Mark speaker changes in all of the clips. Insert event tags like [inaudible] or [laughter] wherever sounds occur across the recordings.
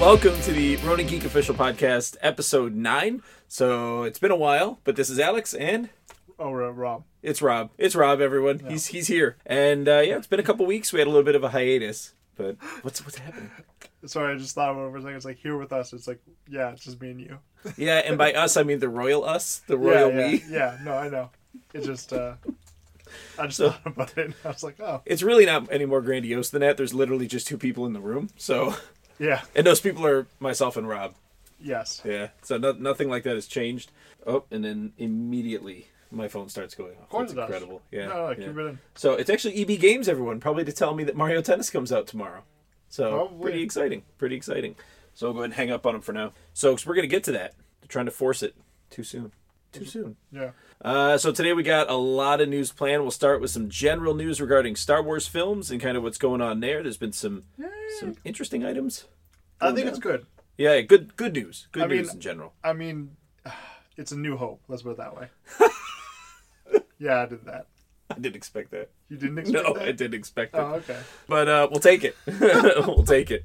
Speaker 1: Welcome to the Ronin Geek Official Podcast, episode nine. So it's been a while, but this is Alex and
Speaker 2: Oh, uh, Rob.
Speaker 1: it's Rob. It's Rob, everyone. He's he's here, and uh, yeah, it's been a couple weeks. We had a little bit of a hiatus,
Speaker 2: [gasps]
Speaker 1: but what's what's happening?
Speaker 2: Sorry, I just thought over a second. It's like here with us. It's like yeah, it's just me and you.
Speaker 1: Yeah, and by us I mean the royal us, the
Speaker 2: Yeah,
Speaker 1: royal
Speaker 2: yeah,
Speaker 1: we.
Speaker 2: [laughs] yeah. No, I know. It just uh, I just thought about it. And I was like, oh
Speaker 1: It's really not any more grandiose than that. There's literally just two people in the room. So, [laughs]
Speaker 2: yeah,
Speaker 1: and those people are myself and Rob.
Speaker 2: yes.
Speaker 1: Yeah. So no, nothing like that has changed. Oh, and then immediately my phone starts going off. Of
Speaker 2: course it does.
Speaker 1: incredible. Yeah.
Speaker 2: No, no, keep
Speaker 1: yeah.
Speaker 2: it in.
Speaker 1: So it's actually EB Games, everyone, probably to tell me that Mario Tennis comes out tomorrow. So
Speaker 2: Probably.
Speaker 1: pretty exciting, pretty exciting. So I'll go ahead and hang up on them for now. So we we're gonna get to that. They're trying to force it too soon. Too soon.
Speaker 2: Yeah.
Speaker 1: Uh, so today we got a lot of news planned. We'll start with some general news regarding Star Wars films and kind of what's going on there. There's been some some interesting items.
Speaker 2: Hmm. I think
Speaker 1: down.
Speaker 2: it's good.
Speaker 1: Yeah, good good news. Good
Speaker 2: I mean-
Speaker 1: news in general.
Speaker 2: I mean, [sighs] it's a new hope. Let's put
Speaker 1: [laughs]
Speaker 2: it that way. yeah, [laughs] I did that.
Speaker 1: I didn't expect that.
Speaker 2: You didn't expect
Speaker 1: No,
Speaker 2: that.
Speaker 1: I didn't expect it.
Speaker 2: Oh, okay.
Speaker 1: But uh, we'll take it. [laughs] we'll take it.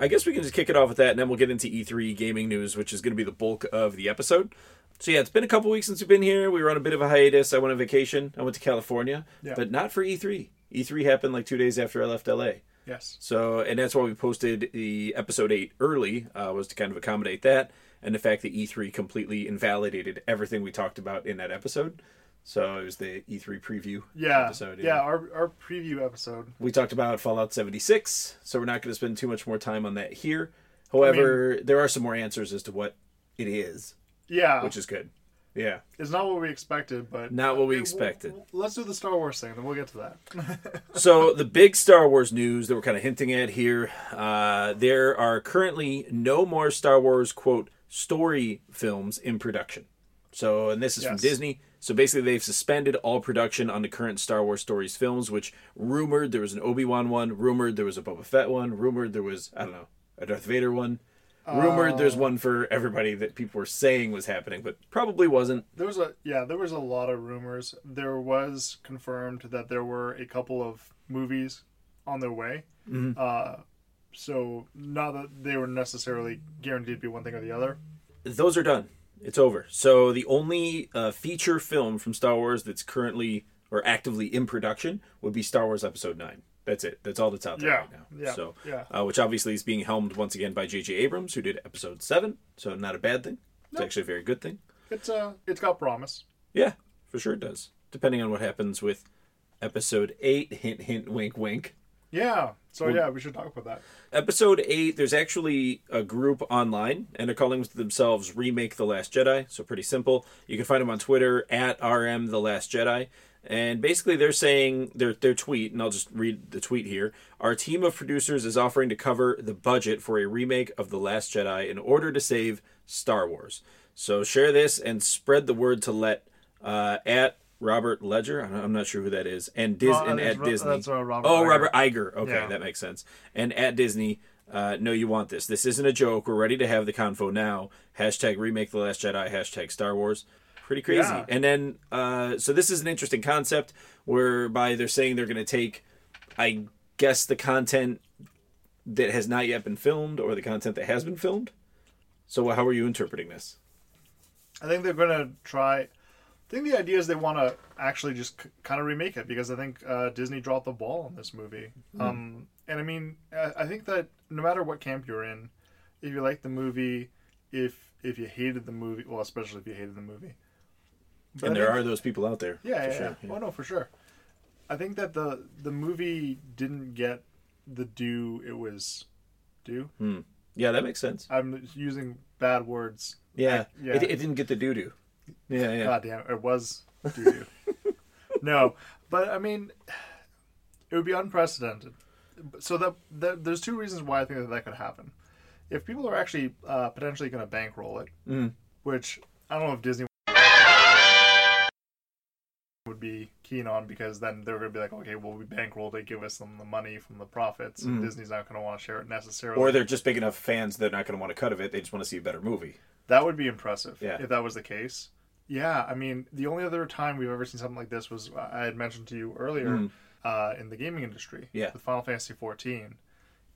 Speaker 1: I guess we can just kick it off with that, and then we'll get into E3 gaming news, which is going to be the bulk of the episode. So yeah, it's been a couple weeks since we've been here. We were on a bit of a hiatus. I went on vacation. I went to California,
Speaker 2: Yeah.
Speaker 1: but not for E E3. E3 happened like two days after I left LA.
Speaker 2: Yes.
Speaker 1: So, and that's why we posted the episode eight early, uh, was to kind of accommodate that and the fact that E3 completely invalidated everything we talked about in that episode. So it was the E3 preview
Speaker 2: Yeah.
Speaker 1: episode.
Speaker 2: yeah. Our our preview episode.
Speaker 1: We talked about Fallout 76, so we're not going to spend too much more time on that here. However, there are some more answers as to what it is,
Speaker 2: Yeah.
Speaker 1: which is good. Yeah,
Speaker 2: it's not what we expected, but
Speaker 1: not what we
Speaker 2: Hey, w-
Speaker 1: expected.
Speaker 2: w- Let's do the Star Wars thing, then we'll get to that.
Speaker 1: so the big Star Wars news that we're kind of hinting at here, uh, there are currently no more Star Wars quote story films in production. So, and this is from
Speaker 2: Yes.
Speaker 1: Disney. So basically, they've suspended all production on the current Star Wars stories films, which rumored there was an Obi Wan one, rumored there was a Boba Fett one, rumored there was I don't know a Darth Vader one, rumored there's one for everybody that people were saying was happening, but probably wasn't.
Speaker 2: there was a yeah, there was a lot of rumors. There was confirmed that there were a couple of movies on their way.
Speaker 1: Mm-hmm.
Speaker 2: Uh, so not that they were necessarily guaranteed to be one thing or the other.
Speaker 1: those are done. It's over. So the only uh, feature film from Star Wars that's currently or actively in production would be Star Wars Episode Nine. That's it. That's all that's out there
Speaker 2: Yeah,
Speaker 1: right now.
Speaker 2: yeah,
Speaker 1: So,
Speaker 2: yeah.
Speaker 1: Uh, which obviously is being helmed once again by J.J. Abrams, who did Episode Seven. So not a bad thing. It's actually a very good thing.
Speaker 2: It's uh it's got promise.
Speaker 1: Yeah, for sure it does. Depending on what happens with Episode Eight. Hint, hint, wink, wink.
Speaker 2: Yeah. So yeah, we should talk about that.
Speaker 1: Episode 8, there's actually a group online, and they're calling themselves Remake The Last Jedi, so pretty simple. You can find them on Twitter, at RM The Last Jedi. And basically, they're saying their, their tweet, and I'll just read the tweet here. Our team of producers is offering to cover the budget for a remake of The Last Jedi in order to save Star Wars. So share this and spread the word to let uh, at Robert Ledger, I'm not- I'm not sure who that is, and, Dis-
Speaker 2: Uh,
Speaker 1: and
Speaker 2: that's
Speaker 1: at
Speaker 2: Ro-
Speaker 1: Disney.
Speaker 2: that's, uh, Robert
Speaker 1: oh,
Speaker 2: Iger.
Speaker 1: Robert Iger. Okay,
Speaker 2: Yeah.
Speaker 1: that makes sense. And at Disney, uh, no, you want this. This isn't a joke. We're ready to have the convo now. Hashtag remake the Last Jedi. Hashtag Star Wars. Pretty crazy.
Speaker 2: Yeah.
Speaker 1: And then, uh, so this is an interesting concept whereby they're saying they're going to take, I guess, the content that has not yet been filmed or the content that has been filmed. So, how are you interpreting this?
Speaker 2: I think they're going to try. I think the idea is they want to actually just c- kind of remake it because I think uh, Disney dropped the ball on this movie.
Speaker 1: Hmm.
Speaker 2: Um, and I mean, I, I think that no matter what camp you're in, if you like the movie, if if you hated the movie, well, especially if you hated the movie, But
Speaker 1: and
Speaker 2: I
Speaker 1: there
Speaker 2: think-
Speaker 1: are those people out there.
Speaker 2: yeah,
Speaker 1: for
Speaker 2: yeah,
Speaker 1: sure.
Speaker 2: yeah. Oh no, for sure. I think that the the movie didn't get the due it was due.
Speaker 1: Hmm. Yeah, that makes sense.
Speaker 2: I'm using bad words.
Speaker 1: Yeah,
Speaker 2: yeah. Uh,
Speaker 1: It, it didn't get the doo doo. Yeah, yeah.
Speaker 2: God damn, it was doo doo. [laughs] no, but I mean, it would be unprecedented. So that, that there's two reasons why I think that that could happen. If people are actually uh, potentially going to bankroll it,
Speaker 1: Mm.
Speaker 2: which I don't know if Disney would be keen on because then they're going to be like, okay, well, we bankrolled it, give us some of the money from the profits, and Disney's not going to want to share it necessarily.
Speaker 1: Mm. Or they're just big enough fans they're not going to want a cut of it. They just want to see a better movie.
Speaker 2: That would be impressive
Speaker 1: Yeah.
Speaker 2: if that was the case. Yeah, I mean, the only other time we've ever seen something like this was I had mentioned to you earlier uh, in the uh, gaming industry.
Speaker 1: Mm. Yeah.
Speaker 2: with Final Fantasy 14,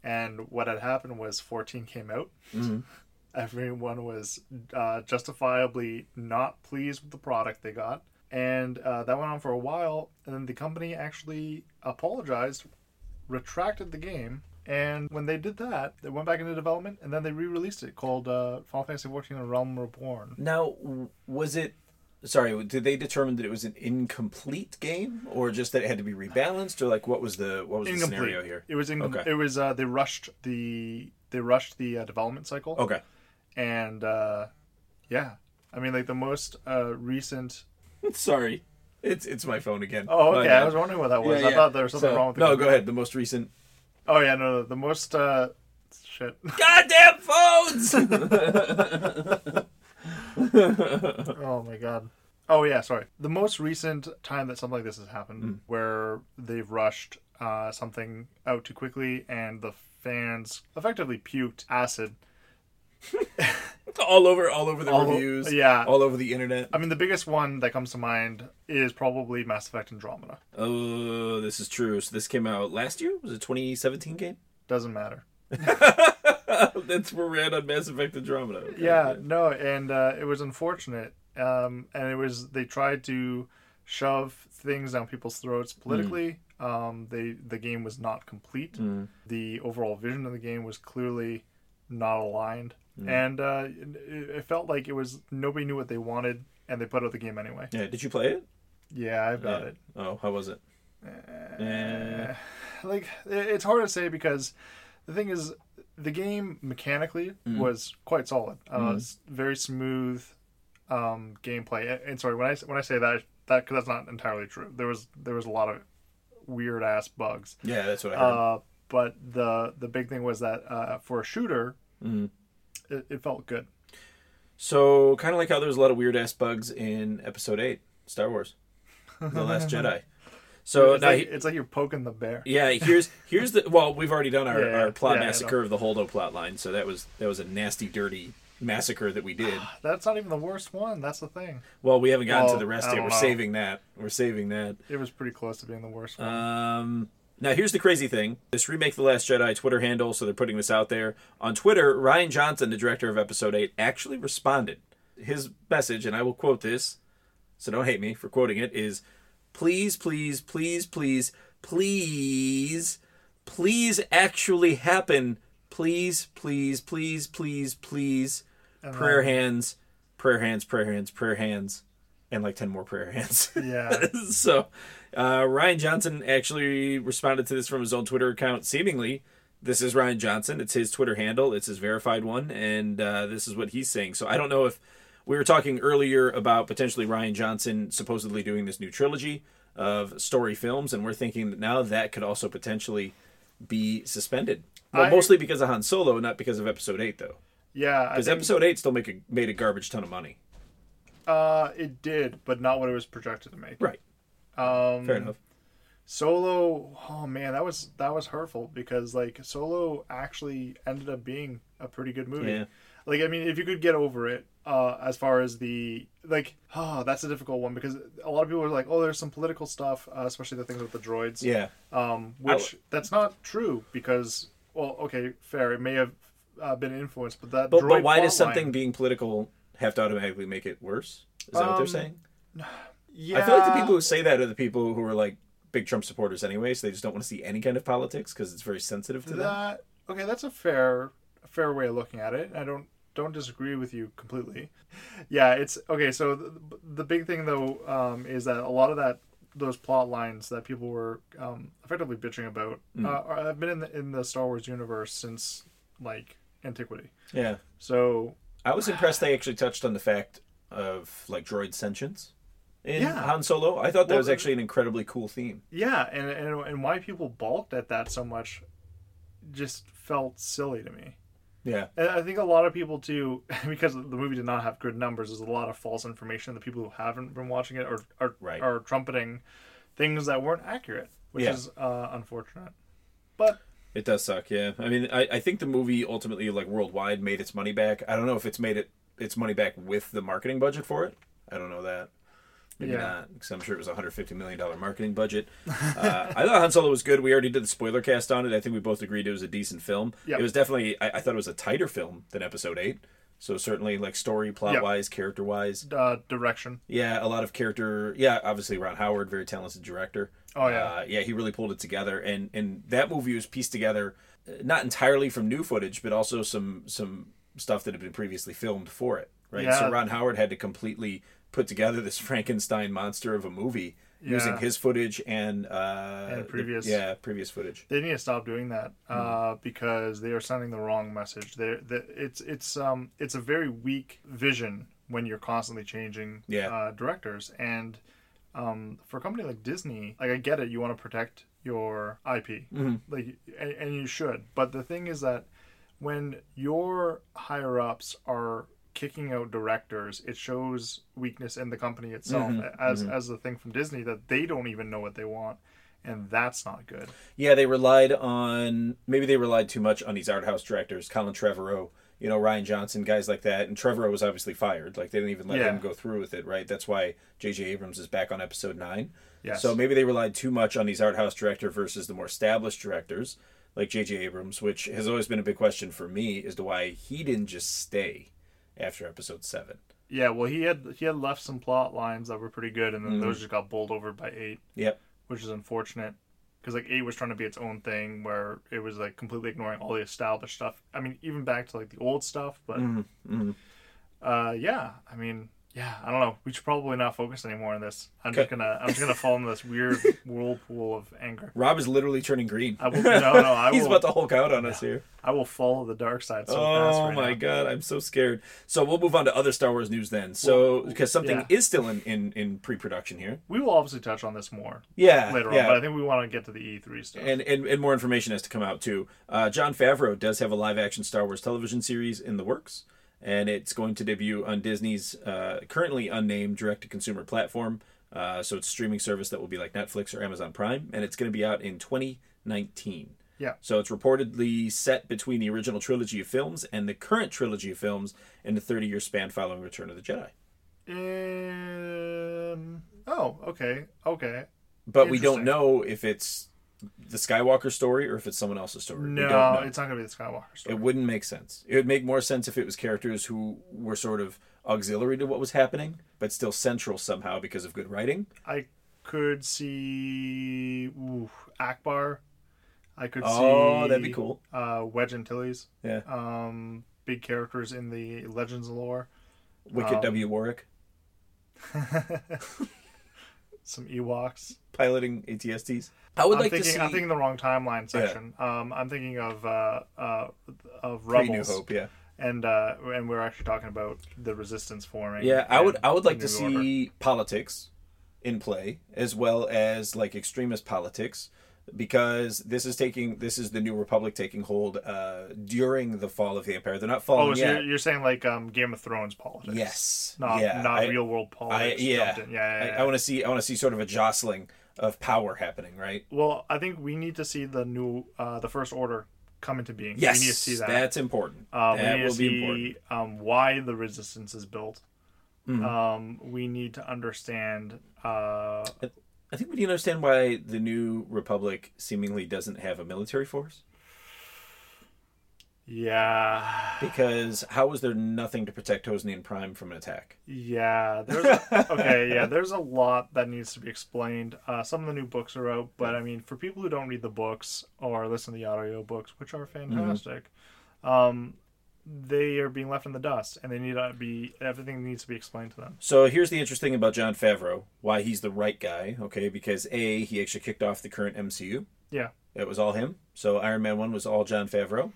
Speaker 2: And what had happened was 14 came out.
Speaker 1: Mm-hmm.
Speaker 2: [laughs] Everyone was uh, justifiably not pleased with the product they got. And uh, that went on for a while. And then the company actually apologized, retracted the game. And when they did that, they went back into development and then they re released it called uh, Final Fantasy XIV A Realm Reborn.
Speaker 1: Now, w- was it? Sorry, did they determine that it was an incomplete game, or just that it had to be rebalanced, or like what was the what was the scenario here?
Speaker 2: It was incom-
Speaker 1: Okay.
Speaker 2: It was uh, they rushed the they rushed the uh, development cycle.
Speaker 1: Okay, [laughs]
Speaker 2: And uh, yeah, I mean like the most uh, recent.
Speaker 1: sorry, it's it's my phone again.
Speaker 2: Oh,
Speaker 1: My
Speaker 2: okay.
Speaker 1: bad.
Speaker 2: I was wondering what that was.
Speaker 1: Yeah,
Speaker 2: I
Speaker 1: yeah.
Speaker 2: thought there was something
Speaker 1: So-
Speaker 2: wrong with the.
Speaker 1: No,
Speaker 2: computer.
Speaker 1: go ahead. The most recent.
Speaker 2: Oh yeah, no, no the most uh, shit. [laughs]
Speaker 1: Goddamn phones! [laughs]
Speaker 2: oh my god. Oh yeah, sorry. The most recent time that something like this has happened, where they've rushed uh, something out too quickly and the fans effectively puked acid
Speaker 1: all over, all over the
Speaker 2: All o-
Speaker 1: reviews.
Speaker 2: yeah.
Speaker 1: all over the internet.
Speaker 2: I mean, the biggest one that comes to mind is probably Mass Effect Andromeda.
Speaker 1: Oh, this is true. So this came out last year. Was it 2017 game?
Speaker 2: Doesn't matter.
Speaker 1: [laughs] That's where we're at on Mass Effect Andromeda. Okay.
Speaker 2: Yeah, no, and uh, it was unfortunate. Um, and it was they tried to shove things down people's throats politically. Um, they the game was not complete. The overall vision of the game was clearly not aligned, and uh, it, it felt like it was nobody knew what they wanted, and they put out the game anyway.
Speaker 1: Yeah. Did you play it?
Speaker 2: Yeah, I've got
Speaker 1: Yeah.
Speaker 2: it.
Speaker 1: Oh, how was it? Eh.
Speaker 2: like it- it's hard to say because the thing is the game mechanically
Speaker 1: Mm.
Speaker 2: was quite solid
Speaker 1: Mm-hmm.
Speaker 2: uh, s- very smooth um, gameplay and, and sorry when i s- when i say that that 'cause that's not entirely true there was there was a lot of weird ass bugs
Speaker 1: yeah, that's what I heard.
Speaker 2: uh, but the the big thing was that uh, for a shooter
Speaker 1: Mm.
Speaker 2: it, it felt good
Speaker 1: so kind of like how there's a lot of weird ass bugs in Episode Eight, Star Wars, The
Speaker 2: [laughs]
Speaker 1: Last Jedi. So
Speaker 2: it's,
Speaker 1: now,
Speaker 2: like,
Speaker 1: he-
Speaker 2: it's like you're poking the bear
Speaker 1: yeah, here's here's the well, we've already done our,
Speaker 2: Yeah,
Speaker 1: our plot
Speaker 2: yeah, I know.
Speaker 1: massacre of the Holdo plot line. So that was that was a nasty, dirty massacre that we
Speaker 2: [sighs]
Speaker 1: did.
Speaker 2: that's not even the worst one that's the thing
Speaker 1: Well, we haven't gotten
Speaker 2: Well,
Speaker 1: to the rest
Speaker 2: I
Speaker 1: yet. We're
Speaker 2: don't know.
Speaker 1: saving that. We're saving that.
Speaker 2: it was pretty close to being the worst one
Speaker 1: Um, now, here's the crazy thing: this remake, The Last Jedi, Twitter handle. So they're putting this out there on Twitter. Ryan Johnson, the director of Episode Eight, actually responded. His message, and I will quote this, so don't hate me for quoting it: is please, please, please, please, please, please actually happen. Please, please, please, please, please. Prayer hands, prayer hands, prayer hands, prayer hands, and like ten more prayer hands. [laughs]
Speaker 2: yeah
Speaker 1: so uh, Ryan Johnson actually responded to this from his own Twitter account. Seemingly, this is Ryan Johnson. It's his Twitter handle. It's his verified one, and uh, this is what he's saying. So I don't know if we were talking earlier about potentially Ryan Johnson supposedly doing this new trilogy of story films, and we're thinking that now that could also potentially be suspended. Well,
Speaker 2: I-
Speaker 1: mostly because of Han Solo, not because of Episode Eight, though. [laughs]
Speaker 2: yeah I
Speaker 1: Because
Speaker 2: think-
Speaker 1: Episode Eight still make a, made a garbage ton of money.
Speaker 2: Uh, it did, but not what it was projected to make.
Speaker 1: Right.
Speaker 2: Um,
Speaker 1: Fair enough.
Speaker 2: Solo. Oh man, that was that was hurtful because like Solo actually ended up being a pretty good movie.
Speaker 1: Yeah.
Speaker 2: Like I mean, if you could get over it, uh, as far as the like, oh, that's a difficult one because a lot of people are like, oh, there's some political stuff, uh, especially the things with the droids.
Speaker 1: Yeah.
Speaker 2: Um, which that's not true because well, okay, fair, it may have uh, been influenced, but that.
Speaker 1: But,
Speaker 2: droid
Speaker 1: but why does
Speaker 2: plotline-
Speaker 1: something being political have to automatically make it worse? Is that what they're
Speaker 2: Um,
Speaker 1: saying?
Speaker 2: Yeah.
Speaker 1: I feel like the people who say that are the people who are like big Trump supporters anyway, so they just don't want to see any kind of politics because it's very sensitive to them.
Speaker 2: that okay that's a fair a fair way of looking at it i don't don't disagree with you completely yeah it's okay so the, the big thing though um, is that a lot of that those plot lines that people were um, effectively bitching about
Speaker 1: Hmm.
Speaker 2: uh, are, have been in the, in the star wars universe since like antiquity
Speaker 1: Yeah.
Speaker 2: so
Speaker 1: I was impressed they actually touched on the fact of like droid sentience in
Speaker 2: Yeah.
Speaker 1: Han Solo. I thought that
Speaker 2: Well, uh,
Speaker 1: was actually an incredibly cool theme.
Speaker 2: yeah and, and and why people balked at that so much just felt silly to me
Speaker 1: Yeah.
Speaker 2: And I think a lot of people too, [laughs] because the movie did not have good numbers. There's a lot of false information. The people who haven't been watching it are are,
Speaker 1: Right.
Speaker 2: are trumpeting things that weren't accurate, which
Speaker 1: Yeah.
Speaker 2: is uh, unfortunate. But
Speaker 1: It does suck, yeah. I mean, I, I think the movie ultimately, like worldwide, made its money back. I don't know if it's made it its money back with the marketing budget for it. I don't know that. Maybe
Speaker 2: Yeah.
Speaker 1: not, because I'm sure it was a $150 million marketing
Speaker 2: [laughs]
Speaker 1: budget. Uh, I thought Han Solo was good. We already did the spoiler cast on it. I think we both agreed it was a decent film.
Speaker 2: Yep.
Speaker 1: It was definitely, I, I thought it was a tighter film than Episode 8. So certainly, like, story, plot-wise, character-wise.
Speaker 2: uh, direction.
Speaker 1: Yeah, a lot of character. Yeah, obviously Ron Howard, very talented director.
Speaker 2: Oh, yeah.
Speaker 1: uh, yeah. He really pulled it together, and and that movie was pieced together, uh, not entirely from new footage, but also some some stuff that had been previously filmed for it. Right.
Speaker 2: Yeah.
Speaker 1: So Ron Howard had to completely put together this [laughs] Frankenstein monster of a movie using
Speaker 2: Yeah.
Speaker 1: his footage and uh,
Speaker 2: And
Speaker 1: the-
Speaker 2: previous-
Speaker 1: yeah previous footage.
Speaker 2: They need to stop doing that uh, because they are sending the wrong message. They're, they it's it's um it's a very weak vision when you're constantly changing
Speaker 1: Yeah.
Speaker 2: uh, directors. And um, for a company like Disney, like I get it, you want to protect your IP, like and, and you should. But the thing is that when your higher ups are kicking out directors, it shows weakness in the company itself as as a thing from Disney that they don't even know what they want. And that's not good.
Speaker 1: Yeah, they relied on maybe they relied too much on these art house directors, Colin Trevorrow, you know, Ryan Johnson, guys like that. And Trevorrow was obviously fired. Like they didn't even let
Speaker 2: Yeah.
Speaker 1: him go through with it, right? That's why J.J. Abrams is back on episode nine.
Speaker 2: Yes.
Speaker 1: So maybe they relied too much on these art house director versus the more established directors like J.J. Abrams, which has always been a big question for me as to why he didn't just stay after episode seven.
Speaker 2: Yeah, well, he had he had left some plot lines that were pretty good, and then those just got bowled over by eight,
Speaker 1: Hmm. Yep.
Speaker 2: which is unfortunate because like eight was trying to be its own thing where it was like completely ignoring all the established stuff. I mean, even back to like the old stuff, but
Speaker 1: Hmm.
Speaker 2: Mm-hmm. uh, yeah, I mean. Yeah, I don't know. We should probably not focus anymore on this. I'm just gonna, I'm
Speaker 1: [laughs]
Speaker 2: just gonna fall in this weird whirlpool of anger.
Speaker 1: Rob is literally turning green.
Speaker 2: I will, no, no, I
Speaker 1: [laughs] He's
Speaker 2: will,
Speaker 1: about to Hulk out on us here.
Speaker 2: I will follow the dark side so fast.
Speaker 1: Oh
Speaker 2: right
Speaker 1: my
Speaker 2: now.
Speaker 1: god, I'm so scared. So we'll move on to other Star Wars news then. So because something
Speaker 2: yeah.
Speaker 1: is still in, in, in pre-production here.
Speaker 2: We will obviously touch on this more
Speaker 1: Yeah,
Speaker 2: later
Speaker 1: Uh, yeah.
Speaker 2: on, but I think we want to get to the E3 stuff.
Speaker 1: and, and and more information has to come out too. Uh, John Favreau does have a live-action Star Wars television series in the works, and it's going to debut on Disney's uh, currently unnamed direct-to-consumer platform. Uh, so it's a streaming service that will be like Netflix or Amazon Prime, and it's going to be out in 2019.
Speaker 2: yeah,
Speaker 1: So it's reportedly set between the original trilogy of films and the current trilogy of films in the 30 year span following Return of the Jedi.
Speaker 2: Um. Oh, okay, okay.
Speaker 1: But we don't
Speaker 2: Interesting.
Speaker 1: know if it's the Skywalker story or if it's someone else's story. we don't
Speaker 2: No,
Speaker 1: know.
Speaker 2: it's not gonna be the Skywalker story.
Speaker 1: it wouldn't make sense. It would make more sense if it was characters who were sort of auxiliary to what was happening, but still central somehow because of good writing.
Speaker 2: I could see ooh, Akbar. I could see.
Speaker 1: Oh, that'd be cool.
Speaker 2: Uh, Wedge Antilles.
Speaker 1: Yeah.
Speaker 2: Um, big characters in the Legends lore. [laughs]
Speaker 1: Wicked
Speaker 2: Um,
Speaker 1: W. Warwick
Speaker 2: Some Ewoks.
Speaker 1: piloting ATSTs. I would
Speaker 2: I'm
Speaker 1: like
Speaker 2: thinking.
Speaker 1: to see
Speaker 2: I'm thinking the wrong timeline section. Um, I'm thinking of uh, uh, of
Speaker 1: Pre New
Speaker 2: Rebels,
Speaker 1: Hope, yeah.
Speaker 2: and uh, and we're actually talking about the Resistance forming.
Speaker 1: Yeah, I would
Speaker 2: and
Speaker 1: I would
Speaker 2: the
Speaker 1: like to
Speaker 2: New Order.
Speaker 1: see politics in play as well as like extremist politics because this is taking this is the new republic taking hold uh during the fall of the empire. They're not falling
Speaker 2: Oh, so
Speaker 1: yet.
Speaker 2: you're, you're saying like um, Game of Thrones politics?
Speaker 1: Yes.
Speaker 2: Not
Speaker 1: yeah.
Speaker 2: not
Speaker 1: I,
Speaker 2: real world
Speaker 1: I,
Speaker 2: politics.
Speaker 1: yeah.
Speaker 2: jumped in. yeah, yeah,
Speaker 1: I-
Speaker 2: yeah.
Speaker 1: I, want to see I want to see sort of a jostling of power happening, right?
Speaker 2: well, I think we need to see the new uh, the First Order come into being.
Speaker 1: Yes.
Speaker 2: we need to see that.
Speaker 1: That's important.
Speaker 2: uh, we
Speaker 1: that
Speaker 2: need
Speaker 1: will
Speaker 2: to see
Speaker 1: be important. Mm-hmm.
Speaker 2: um, why the Resistance is built. Um, we need to understand. Uh,
Speaker 1: I think we need to understand why the new republic seemingly doesn't have a military force
Speaker 2: yeah,
Speaker 1: because how is there nothing to protect Hosnian Prime from an attack?
Speaker 2: yeah. There's a, okay. Yeah, there's a lot that needs to be explained. Uh, some of the new books are out, but I mean, for people who don't read the books or listen to the audio books, which are fantastic, um, they are being left in the dust, and they need to be everything needs to be explained to them.
Speaker 1: So here's the interesting thing about John Favreau, why he's the right guy, okay? Because A, he actually kicked off the current MCU.
Speaker 2: Yeah,
Speaker 1: It was all him. So Iron Man 1 was all John Favreau.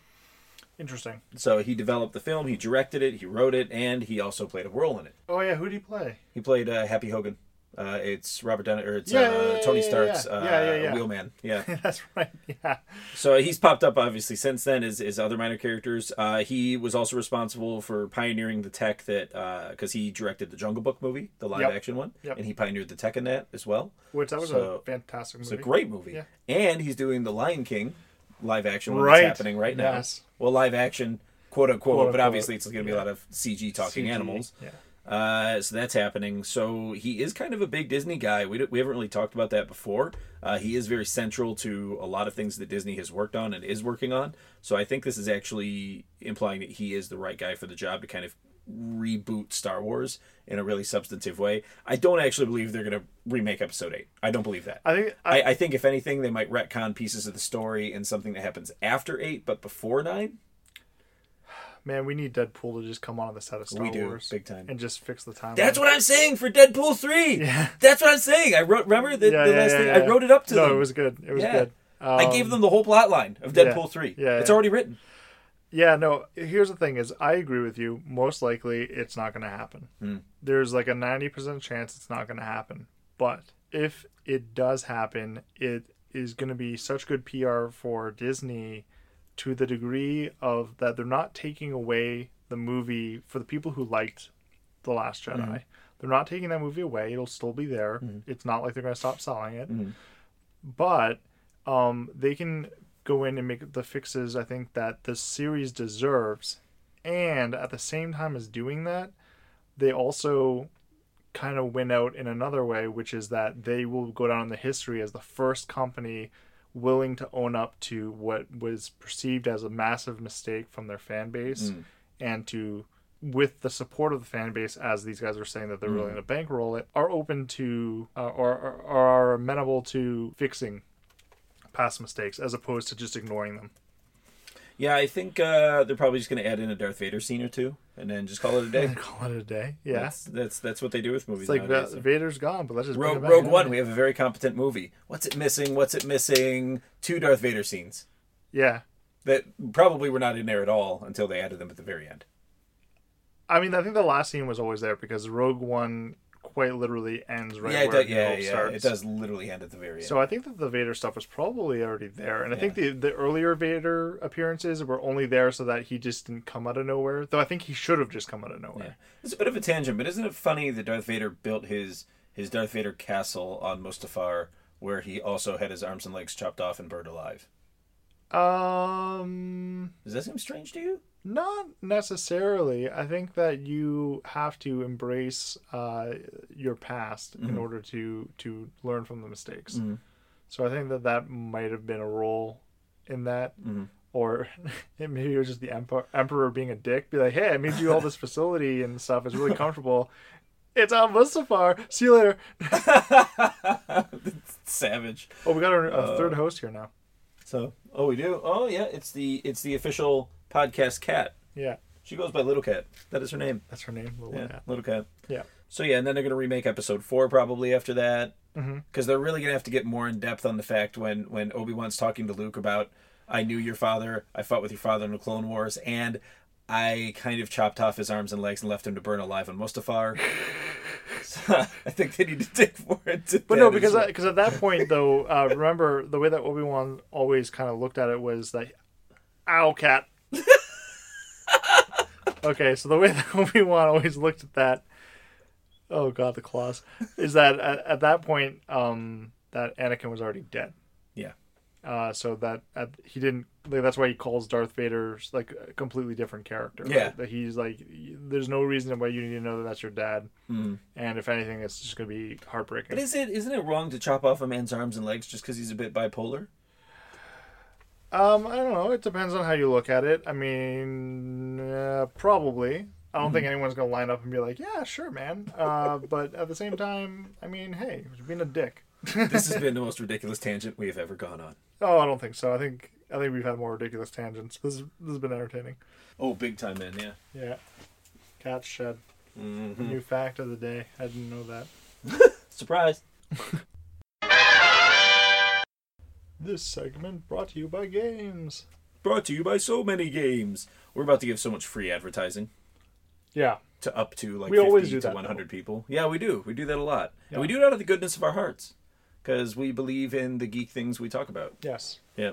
Speaker 2: interesting.
Speaker 1: So he developed the film, he directed it, he wrote it, and he also played a role in it.
Speaker 2: Oh yeah, who did he play? [laughs]
Speaker 1: He played uh, Happy Hogan. Uh, it's Robert Downey, or it's
Speaker 2: Yeah,
Speaker 1: uh,
Speaker 2: yeah, yeah,
Speaker 1: Tony
Speaker 2: yeah,
Speaker 1: Stark's
Speaker 2: yeah.
Speaker 1: Uh,
Speaker 2: Yeah, yeah, yeah.
Speaker 1: wheelman. Yeah.
Speaker 2: [laughs] That's right. Yeah.
Speaker 1: So he's popped up obviously since then as, as other minor characters. Uh, he was also responsible for pioneering the tech that because he directed the Jungle Book movie, the live
Speaker 2: Yep.
Speaker 1: action one,
Speaker 2: Yep.
Speaker 1: and he pioneered the tech in that as well.
Speaker 2: Which that was
Speaker 1: So-
Speaker 2: a fantastic
Speaker 1: It's a
Speaker 2: movie.
Speaker 1: great movie.
Speaker 2: Yeah.
Speaker 1: And he's doing the Lion King live action one
Speaker 2: Right.
Speaker 1: that's happening right now.
Speaker 2: Yes.
Speaker 1: Well, live action, quote unquote, but
Speaker 2: unquote.
Speaker 1: obviously it's going to be a lot of CG talking
Speaker 2: CG,
Speaker 1: animals.
Speaker 2: Yeah.
Speaker 1: Uh, so that's happening. So he is kind of a big Disney guy. We, d- we haven't really talked about that before. Uh, he is very central to a lot of things that Disney has worked on and is working on. So I think this is actually implying that he is the right guy for the job to kind of reboot Star Wars in a really substantive way. I don't actually believe they're going to remake Episode 8. I don't believe that.
Speaker 2: I think I,
Speaker 1: I, I think if anything, they might retcon pieces of the story and something that happens after eight, but before nine.
Speaker 2: man, we need Deadpool to just come on the set of Star
Speaker 1: We do,
Speaker 2: Wars
Speaker 1: big time.
Speaker 2: and just fix the timeline.
Speaker 1: That's what I'm saying for Deadpool three. That's what I'm saying. I wrote. Remember the, the last thing I wrote it up to
Speaker 2: no,
Speaker 1: them.
Speaker 2: it was good. It was
Speaker 1: Yeah.
Speaker 2: good.
Speaker 1: I
Speaker 2: Um,
Speaker 1: gave them the whole plot line of Deadpool three.
Speaker 2: Yeah,
Speaker 1: it's
Speaker 2: yeah.
Speaker 1: already written.
Speaker 2: Yeah, no. Here's the thing: is I agree with you. Most likely, it's not going to happen.
Speaker 1: Hmm.
Speaker 2: There's like a ninety percent chance it's not going to happen. But if it does happen, it is going to be such good PR for Disney to the degree of that they're not taking away the movie for the people who liked the Last Jedi.
Speaker 1: Mm-hmm.
Speaker 2: They're not taking that movie away. It'll still be there. It's not like they're going to stop selling it
Speaker 1: Mm-hmm.
Speaker 2: but um, they can go in and make the fixes I think that the series deserves, and at the same time as doing that, they also kind of win out in another way, which is that they will go down in the history as the first company willing to own up to what was perceived as a massive mistake from their fan base and to with the support of the fan base as these guys are saying that they're willing to bankroll it are open to uh, or, or are amenable to fixing past mistakes as opposed to just ignoring them
Speaker 1: Yeah, I think uh, they're probably just going to add in a Darth Vader scene or two, and then just call it a
Speaker 2: [laughs]
Speaker 1: day.
Speaker 2: and call it a day yeah
Speaker 1: that's, that's that's what they do with movies
Speaker 2: it's like
Speaker 1: nowadays.
Speaker 2: Va- Vader's gone but let's just bring
Speaker 1: Rogue,
Speaker 2: him back
Speaker 1: Rogue
Speaker 2: in.
Speaker 1: One, we have a very competent movie. What's it missing? What's it missing? Two Darth Vader scenes.
Speaker 2: yeah
Speaker 1: that probably were not in there at all until they added them at the very end.
Speaker 2: I mean I think the last scene was always there because Rogue One quite literally ends right
Speaker 1: yeah, it
Speaker 2: where
Speaker 1: does,
Speaker 2: New
Speaker 1: yeah,
Speaker 2: Hope
Speaker 1: yeah.
Speaker 2: starts
Speaker 1: It does literally end at the very end.
Speaker 2: So I think that the Vader stuff was probably already there, and I think the the earlier Vader appearances were only there so that he just didn't come out of nowhere. Though I think he should have just come out of
Speaker 1: Yeah.
Speaker 2: nowhere.
Speaker 1: It's a bit of a tangent, but isn't it funny that Darth Vader built his his Darth Vader castle on Mustafar, where he also had his arms and legs chopped off and burned alive?
Speaker 2: Um,
Speaker 1: Does that seem strange to you? [laughs]
Speaker 2: not necessarily. I think that you have to embrace uh, your past in order to to learn from the mistakes. So I think that that might have been a role in that. Or [laughs] it maybe it was just the emperor, emperor being a dick, be like, "Hey, I made you all this facility and stuff. It's really comfortable. It's on Mustafar. See you later."
Speaker 1: Savage.
Speaker 2: Oh, we got our, a third host here now.
Speaker 1: So, oh, we do. Oh, yeah. It's the it's the official podcast cat.
Speaker 2: Yeah,
Speaker 1: She goes by Little Cat. That is her name.
Speaker 2: that's her name. Lil
Speaker 1: Yeah,
Speaker 2: Nat.
Speaker 1: Little Cat.
Speaker 2: Yeah.
Speaker 1: So yeah, and then they're gonna remake episode four probably after that, because
Speaker 2: Mm-hmm.
Speaker 1: they're really gonna have to get more in depth on the fact when when Obi Wan's talking to Luke about I knew your father, I fought with your father in the Clone Wars, and I kind of chopped off his arms and legs and left him to burn alive on
Speaker 2: [laughs]
Speaker 1: Mustafar. so [laughs] I think they need to dig more into.
Speaker 2: But no, because because at that point though, uh, [laughs] remember the way that Obi Wan always kind of looked at it was like, "Ow, cat." okay, so the way that [laughs] Obi Wan always looked at that, oh god, the claws, is that at, at that point um, that Anakin was already dead.
Speaker 1: yeah,
Speaker 2: Uh, so that at, he didn't. Like, that's why he calls Darth Vader's like a completely different character. right?
Speaker 1: Yeah.
Speaker 2: that he's like, y- there's no reason why you need to know that that's your dad. And if anything, it's just gonna be heartbreaking.
Speaker 1: but is it isn't it wrong to chop off a man's arms and legs just because he's a bit bipolar?
Speaker 2: Um, I don't know. It depends on how you look at it. I mean, uh, probably. I don't think anyone's gonna line up and be like, "Yeah, sure, man." Uh, [laughs] but at the same time, I mean, hey, he's being a dick. [laughs]
Speaker 1: This has been the most ridiculous tangent we have ever gone on.
Speaker 2: Oh, I don't think so. I think I think we've had more ridiculous tangents. This is, this has been entertaining.
Speaker 1: Oh, big time, man! Yeah. Mm-hmm.
Speaker 2: Yeah, cat shed.
Speaker 1: Hmm.
Speaker 2: New fact of the day. I didn't know that.
Speaker 1: Surprise.
Speaker 2: This segment brought to you by games.
Speaker 1: Brought to you by so many games. We're about to give so much free advertising
Speaker 2: Yeah,
Speaker 1: to up to like
Speaker 2: We
Speaker 1: 50
Speaker 2: always do
Speaker 1: to
Speaker 2: that,
Speaker 1: 100 people. Yeah, we do. We do that a lot.
Speaker 2: Yeah.
Speaker 1: And we do it out of the goodness of our hearts because we believe in the geek things we talk about.
Speaker 2: yes.
Speaker 1: Yeah.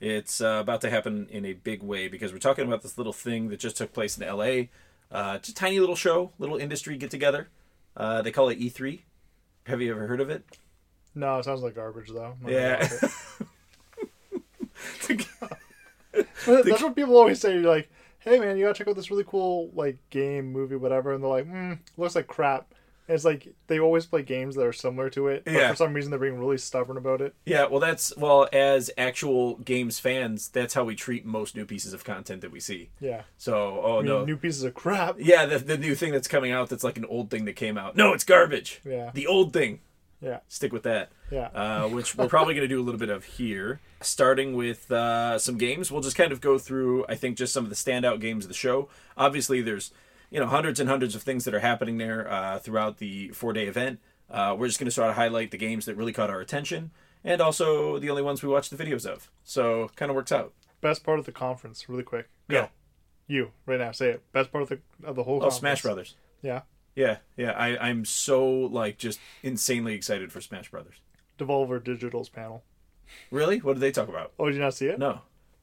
Speaker 1: It's uh, about to happen in a big way because we're talking about this little thing that just took place in LA. Uh, it's a tiny little show, little industry get together. Uh, they call it E3. Have you ever heard of
Speaker 2: [laughs]
Speaker 1: it?
Speaker 2: No, it sounds like garbage though. I'm not gonna
Speaker 1: Yeah.
Speaker 2: like it. That's what people always say. You're like, hey man, you gotta check out this really cool like game, movie, whatever, and they're like, mm, looks like crap. And it's like they always play games that are similar to it, but
Speaker 1: Yeah.
Speaker 2: for some reason they're being really stubborn about it.
Speaker 1: Yeah, well, that's well as actual games fans, that's how we treat most new pieces of content that we see.
Speaker 2: Yeah,
Speaker 1: So, oh
Speaker 2: I mean,
Speaker 1: no,
Speaker 2: new pieces of crap.
Speaker 1: yeah, the, the new thing that's coming out that's like an old thing that came out. No, it's garbage.
Speaker 2: Yeah.
Speaker 1: the old thing.
Speaker 2: Yeah.
Speaker 1: stick with that.
Speaker 2: Yeah.
Speaker 1: uh, which we're probably going to do a little bit of here, starting with uh, some games. We'll just kind of go through, I think, just some of the standout games of the show. Obviously, there's you know hundreds and hundreds of things that are happening there uh, throughout the four day event. Uh, we're just going to sort of highlight the games that really caught our attention, and also the only ones we watched the videos of. So kind of works out.
Speaker 2: Best part of the conference, really quick. Go.
Speaker 1: Yeah.
Speaker 2: You right now, say it. Best part of the of the whole.
Speaker 1: Oh, Smash
Speaker 2: Brothers.
Speaker 1: Brothers.
Speaker 2: Yeah,
Speaker 1: Yeah, yeah. I, I'm so like just insanely excited for Smash Brothers.
Speaker 2: Devolver Digital's panel.
Speaker 1: Really? What did they talk about?
Speaker 2: Oh, did you not see it?
Speaker 1: No.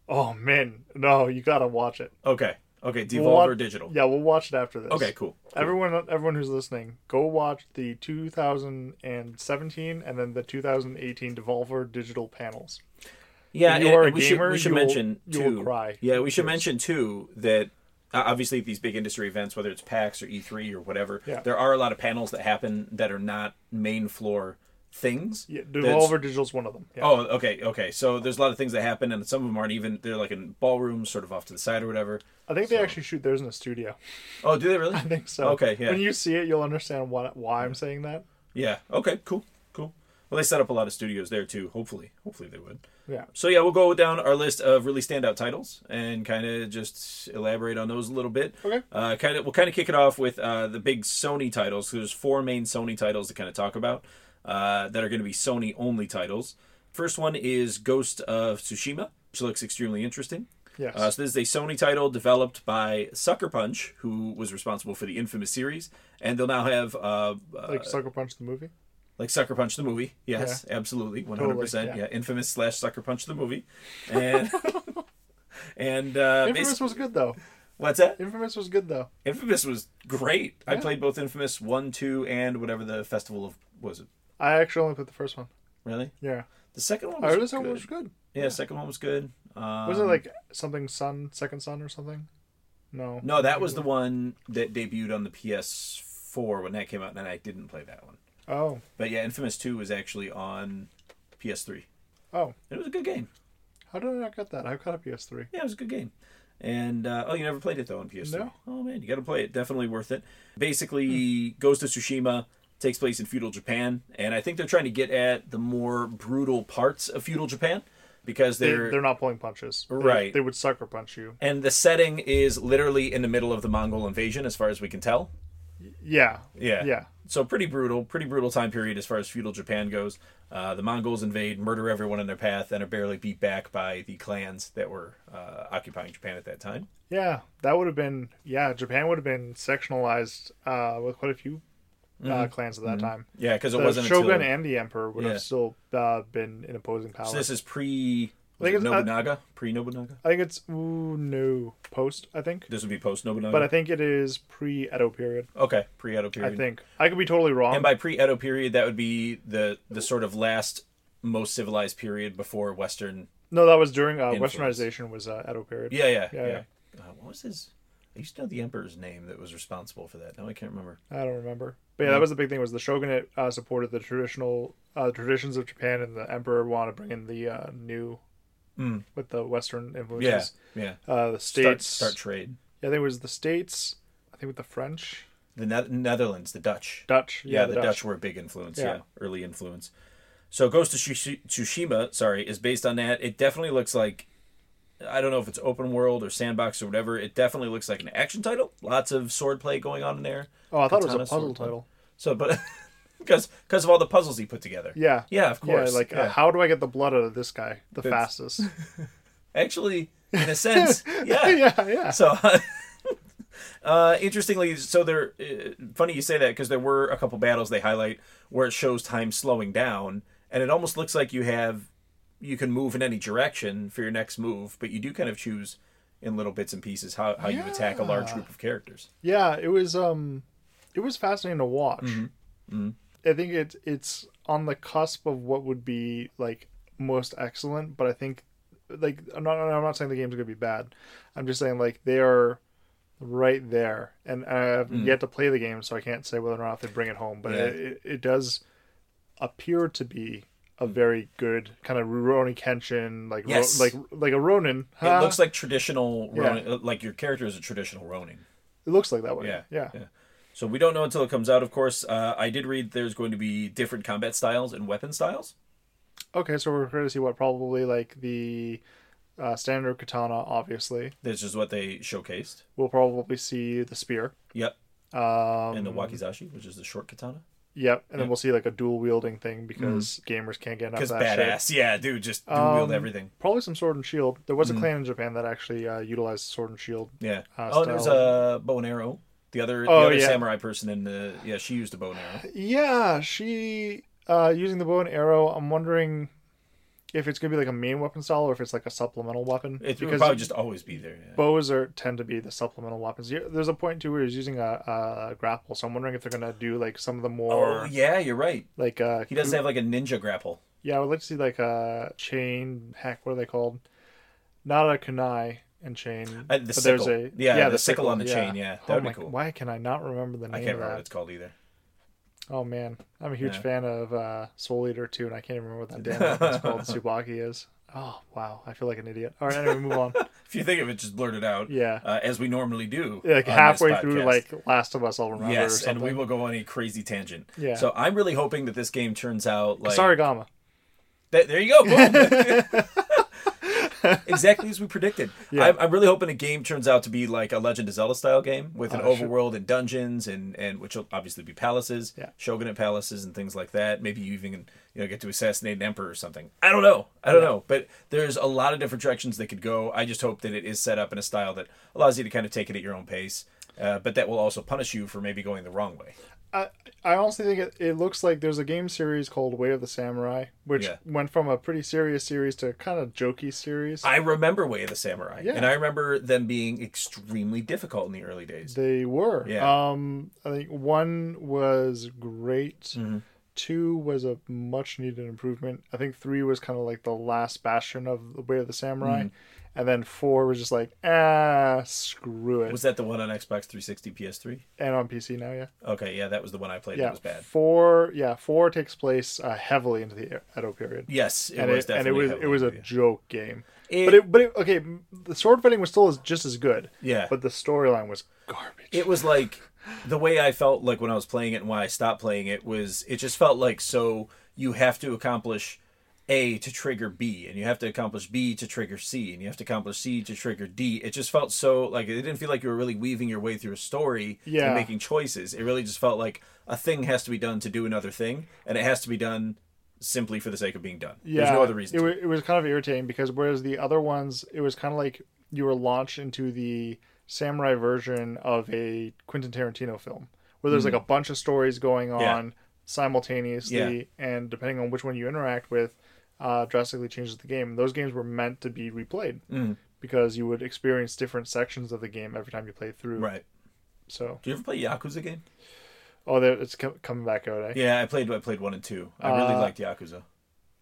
Speaker 2: Oh man, no, you gotta watch it.
Speaker 1: Okay. Okay. Devolver
Speaker 2: We'll wa-
Speaker 1: Digital.
Speaker 2: Yeah, we'll watch it after this.
Speaker 1: Okay. Cool.
Speaker 2: Everyone, everyone who's listening, go watch the 2017 and then the 2018 Devolver Digital panels.
Speaker 1: Yeah,
Speaker 2: If you
Speaker 1: and
Speaker 2: are a
Speaker 1: we
Speaker 2: gamer,
Speaker 1: should, we should
Speaker 2: you will-
Speaker 1: mention
Speaker 2: you
Speaker 1: too.
Speaker 2: will cry.
Speaker 1: Yeah, we should mention too that uh, obviously at these big industry events, whether it's PAX or E3 or whatever,
Speaker 2: Yeah.
Speaker 1: there are a lot of panels that happen that are not main floor things.
Speaker 2: Yeah,
Speaker 1: That's-
Speaker 2: Devolver Digital's one of them. Yeah.
Speaker 1: Oh, okay, okay. So there's a lot of things that happen, and some of them aren't even. They're like in ballrooms, sort of off to the side or whatever.
Speaker 2: I think they actually shoot theirs in a studio. [laughs]
Speaker 1: Oh, do they really?
Speaker 2: I think so.
Speaker 1: Okay, yeah.
Speaker 2: When you see it, you'll understand what, why I'm saying that.
Speaker 1: Yeah. Okay. Cool. Cool. Well, they set up a lot of studios there too. Hopefully, hopefully they would.
Speaker 2: Yeah.
Speaker 1: So yeah, we'll go down our list of really standout titles and kind of just elaborate on those a little bit.
Speaker 2: Okay.
Speaker 1: Uh, kind of, we'll kind of kick it off with uh, the big Sony titles. There's four main Sony titles to kind of talk about uh, that are going to be Sony only titles. First one is Ghost of Tsushima, which looks extremely interesting.
Speaker 2: Yes.
Speaker 1: Uh, so this is a Sony title developed by Sucker Punch, who was responsible for the infamous series, and they'll now have uh, uh,
Speaker 2: like Sucker Punch the movie.
Speaker 1: like Sucker Punch the movie. Yes, absolutely, one hundred percent.
Speaker 2: Totally,
Speaker 1: Yeah, infamous slash Sucker Punch the movie, and
Speaker 2: [laughs]
Speaker 1: and uh,
Speaker 2: Infamous
Speaker 1: basi-
Speaker 2: was good though.
Speaker 1: what's that?
Speaker 2: Infamous was good though.
Speaker 1: Infamous was great. I played both Infamous one, two, and whatever the festival of was it.
Speaker 2: I actually only put the first one.
Speaker 1: Really,
Speaker 2: Yeah.
Speaker 1: the second one
Speaker 2: I
Speaker 1: was,
Speaker 2: heard Oh, this
Speaker 1: good.
Speaker 2: one was good.
Speaker 1: yeah, second one was good. Um,
Speaker 2: Was it like something Sun, Second Sun, or something? No.
Speaker 1: no? That was the one that debuted on the PS4 when that came out, and I didn't play that one.
Speaker 2: Oh.
Speaker 1: But yeah, Infamous two was actually on PS3.
Speaker 2: Oh.
Speaker 1: It was a good game.
Speaker 2: How did I not get that? I've got a PS3.
Speaker 1: Yeah, it was a good game. And uh, oh, you never played it though on PS3.
Speaker 2: No.
Speaker 1: Oh man, you got to play it. Definitely worth it.
Speaker 2: Hmm.
Speaker 1: Basically, goes to Tsushima takes place in feudal Japan, and I think they're trying to get at the more brutal parts of feudal Japan because
Speaker 2: They,
Speaker 1: they're,
Speaker 2: they're not pulling punches. They-
Speaker 1: Right.
Speaker 2: They would sucker punch you.
Speaker 1: and the setting is literally in the middle of the Mongol invasion, as far as we can tell.
Speaker 2: Yeah.
Speaker 1: Yeah.
Speaker 2: Yeah.
Speaker 1: So pretty brutal, pretty brutal time period as far as feudal Japan goes. Uh, the Mongols invade, murder everyone in their path, and are barely beat back by the clans that were uh, occupying Japan at that time.
Speaker 2: Yeah. That would have been. Yeah. Japan would have been sectionalized uh, with quite a few uh, clans at that time.
Speaker 1: Yeah, because Mm-hmm. it
Speaker 2: The
Speaker 1: wasn't
Speaker 2: Shogun
Speaker 1: until...
Speaker 2: and the Emperor would
Speaker 1: Yeah.
Speaker 2: have still uh, been in opposing power.
Speaker 1: So this is pre was
Speaker 2: think
Speaker 1: it
Speaker 2: it's- I-
Speaker 1: Nobunaga, pre Nobunaga.
Speaker 2: I think it's ooh no post. I think,
Speaker 1: This would be post Nobunaga.
Speaker 2: but I think it is pre Edo period.
Speaker 1: okay, pre Edo
Speaker 2: I
Speaker 1: period.
Speaker 2: think I could be totally wrong.
Speaker 1: and by pre Edo period, that would be the the sort of last most civilized period before Western.
Speaker 2: no, that was during uh,
Speaker 1: Influence.
Speaker 2: Westernization was uh, Edo period.
Speaker 1: Yeah, yeah, yeah.
Speaker 2: Yeah, yeah.
Speaker 1: Uh, what was his? I used to know the emperor's name that was responsible for that. Now I can't remember.
Speaker 2: I don't remember. But yeah,
Speaker 1: Hmm.
Speaker 2: that was the big thing. Was the shogunate uh, supported the traditional uh, traditions of Japan, and the emperor wanted to bring in the uh, new
Speaker 1: Mm.
Speaker 2: with the Western
Speaker 1: Yeah,
Speaker 2: influences.
Speaker 1: yeah.
Speaker 2: Uh, the
Speaker 1: Start,
Speaker 2: states.
Speaker 1: start trade.
Speaker 2: Yeah, there was the states. I think with the French,
Speaker 1: The ne- Netherlands, the Dutch.
Speaker 2: Dutch.
Speaker 1: Yeah, the, Dutch. were a big influence. Yeah,
Speaker 2: Yeah.
Speaker 1: early influence. So Ghost of Tsushi- Tsushima, sorry, is based on that. It definitely looks like I don't know if it's open world or sandbox or whatever. It definitely looks like an action title. Lots of swordplay going on in there.
Speaker 2: Oh, I thought it was a
Speaker 1: Katana
Speaker 2: puzzle
Speaker 1: sword play.
Speaker 2: title.
Speaker 1: So, but [laughs] because because of all the puzzles he put together.
Speaker 2: Yeah.
Speaker 1: Yeah, of course.
Speaker 2: Yeah, like
Speaker 1: Yeah.
Speaker 2: Uh, how do I get the blood out of this guy the
Speaker 1: [laughs]
Speaker 2: fastest? [laughs]
Speaker 1: Actually, in [laughs] a sense, yeah.
Speaker 2: yeah, yeah.
Speaker 1: So, [laughs] uh, interestingly, so there. Uh, funny you say that because there were a couple battles they highlight where it shows time slowing down, and it almost looks like you have you can move in any direction for your next move, but you do kind of choose in little bits and pieces how, how you attack a large group of characters.
Speaker 2: Yeah, it was um it was fascinating to watch.
Speaker 1: Mm-hmm.
Speaker 2: I think it's it's on the cusp of what would be like most excellent, but I think like I'm not I'm not saying the game's gonna be bad. I'm just saying like they are right there, and I've yet to play the game, so I can't say whether or not they bring it home. But
Speaker 1: Mm. Yeah.
Speaker 2: it, it, it does appear to be a very good kind of Rurouni Kenshin, like Ro-
Speaker 1: Yes.
Speaker 2: like like a Ronin.
Speaker 1: It looks like traditional
Speaker 2: Uh, Yeah.
Speaker 1: Ronin, uh, like your character is a traditional Ronin.
Speaker 2: [laughs] it looks like that way.
Speaker 1: Yeah,
Speaker 2: yeah.
Speaker 1: So we don't know until it comes out, of course. Uh, I did read there's going to be different combat styles and weapon styles.
Speaker 2: Okay, so we're going to see what probably like the uh, standard katana. Obviously,
Speaker 1: This is what they showcased.
Speaker 2: we'll probably see the spear.
Speaker 1: Yep.
Speaker 2: Um,
Speaker 1: and the wakizashi, which is the short katana.
Speaker 2: Yep, and then we'll see like a dual wielding thing because gamers can't get enough of
Speaker 1: Mm. Because
Speaker 2: that shit.
Speaker 1: badass. Yeah, dude, just dual wield
Speaker 2: Um,
Speaker 1: everything.
Speaker 2: Probably some sword and shield. There
Speaker 1: Mm.
Speaker 2: was a clan in Japan that actually uh, utilized sword and shield.
Speaker 1: Yeah.
Speaker 2: uh,
Speaker 1: oh, and there's
Speaker 2: style.
Speaker 1: a bow and arrow. The other,
Speaker 2: Oh,
Speaker 1: the other
Speaker 2: yeah.
Speaker 1: samurai person in the yeah, she used a bow and arrow.
Speaker 2: Yeah, she uh, using the bow and arrow. I'm wondering if it's gonna be like a main weapon style or if it's like a supplemental weapon.
Speaker 1: It would probably just always be there. Yeah.
Speaker 2: bows are tend to be the supplemental weapons. You- There's a point too where he's using a, a grapple, so I'm wondering if they're gonna do like some of the more
Speaker 1: oh yeah, you're right.
Speaker 2: like uh,
Speaker 1: He doesn't have like a ninja grapple.
Speaker 2: Yeah, I would like to see like a chain. Heck, what are they called? Not a kunai and chain.
Speaker 1: Uh, the sickle. Yeah, the sickle on the chain, yeah. That
Speaker 2: oh
Speaker 1: would be
Speaker 2: my,
Speaker 1: cool.
Speaker 2: Why can I not remember the name
Speaker 1: I
Speaker 2: of
Speaker 1: can't remember
Speaker 2: that?
Speaker 1: what it's called either.
Speaker 2: Oh man, I'm a huge
Speaker 1: Yeah.
Speaker 2: fan of uh, Soul Eater too, and I can't even remember what that damn weapon's
Speaker 1: [laughs]
Speaker 2: called. Tsubaki is. Oh wow, I feel like an idiot. All right, anyway,
Speaker 1: [laughs]
Speaker 2: move on.
Speaker 1: If you think of it, just blurt it out.
Speaker 2: Yeah.
Speaker 1: Uh, as we normally do.
Speaker 2: Like
Speaker 1: on this
Speaker 2: halfway through,
Speaker 1: podcast.
Speaker 2: like Last of Us, I'll remember. or
Speaker 1: Yes, and
Speaker 2: something.
Speaker 1: we will go on a crazy tangent.
Speaker 2: Yeah.
Speaker 1: So I'm really hoping that this game turns out like
Speaker 2: Sarigama.
Speaker 1: Th- there you go. Boom.
Speaker 2: [laughs]
Speaker 1: [laughs] exactly as we predicted.
Speaker 2: Yeah.
Speaker 1: I'm, I'm really hoping the game turns out to be like a Legend of Zelda style game with an
Speaker 2: Oh, sure.
Speaker 1: overworld and dungeons and and which will obviously be palaces,
Speaker 2: Yeah.
Speaker 1: shogunate palaces and things like that. Maybe you even you know get to assassinate an emperor or something. I don't know. I don't know. But there's a lot of different directions they could go. I just hope that it is set up in a style that allows you to kind of take it at your own pace. Uh, but that will also punish you for maybe going the wrong way.
Speaker 2: I, I honestly think it, it looks like there's a game series called Way of the Samurai, which
Speaker 1: Yeah.
Speaker 2: went from a pretty serious series to kind of jokey series.
Speaker 1: I remember Way of the Samurai,
Speaker 2: Yeah.
Speaker 1: and I remember them being extremely difficult in the early days.
Speaker 2: They were.
Speaker 1: Yeah.
Speaker 2: Um, I think one was great.
Speaker 1: Mm-hmm.
Speaker 2: Two was a much needed improvement. I think three was kind of like the last bastion of the way of the samurai,
Speaker 1: Mm.
Speaker 2: and then four was just like ah screw
Speaker 1: [laughs]
Speaker 2: it.
Speaker 1: Was that the one on Xbox 360, PS3?
Speaker 2: and on PC now, yeah,
Speaker 1: Okay, yeah, that was the one I played.
Speaker 2: yeah.
Speaker 1: That was bad.
Speaker 2: Four, yeah, four takes place uh, heavily into the Edo period.
Speaker 1: Yes, it
Speaker 2: and
Speaker 1: was
Speaker 2: it, and it
Speaker 1: definitely.
Speaker 2: was it was a
Speaker 1: heavily-
Speaker 2: joke game.
Speaker 1: It-
Speaker 2: but it but it, okay, m- the sword fighting was still as, just as good.
Speaker 1: Yeah.
Speaker 2: but the storyline was garbage.
Speaker 1: It was like the way I felt like when I was playing it and why I stopped playing it was it just felt like so you have to accomplish A to trigger B and you have to accomplish B to trigger C and you have to accomplish C to trigger D. It just felt so like it didn't feel like you were really weaving your way through a story
Speaker 2: Yeah.
Speaker 1: and making choices. It really just felt like a thing has to be done to do another thing and it has to be done simply for the sake of being done. There's no other reason.
Speaker 2: It,
Speaker 1: to
Speaker 2: wa- it was kind of irritating because whereas the other ones, it was kind of like you were launched into the samurai version of a Quentin Tarantino film, where there's like a bunch of stories going on
Speaker 1: Hmm. Yeah.
Speaker 2: simultaneously, and depending on which one you interact with, uh, drastically changes the game. Those games were meant to be replayed
Speaker 1: Hmm.
Speaker 2: because you would experience different sections of the game every time you played through.
Speaker 1: Right.
Speaker 2: So,
Speaker 1: Do you ever play Yakuza game?
Speaker 2: oh, there it's co- coming back out. Eh?
Speaker 1: Yeah, I played. I played one and two. I really
Speaker 2: Uh,
Speaker 1: liked Yakuza.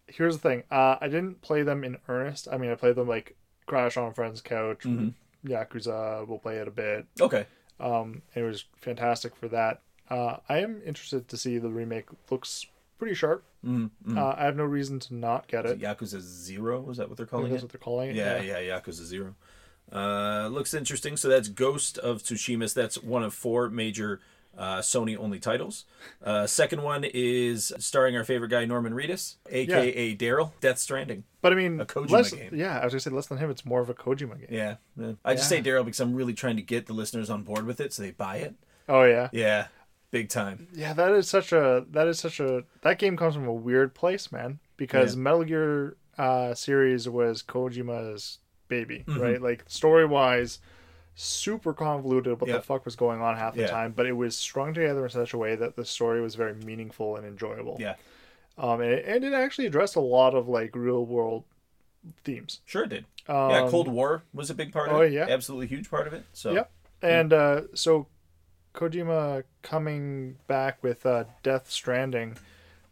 Speaker 2: here's the thing. Uh, I didn't play them in earnest. I mean, I played them like Crash on a friend's couch,
Speaker 1: Mm-hmm.
Speaker 2: Yakuza. We'll play it a bit.
Speaker 1: Okay.
Speaker 2: Um, it was fantastic for that. Uh, I am interested to see the remake. Looks pretty sharp.
Speaker 1: Mm-hmm. Mm.
Speaker 2: Uh, I have no reason to not get it.
Speaker 1: Yakuza Zero is that what they're
Speaker 2: I think
Speaker 1: calling
Speaker 2: that's
Speaker 1: it?
Speaker 2: what they're calling it.
Speaker 1: Yeah, yeah, Yakuza Zero. Uh, looks interesting. So that's Ghost of Tsushima. That's one of four major uh, Sony only titles. Uh, second one is starring our favorite guy Norman Reedus, aka Daryl, Death Stranding.
Speaker 2: But I mean,
Speaker 1: A Kojima
Speaker 2: less,
Speaker 1: game.
Speaker 2: yeah, I was gonna say less than him. It's more of a Kojima game.
Speaker 1: Yeah, yeah. I just
Speaker 2: Yeah.
Speaker 1: say Daryl because I'm really trying to get the listeners on board with it so they buy it.
Speaker 2: Oh yeah. yeah,
Speaker 1: Yeah, big time.
Speaker 2: That is such a that is such a that game comes from a weird place, man. Because Metal Gear uh, series was Kojima's baby,
Speaker 1: Mm-hmm.
Speaker 2: right? Like story wise, super convoluted what
Speaker 1: Yeah.
Speaker 2: the fuck was going on half the
Speaker 1: Yeah.
Speaker 2: time, but it was strung together in such a way that the story was very meaningful and enjoyable.
Speaker 1: Yeah,
Speaker 2: Um, and it, and it actually addressed a lot of like real world themes.
Speaker 1: sure did. yeah, Cold War was a big part of
Speaker 2: Um, oh,
Speaker 1: it.
Speaker 2: yeah.
Speaker 1: absolutely huge part of it. So
Speaker 2: Yep. And uh, so Kojima coming back with uh, Death Stranding,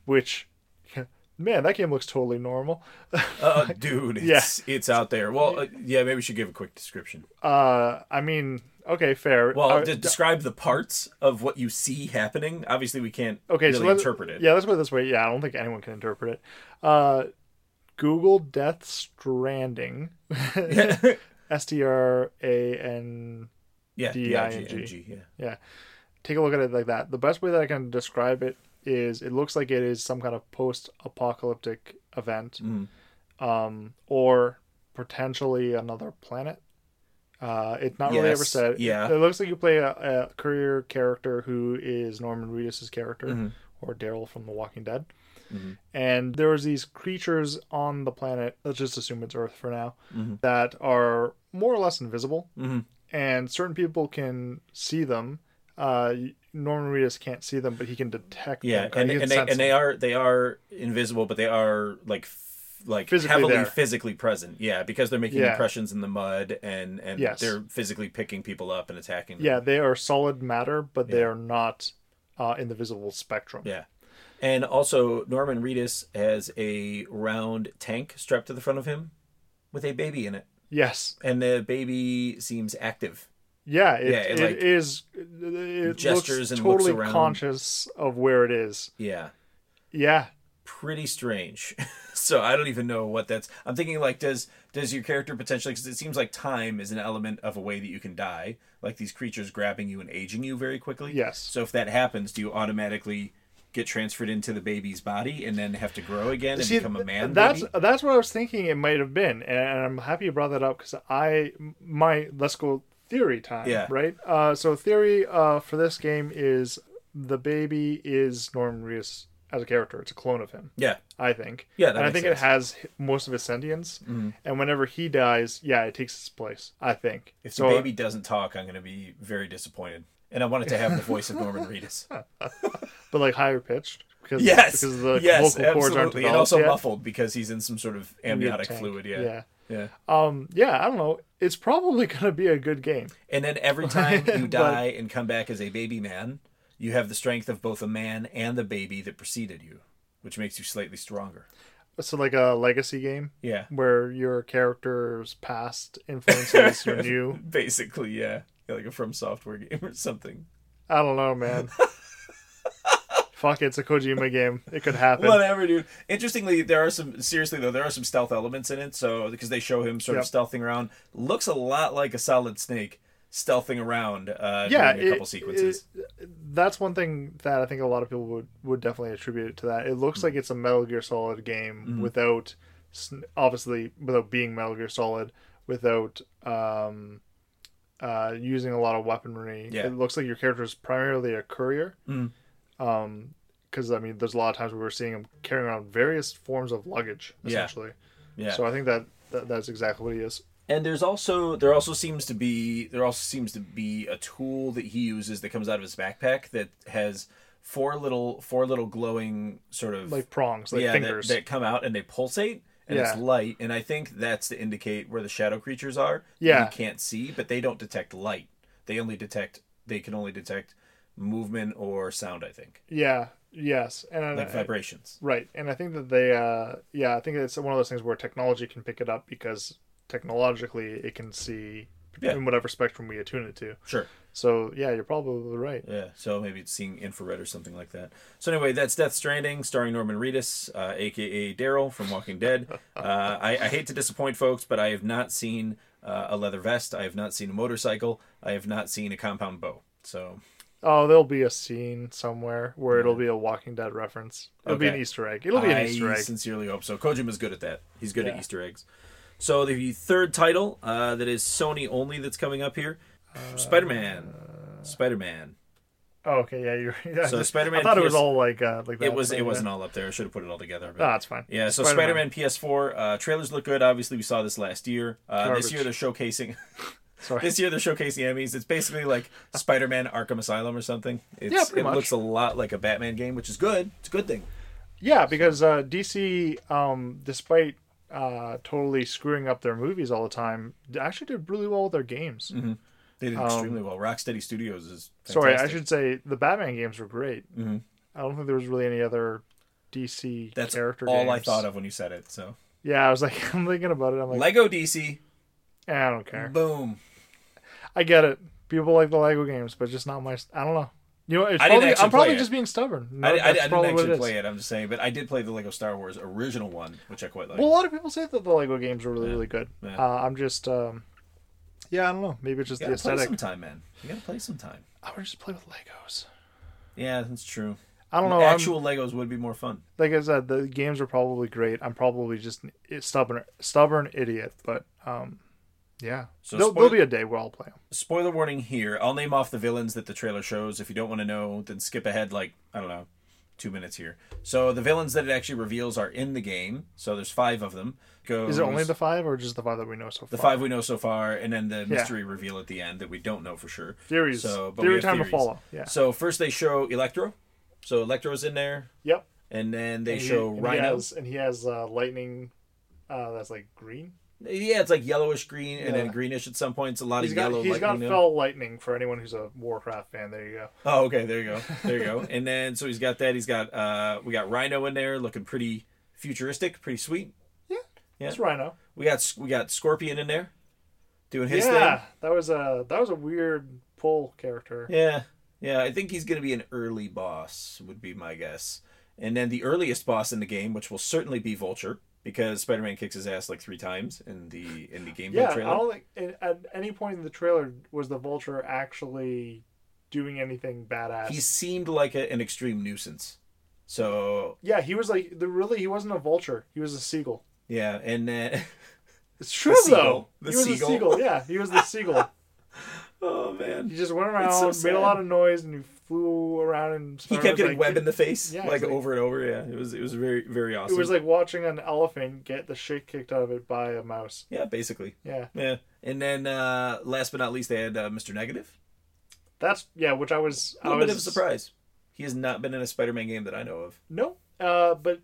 Speaker 2: which [laughs] man, that game looks totally normal. [laughs]
Speaker 1: Uh, dude, it's, it's out there. Well, uh, yeah, maybe we should give a quick description.
Speaker 2: Uh, I mean, okay, fair.
Speaker 1: Well,
Speaker 2: Uh,
Speaker 1: to describe the parts of what you see happening. Obviously, we can't
Speaker 2: okay,
Speaker 1: really
Speaker 2: so let's,
Speaker 1: interpret it.
Speaker 2: Yeah, let's put it this way. Yeah, I don't think anyone can interpret it. Uh, Google Death Stranding, [laughs]
Speaker 1: [laughs]
Speaker 2: S T R A N.
Speaker 1: yeah,
Speaker 2: D-I-N-G.
Speaker 1: D-I-N-G, yeah.
Speaker 2: Yeah, take a look at it like that. The best way that I can describe it is it looks like it is some kind of post-apocalyptic event,
Speaker 1: Mm.
Speaker 2: um, or potentially another planet. Uh, it's not really
Speaker 1: Yes,
Speaker 2: ever said.
Speaker 1: yeah.
Speaker 2: [laughs] It looks like you play a, a courier character who is Norman Reedus's character,
Speaker 1: Mhm.
Speaker 2: or Daryl from The Walking Dead.
Speaker 1: Mhm.
Speaker 2: And there was these creatures on the planet. Let's just assume it's Earth for now.
Speaker 1: Mhm.
Speaker 2: That are more or less invisible,
Speaker 1: Mhm.
Speaker 2: and certain people can see them. Uh, Norman Reedus can't see them, but he can detect.
Speaker 1: Yeah,
Speaker 2: them.
Speaker 1: and,
Speaker 2: He can
Speaker 1: and they
Speaker 2: sense
Speaker 1: and they
Speaker 2: them.
Speaker 1: are they are invisible, but they are like f- like
Speaker 2: Physically
Speaker 1: heavily
Speaker 2: there.
Speaker 1: physically present. Yeah, because they're making
Speaker 2: Yeah.
Speaker 1: impressions in the mud and and
Speaker 2: Yes.
Speaker 1: they're physically picking people up and attacking. Them.
Speaker 2: Yeah, they are solid matter, but they are not uh, in the visible spectrum.
Speaker 1: yeah. And also, Norman Reedus has a round tank strapped to the front of him with a baby in it,
Speaker 2: Yes.
Speaker 1: and the baby seems active.
Speaker 2: Yeah, it,
Speaker 1: Yeah, it,
Speaker 2: it
Speaker 1: like,
Speaker 2: is. It
Speaker 1: gestures
Speaker 2: looks
Speaker 1: and looks
Speaker 2: totally
Speaker 1: around.
Speaker 2: conscious of where it is.
Speaker 1: Yeah,
Speaker 2: Yeah,
Speaker 1: pretty strange. [laughs] so I don't even know what that's. I'm thinking like, does does your character potentially? Because it seems like time is an element of a way that you can die. Like these creatures grabbing you and aging you very quickly.
Speaker 2: Yes.
Speaker 1: So if that happens, do you automatically get transferred into the baby's body and then have to grow again and
Speaker 2: See,
Speaker 1: become a man?
Speaker 2: That's
Speaker 1: baby?
Speaker 2: that's what I was thinking. It might have been, and I'm happy you brought that up because I my let's go theory time.
Speaker 1: Yeah.
Speaker 2: Right. Uh, so theory uh, for this game is the baby is Norman Reedus as a character. It's a clone of him.
Speaker 1: yeah.
Speaker 2: I think.
Speaker 1: Yeah, that
Speaker 2: and I
Speaker 1: makes
Speaker 2: think
Speaker 1: sense. Mm-hmm.
Speaker 2: it has h- most of his sentience. And whenever he dies, yeah, it takes its place. I think.
Speaker 1: If
Speaker 2: so, uh,
Speaker 1: the baby doesn't talk, I'm going to be very disappointed. And I wanted to have the voice of Norman Reedus.
Speaker 2: but like higher pitched because
Speaker 1: Yes,
Speaker 2: because the
Speaker 1: yes,
Speaker 2: vocal cords aren't
Speaker 1: absolutely,
Speaker 2: developed
Speaker 1: and also
Speaker 2: yet.
Speaker 1: muffled because he's in some sort of
Speaker 2: Your
Speaker 1: amniotic
Speaker 2: tank.
Speaker 1: fluid. Yeah, yeah.
Speaker 2: Um. Yeah. I don't know. It's probably [laughs] gonna be a good game.
Speaker 1: And then every time you
Speaker 2: But-
Speaker 1: die and come back as a baby man, you have the strength of both a man and the baby that preceded you, which makes you slightly stronger.
Speaker 2: So like a legacy game
Speaker 1: Yeah.
Speaker 2: where your character's past influences your new.
Speaker 1: Basically, yeah. Like a from software game or something.
Speaker 2: I don't know, man. Fuck, it's a Kojima game. It could
Speaker 1: [laughs]
Speaker 2: happen.
Speaker 1: Whatever, dude. Interestingly, there are some seriously though, there are some stealth elements in it, so because they show him sort of
Speaker 2: Yep.
Speaker 1: stealthing around. Looks a lot like a solid snake stealthing around uh
Speaker 2: yeah,
Speaker 1: during a
Speaker 2: it-
Speaker 1: couple sequences.
Speaker 2: it- that's one thing that I think a lot of people would would definitely attribute it to that. It
Speaker 1: Hmm.
Speaker 2: looks like it's a Metal Gear Solid game without, sn- obviously, without being Metal Gear Solid, without um, uh, using a lot of weaponry.
Speaker 1: Yeah.
Speaker 2: It looks like your character is primarily a courier.
Speaker 1: Mm.
Speaker 2: Um, because I mean, there's a lot of times we were seeing him carrying around various forms of luggage,
Speaker 1: Yeah.
Speaker 2: essentially.
Speaker 1: yeah.
Speaker 2: So I think that, that that's exactly what he is.
Speaker 1: And there's also there also seems to be there also seems to be a tool that he uses that comes out of his backpack that has four little four little glowing sort of
Speaker 2: Like prongs, like
Speaker 1: yeah that-
Speaker 2: fingers.
Speaker 1: That, come out and they pulsate and it's
Speaker 2: Yeah.
Speaker 1: light and I think that's to indicate where the shadow creatures are. that
Speaker 2: Yeah.
Speaker 1: you can't see, but they don't detect light. They only detect they can only detect movement or sound. I think
Speaker 2: Yeah. Yes. And
Speaker 1: like
Speaker 2: I-
Speaker 1: vibrations.
Speaker 2: Right, and I think that they, uh, yeah, I think it's one of those things where technology can pick it up because technologically it can see
Speaker 1: Yeah.
Speaker 2: in whatever spectrum we attune it to.
Speaker 1: Sure.
Speaker 2: So yeah, you're probably right.
Speaker 1: Yeah, so maybe it's seeing infrared or something like that. So anyway, that's Death Stranding, starring Norman Reedus, uh, aka Daryl from Walking Dead.
Speaker 2: [laughs]
Speaker 1: Uh, I, I hate to disappoint folks, but I have not seen uh, a leather vest. I have not seen a motorcycle. I have not seen a compound bow. So
Speaker 2: Oh, there'll be a scene somewhere where it'll be a Walking Dead reference. It'll be an
Speaker 1: Okay.
Speaker 2: Easter egg. It'll be an
Speaker 1: I
Speaker 2: Easter egg.
Speaker 1: sincerely hope so. Kojima's good at that. He's good at
Speaker 2: Yeah.
Speaker 1: Easter eggs. So the third title uh, that is Sony only that's coming up here, Spider Man.
Speaker 2: Uh,
Speaker 1: Spider Man.
Speaker 2: Oh, okay, yeah, you're. [laughs] Yeah,
Speaker 1: So
Speaker 2: I
Speaker 1: Spider-Man
Speaker 2: thought it was
Speaker 1: PS
Speaker 2: all like uh, like that.
Speaker 1: It was.
Speaker 2: but
Speaker 1: It
Speaker 2: yeah.
Speaker 1: wasn't all up there. I should have put it all together. but-
Speaker 2: No, it's fine.
Speaker 1: Yeah, so Spider
Speaker 2: Ah, Spider-Man.
Speaker 1: Man PS4 uh, trailers look good. Obviously, we saw this last year. Uh, this
Speaker 2: Garbage.
Speaker 1: year they're showcasing.
Speaker 2: [laughs] Sorry.
Speaker 1: this year they're showcasing enemies. It's basically like Spider Man Arkham Asylum or something. It's,
Speaker 2: Yeah, pretty
Speaker 1: it
Speaker 2: much.
Speaker 1: looks a lot like a Batman game, which is good. It's a good thing.
Speaker 2: Yeah, because uh, DC, um, despite uh, totally screwing up their movies all the time, actually did really well with their games.
Speaker 1: They
Speaker 2: Um,
Speaker 1: did extremely well. Rocksteady Studios is fantastic.
Speaker 2: Sorry, I should say the Batman games were great.
Speaker 1: Mhm.
Speaker 2: I don't think there was really any other DC
Speaker 1: That's
Speaker 2: character
Speaker 1: all I
Speaker 2: games.
Speaker 1: thought of when you said it. So
Speaker 2: Yeah, I was like, [laughs] I'm thinking about it. I'm like,
Speaker 1: Lego DC,
Speaker 2: eh, I don't care.
Speaker 1: boom.
Speaker 2: I get it. People like the Lego games, but just not my. I don't know. You know, it's
Speaker 1: I didn't actually
Speaker 2: probably, I'm probably
Speaker 1: play it.
Speaker 2: just being stubborn. No,
Speaker 1: I, I, I
Speaker 2: that's
Speaker 1: didn't
Speaker 2: probably what
Speaker 1: actually
Speaker 2: is.
Speaker 1: play it. I'm just saying, but I did play the Lego Star Wars original one, which I quite like.
Speaker 2: Well, a lot of people say that the Lego games were really, really good.
Speaker 1: Yeah.
Speaker 2: Uh, I'm just, um, yeah, I don't know. Maybe it's just
Speaker 1: you
Speaker 2: the
Speaker 1: gotta play
Speaker 2: aesthetic.
Speaker 1: sometime, man. You gotta play sometime.
Speaker 2: I would just play with Legos.
Speaker 1: Yeah, that's true.
Speaker 2: I don't know. I'm-
Speaker 1: Actual Legos would be more fun.
Speaker 2: like I said, the games are probably great. I'm probably just an i- stubborn, stubborn idiot. But um, yeah,
Speaker 1: So
Speaker 2: there'll,
Speaker 1: spoil-
Speaker 2: there'll be a day where I'll play them.
Speaker 1: Spoiler warning here. I'll name off the villains that the trailer shows. If you don't want to know, then skip ahead like I don't know, two minutes here. So the villains that it actually reveals are in the game. So there's five of them. Goes,
Speaker 2: Is it only the five or just the five that we know so far?
Speaker 1: the five we know so far, and then the mystery reveal at the end that we don't know for sure.
Speaker 2: theories.
Speaker 1: So, but we
Speaker 2: Theory
Speaker 1: have
Speaker 2: time
Speaker 1: theories.
Speaker 2: to follow. Yeah.
Speaker 1: So first they show Electro. So Electro's in there,
Speaker 2: Yep.
Speaker 1: and then they
Speaker 2: And he-
Speaker 1: show
Speaker 2: and
Speaker 1: Rhino.
Speaker 2: He has, and he has uh, lightning. Uh, that's like green.
Speaker 1: Yeah, it's like yellowish green and then
Speaker 2: Yeah.
Speaker 1: greenish at some points. A lot
Speaker 2: He's
Speaker 1: of
Speaker 2: got
Speaker 1: yellow.
Speaker 2: he's got
Speaker 1: lightning.
Speaker 2: fell lightning for anyone who's a Warcraft fan. There you go.
Speaker 1: Oh, okay. There you go. There you go. [laughs] and then so he's got that. He's got uh we got Rhino in there, looking pretty futuristic, pretty sweet. Yeah.
Speaker 2: It's Rhino.
Speaker 1: We got we got Scorpion in there, doing his
Speaker 2: yeah,
Speaker 1: thing.
Speaker 2: that was a that was a weird pull character.
Speaker 1: Yeah, yeah. I think he's gonna be an early boss. Would be my guess. And then the earliest boss in the game, which will certainly be Vulture, because Spider-Man kicks his ass like three times in the in the gameplay
Speaker 2: Yeah,
Speaker 1: trailer.
Speaker 2: I don't think at- at any point in the trailer was the Vulture actually doing anything badass.
Speaker 1: He seemed like a, an extreme nuisance. So
Speaker 2: Yeah, he was like the really he wasn't a Vulture. He was a seagull.
Speaker 1: yeah, and then [laughs]
Speaker 2: It's true
Speaker 1: seagull. The
Speaker 2: though. he was
Speaker 1: seagull.
Speaker 2: a seagull. Yeah,
Speaker 1: [laughs]
Speaker 2: he was the seagull.
Speaker 1: oh man,
Speaker 2: He just went
Speaker 1: It's so
Speaker 2: around, made
Speaker 1: sad.
Speaker 2: a lot of noise, and he flew around and
Speaker 1: he
Speaker 2: Spider-Man
Speaker 1: kept
Speaker 2: was
Speaker 1: getting
Speaker 2: like,
Speaker 1: web in the face
Speaker 2: Yeah,
Speaker 1: like
Speaker 2: it's like-
Speaker 1: over and over yeah it was it was very very awesome
Speaker 2: It was like watching an elephant get the shit kicked out of it by a mouse.
Speaker 1: yeah basically
Speaker 2: Yeah,
Speaker 1: yeah and then uh last but not least they had uh, mr negative
Speaker 2: that's yeah. Which I was
Speaker 1: a little
Speaker 2: I was
Speaker 1: bit of a surprise he has not been in a spider-man game that i know of
Speaker 2: No, uh, but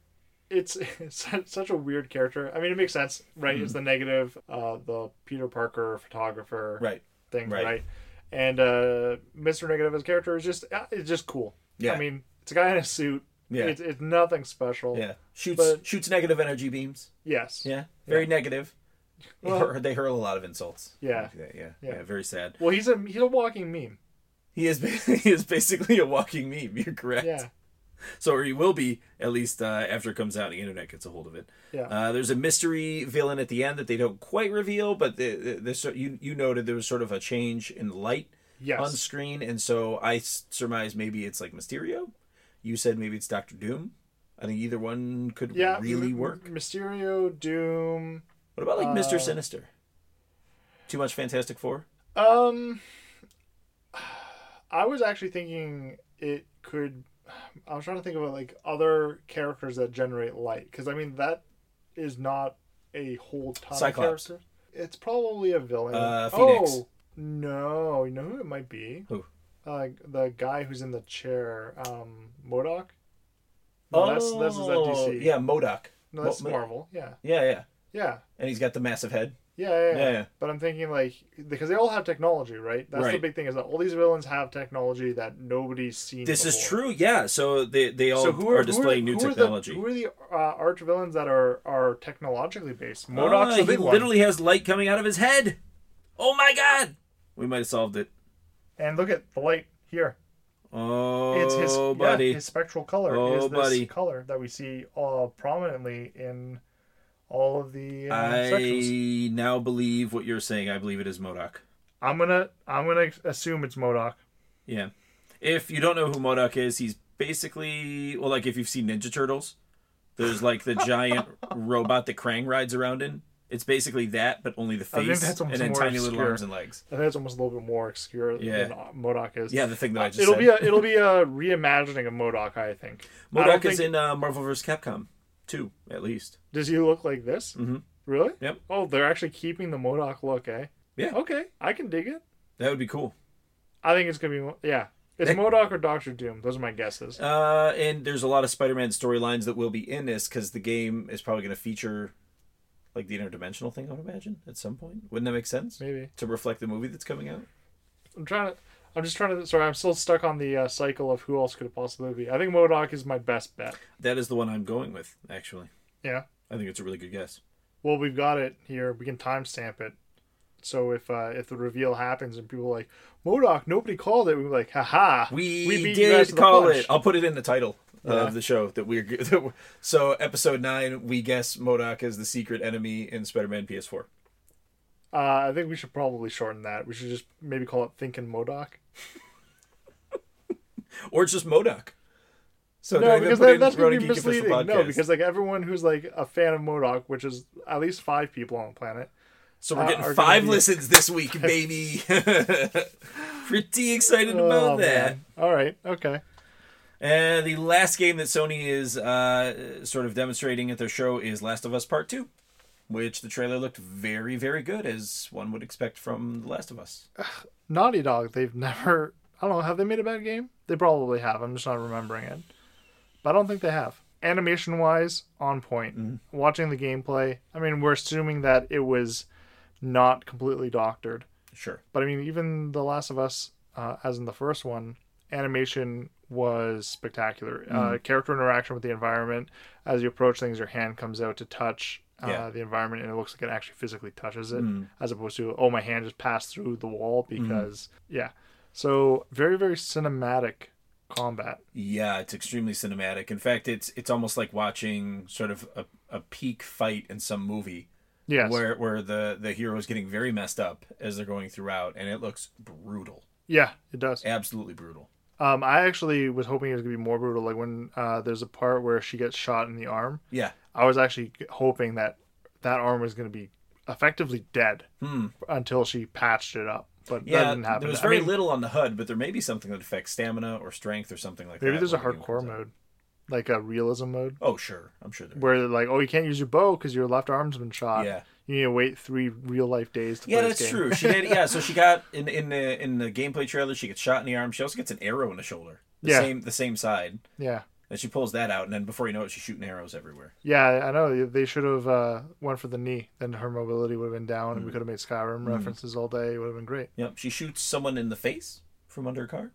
Speaker 2: it's, [laughs] it's such a weird character. I mean, it makes sense, right? It's the
Speaker 1: Mm-hmm.
Speaker 2: negative, uh, the Peter Parker photographer
Speaker 1: right
Speaker 2: thing,
Speaker 1: right.
Speaker 2: right? And uh, Mr. Negative as a character is just uh, it's just cool.
Speaker 1: Yeah.
Speaker 2: I mean, it's a guy in a suit.
Speaker 1: Yeah.
Speaker 2: It's, it's nothing special.
Speaker 1: yeah shoots
Speaker 2: But-
Speaker 1: shoots negative energy beams
Speaker 2: Yes.
Speaker 1: yeah very negative They
Speaker 2: Well-
Speaker 1: hur- they hurl a lot of insults
Speaker 2: Yeah.
Speaker 1: yeah yeah,
Speaker 2: Yeah.
Speaker 1: yeah very sad
Speaker 2: Well, he's a he's a walking meme.
Speaker 1: he is [laughs] he is basically a walking meme you're correct
Speaker 2: Yeah.
Speaker 1: So, or he will be, at least uh, after it comes out and the internet gets a hold of it.
Speaker 2: Yeah.
Speaker 1: Uh, there's a mystery villain at the end that they don't quite reveal, but the, the, the, so you, you noted there was sort of a change in light
Speaker 2: Yes.
Speaker 1: on screen, and so I s- surmise maybe it's like Mysterio. You said maybe it's Doctor Doom. I think either one could
Speaker 2: yeah.
Speaker 1: really
Speaker 2: M-
Speaker 1: work.
Speaker 2: Mysterio, Doom.
Speaker 1: What about like Mr.
Speaker 2: Uh,
Speaker 1: Sinister? Too much Fantastic Four?
Speaker 2: Um, [sighs] I was actually thinking it could. [sighs] I was trying to think about like other characters that generate light because I mean that is not a whole ton
Speaker 1: Cyclops.
Speaker 2: of characters. It's probably a villain.
Speaker 1: Uh, Phoenix.
Speaker 2: Oh no, you know who it might be?
Speaker 1: Who?
Speaker 2: Uh, the guy who's in the chair, um, Modoc. No, that's that's is that DC.
Speaker 1: Oh, Yeah, Modoc.
Speaker 2: no, that's
Speaker 1: Mo- Mo-
Speaker 2: Marvel. Yeah,
Speaker 1: Yeah, yeah.
Speaker 2: yeah.
Speaker 1: And he's got the massive head.
Speaker 2: Yeah, yeah, yeah.
Speaker 1: Yeah, yeah.
Speaker 2: But I'm thinking like because they all have technology, right? That's the
Speaker 1: Right.
Speaker 2: big thing is that all these villains have technology that nobody's seen.
Speaker 1: This is
Speaker 2: before.
Speaker 1: true, yeah. So they, they all
Speaker 2: So who are,
Speaker 1: are displaying
Speaker 2: who are,
Speaker 1: new
Speaker 2: who
Speaker 1: technology.
Speaker 2: Are the, who are the uh, arch villains that are are technologically based?
Speaker 1: Ah,
Speaker 2: Modoc's the
Speaker 1: he
Speaker 2: big one.
Speaker 1: literally has light coming out of his head. Oh my god! We might have solved it.
Speaker 2: And look at the light here.
Speaker 1: Oh,
Speaker 2: It's his yeah,
Speaker 1: buddy.
Speaker 2: his spectral color
Speaker 1: Oh,
Speaker 2: is this
Speaker 1: buddy.
Speaker 2: color that we see uh, prominently in all of the uh,
Speaker 1: I
Speaker 2: sections.
Speaker 1: now believe what you're saying. I believe it is Modoc.
Speaker 2: I'm gonna I'm gonna assume it's Modoc.
Speaker 1: Yeah. If you don't know who Modoc is, he's basically well, like if you've seen Ninja Turtles, there's like the
Speaker 2: [laughs]
Speaker 1: giant robot that Krang rides around in. It's basically that, but only the
Speaker 2: I think
Speaker 1: face and
Speaker 2: that's almost
Speaker 1: then
Speaker 2: more
Speaker 1: tiny little
Speaker 2: obscure.
Speaker 1: arms and legs.
Speaker 2: I think it's almost a little bit more obscure
Speaker 1: Yeah.
Speaker 2: than uh, Modoc is.
Speaker 1: Yeah, the thing that I just
Speaker 2: Uh, it'll
Speaker 1: said.
Speaker 2: be a it'll be a reimagining of Modoc, I think. I
Speaker 1: Modoc
Speaker 2: don't
Speaker 1: is
Speaker 2: think-
Speaker 1: in uh, Marvel vs. Capcom two, at least.
Speaker 2: Does he look like this?
Speaker 1: Mhm.
Speaker 2: Really?
Speaker 1: Yep.
Speaker 2: Oh, they're actually keeping the Modoc look, eh?
Speaker 1: Yeah.
Speaker 2: Okay, I can dig it.
Speaker 1: That would be cool.
Speaker 2: I think it's gonna be Mo- yeah. It's
Speaker 1: They-
Speaker 2: Modoc or Doctor Doom. Those are my guesses.
Speaker 1: Uh, and there's a lot of Spider-Man storylines that will be in this because the game is probably going to feature like the interdimensional thing. I would imagine at some point. Wouldn't that make sense
Speaker 2: Maybe
Speaker 1: to reflect the movie that's coming out?
Speaker 2: I'm trying to. I'm just trying to. Sorry, I'm still stuck on the uh, cycle of who else could it possibly be. I think Modoc is my best bet.
Speaker 1: That is the one I'm going with, actually.
Speaker 2: Yeah.
Speaker 1: I think it's a really good guess.
Speaker 2: Well, we've got it here. We can timestamp it. So if uh, if the reveal happens and people are like Modoc, nobody called it. We're like, haha,
Speaker 1: We,
Speaker 2: beat you guys to
Speaker 1: did
Speaker 2: the
Speaker 1: call
Speaker 2: punch."
Speaker 1: it. I'll put it in the title
Speaker 2: Yeah.
Speaker 1: of the show that we're, [laughs] that we're. So episode nine, we guess Modoc is the secret enemy in Spider-Man PS4.
Speaker 2: Uh, I think we should probably shorten that. We should just maybe call it Thinking Modoc.
Speaker 1: or just Modoc. So do I
Speaker 2: No,
Speaker 1: even
Speaker 2: because
Speaker 1: put
Speaker 2: that,
Speaker 1: in
Speaker 2: that's going to
Speaker 1: Ronan
Speaker 2: be
Speaker 1: Geek Official
Speaker 2: misleading. No,
Speaker 1: Podcast?
Speaker 2: because like everyone who's like a fan of Modoc, which is at least five people on the planet.
Speaker 1: so we're
Speaker 2: uh,
Speaker 1: getting
Speaker 2: are gonna
Speaker 1: five
Speaker 2: be-
Speaker 1: listens this week, baby. [laughs] Pretty excited about
Speaker 2: Oh,
Speaker 1: that.
Speaker 2: man. All right. Okay.
Speaker 1: Uh, the last game that Sony is uh, sort of demonstrating at their show is Last of Us Part Two, which the trailer looked very, very good, as one would expect from The Last of Us.
Speaker 2: Naughty Dog, they've never. I don't know. Have they made a bad game? They probably have. I'm just not remembering it. But I don't think they have. Animation wise, on point.
Speaker 1: Mm-hmm.
Speaker 2: Watching the gameplay, I mean, we're assuming that it was not completely doctored.
Speaker 1: Sure.
Speaker 2: But I mean, even The Last of Us, uh, as in the first one, animation was spectacular.
Speaker 1: Hmm.
Speaker 2: Uh, character interaction with the environment. As you approach things, your hand comes out to touch uh,
Speaker 1: Yeah. Hmm.
Speaker 2: the environment, and it looks like it actually physically touches it, as opposed to, oh, my hand just passed through the wall because, yeah. So, very, very cinematic combat.
Speaker 1: Yeah, it's extremely cinematic. In fact, it's it's almost like watching sort of a, a peak fight in some movie
Speaker 2: Yes.
Speaker 1: where where the the hero is getting very messed up as they're going throughout, and it looks brutal,
Speaker 2: Yeah, it does.
Speaker 1: absolutely brutal.
Speaker 2: Um, I actually was hoping it was going to be more brutal. Like when uh, there's a part where she gets shot in the arm.
Speaker 1: Yeah,
Speaker 2: I was actually hoping that that arm was going to be effectively dead until she patched it up, but that
Speaker 1: Hmm. yeah.
Speaker 2: didn't happen.
Speaker 1: There was
Speaker 2: I
Speaker 1: very
Speaker 2: mean,
Speaker 1: little on the HUD, but there may be something that affects stamina or strength or something like that.
Speaker 2: maybe there's a
Speaker 1: when the game
Speaker 2: hardcore
Speaker 1: comes out.
Speaker 2: mode, like a realism mode,
Speaker 1: Oh, sure, I'm sure there.
Speaker 2: where they're like, oh, you can't use your bow because your left arm's been shot.
Speaker 1: Yeah.
Speaker 2: You need to wait three real life days to
Speaker 1: Yeah,
Speaker 2: play
Speaker 1: that's
Speaker 2: this game.
Speaker 1: true. She did. Yeah, so she got in in the in the gameplay trailer. She gets shot in the arm. She also gets an arrow in the shoulder. The
Speaker 2: Yeah.
Speaker 1: same the same side.
Speaker 2: [laughs] Yeah.
Speaker 1: And she pulls that out, and then before you know it, she's shooting arrows everywhere.
Speaker 2: Yeah, I know. They should have uh, went for the knee. Then her mobility would have been down,
Speaker 1: Hmm.
Speaker 2: and we could have made Skyrim references all day. It would have been great.
Speaker 1: Yep. She shoots someone in the face from under a car.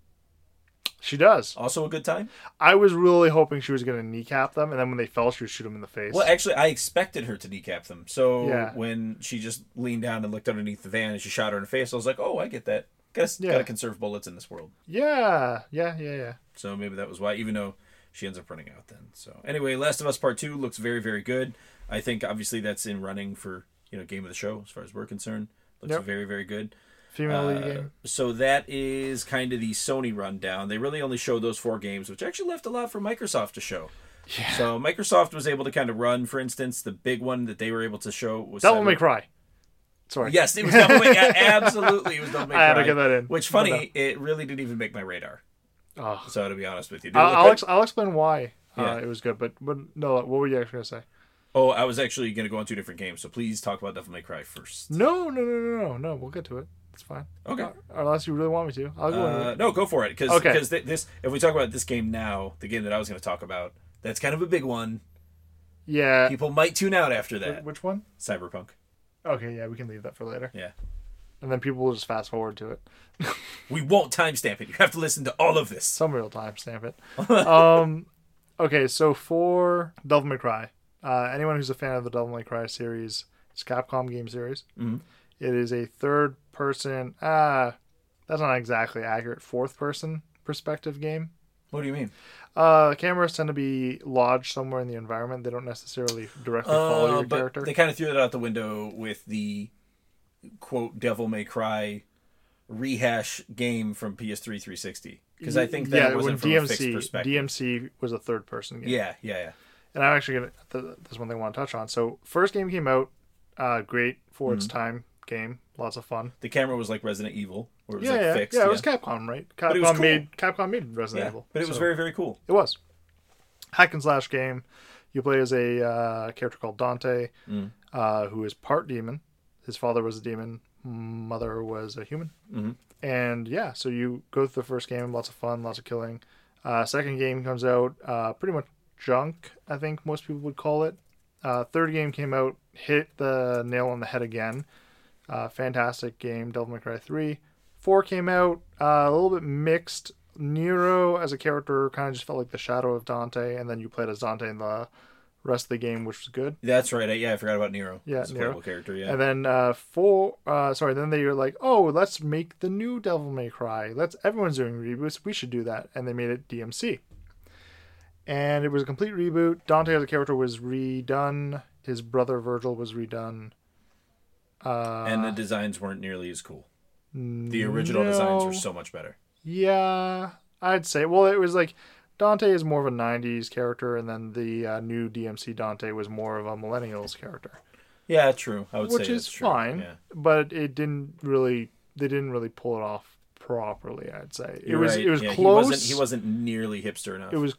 Speaker 2: She does.
Speaker 1: Also a good time.
Speaker 2: I was really hoping she was going to kneecap them, and then when they fell, she would shoot them in the face.
Speaker 1: Well, actually, I expected her to kneecap them. So
Speaker 2: Yeah.
Speaker 1: when she just leaned down and looked underneath the van and she shot her in the face, I was like, oh, I get that. Gotta,
Speaker 2: Yeah.
Speaker 1: gotta conserve bullets in this world.
Speaker 2: Yeah, yeah, yeah, yeah.
Speaker 1: So maybe that was why, even though she ends up running out then. So anyway, Last of Us Part Two looks very, very good. I think obviously that's in running for you know game of the show as far as we're concerned. Looks
Speaker 2: Yep.
Speaker 1: very, very good.
Speaker 2: Female lead
Speaker 1: Uh,
Speaker 2: game.
Speaker 1: so that is kind of the Sony rundown. They really only showed those four games, which actually left a lot for Microsoft to show. Yeah. So Microsoft was able to kind of run, for instance, the big one that they were able to show was
Speaker 2: Devil
Speaker 1: Cyber-
Speaker 2: May Cry. Sorry.
Speaker 1: Yes, it was
Speaker 2: [laughs]
Speaker 1: Devil May Cry. Absolutely, it was Devil May Cry.
Speaker 2: I had to get that in.
Speaker 1: Which
Speaker 2: Well
Speaker 1: funny, it really didn't even make my radar.
Speaker 2: Ugh.
Speaker 1: So to be honest with you, Did it
Speaker 2: Oh. I'll,
Speaker 1: look
Speaker 2: I'll,
Speaker 1: good?
Speaker 2: ex- I'll explain why uh,
Speaker 1: Yeah.
Speaker 2: it was good, but, but no, what were you actually going to say?
Speaker 1: Oh, I was actually going to go on two different games, so please talk about Devil May Cry first.
Speaker 2: No, no, no, no, no, no. We'll get to it. It's fine. Uh,
Speaker 1: Okay.
Speaker 2: Unless you really want me to. I'll go into
Speaker 1: Uh,
Speaker 2: it.
Speaker 1: no, go for it, because
Speaker 2: Okay.
Speaker 1: th- this if we talk about this game now, the game that I was going to talk about, that's kind of a big one.
Speaker 2: Yeah.
Speaker 1: People might tune out after that.
Speaker 2: Which one?
Speaker 1: Cyberpunk.
Speaker 2: Okay, yeah, we can leave that for later.
Speaker 1: Yeah.
Speaker 2: And then people will just fast forward to it.
Speaker 1: We won't timestamp it. You have to listen to all of this.
Speaker 2: Some real time
Speaker 1: [laughs]
Speaker 2: stamp it. um, okay, so for Devil May Cry, uh, anyone who's a fan of the Devil May Cry series, it's a Capcom game series.
Speaker 1: Mhm.
Speaker 2: It is a third person, uh, that's not exactly accurate, fourth person perspective game.
Speaker 1: What do you mean?
Speaker 2: Uh, cameras tend to be lodged somewhere in the environment. They don't necessarily directly follow
Speaker 1: Uh,
Speaker 2: your
Speaker 1: but
Speaker 2: character.
Speaker 1: they kind of threw that out the window with the quote Devil May Cry rehash game from PS3 360 because I think that
Speaker 2: yeah, when
Speaker 1: wasn't from a fixed
Speaker 2: DMC
Speaker 1: perspective.
Speaker 2: DMC was a third person game.
Speaker 1: Yeah, yeah, yeah.
Speaker 2: and I'm actually gonna th- there's one thing I want to touch on. So first game came out, uh, great for
Speaker 1: Mm-hmm.
Speaker 2: its time game, lots of fun.
Speaker 1: The camera was like Resident Evil, where it was
Speaker 2: yeah,
Speaker 1: like
Speaker 2: yeah,
Speaker 1: fixed.
Speaker 2: yeah, It was Capcom, right? Capcom
Speaker 1: it was cool.
Speaker 2: made Capcom made Resident Evil,
Speaker 1: But it was
Speaker 2: so-
Speaker 1: very, very cool.
Speaker 2: it was hack and slash game. You play as a uh, character called Dante,
Speaker 1: Mm.
Speaker 2: uh, who is part demon. His father was a demon, mother was a human,
Speaker 1: Mhm.
Speaker 2: and yeah. So you go through the first game, lots of fun, lots of killing. Uh, second game comes out, uh, pretty much junk, I think most people would call it. Uh, third game came out, hit the nail on the head again. Uh, fantastic game, Devil May Cry 3. Four came out uh, a little bit mixed. Nero as a character kind of just felt like the shadow of Dante, and then you played as Dante in the rest of the game, which was good.
Speaker 1: That's right. I, yeah, I forgot about Nero.
Speaker 2: Yeah,
Speaker 1: He's a
Speaker 2: Nero.
Speaker 1: terrible character. Yeah,
Speaker 2: And then uh, four, uh, sorry, then they were like, oh, let's make the new Devil May Cry. Let's everyone's doing reboots. We should do that. And they made it DMC. And it was a complete reboot. Dante as a character was redone. His brother Virgil was redone. Uh,
Speaker 1: and the designs weren't nearly as cool. The original designs were
Speaker 2: no.
Speaker 1: so much better.
Speaker 2: Yeah, I'd say. Well, it was like Dante is more of a '90s character, and then the uh, new DMC Dante was more of a millennials character,
Speaker 1: Yeah, true. I would
Speaker 2: which
Speaker 1: say
Speaker 2: is
Speaker 1: that's true.
Speaker 2: fine.
Speaker 1: Yeah.
Speaker 2: But it didn't really. They didn't really pull it off properly. I'd say it
Speaker 1: You're
Speaker 2: was.
Speaker 1: right.
Speaker 2: It was
Speaker 1: Yeah,
Speaker 2: close.
Speaker 1: He wasn't, he wasn't nearly hipster enough.
Speaker 2: It was.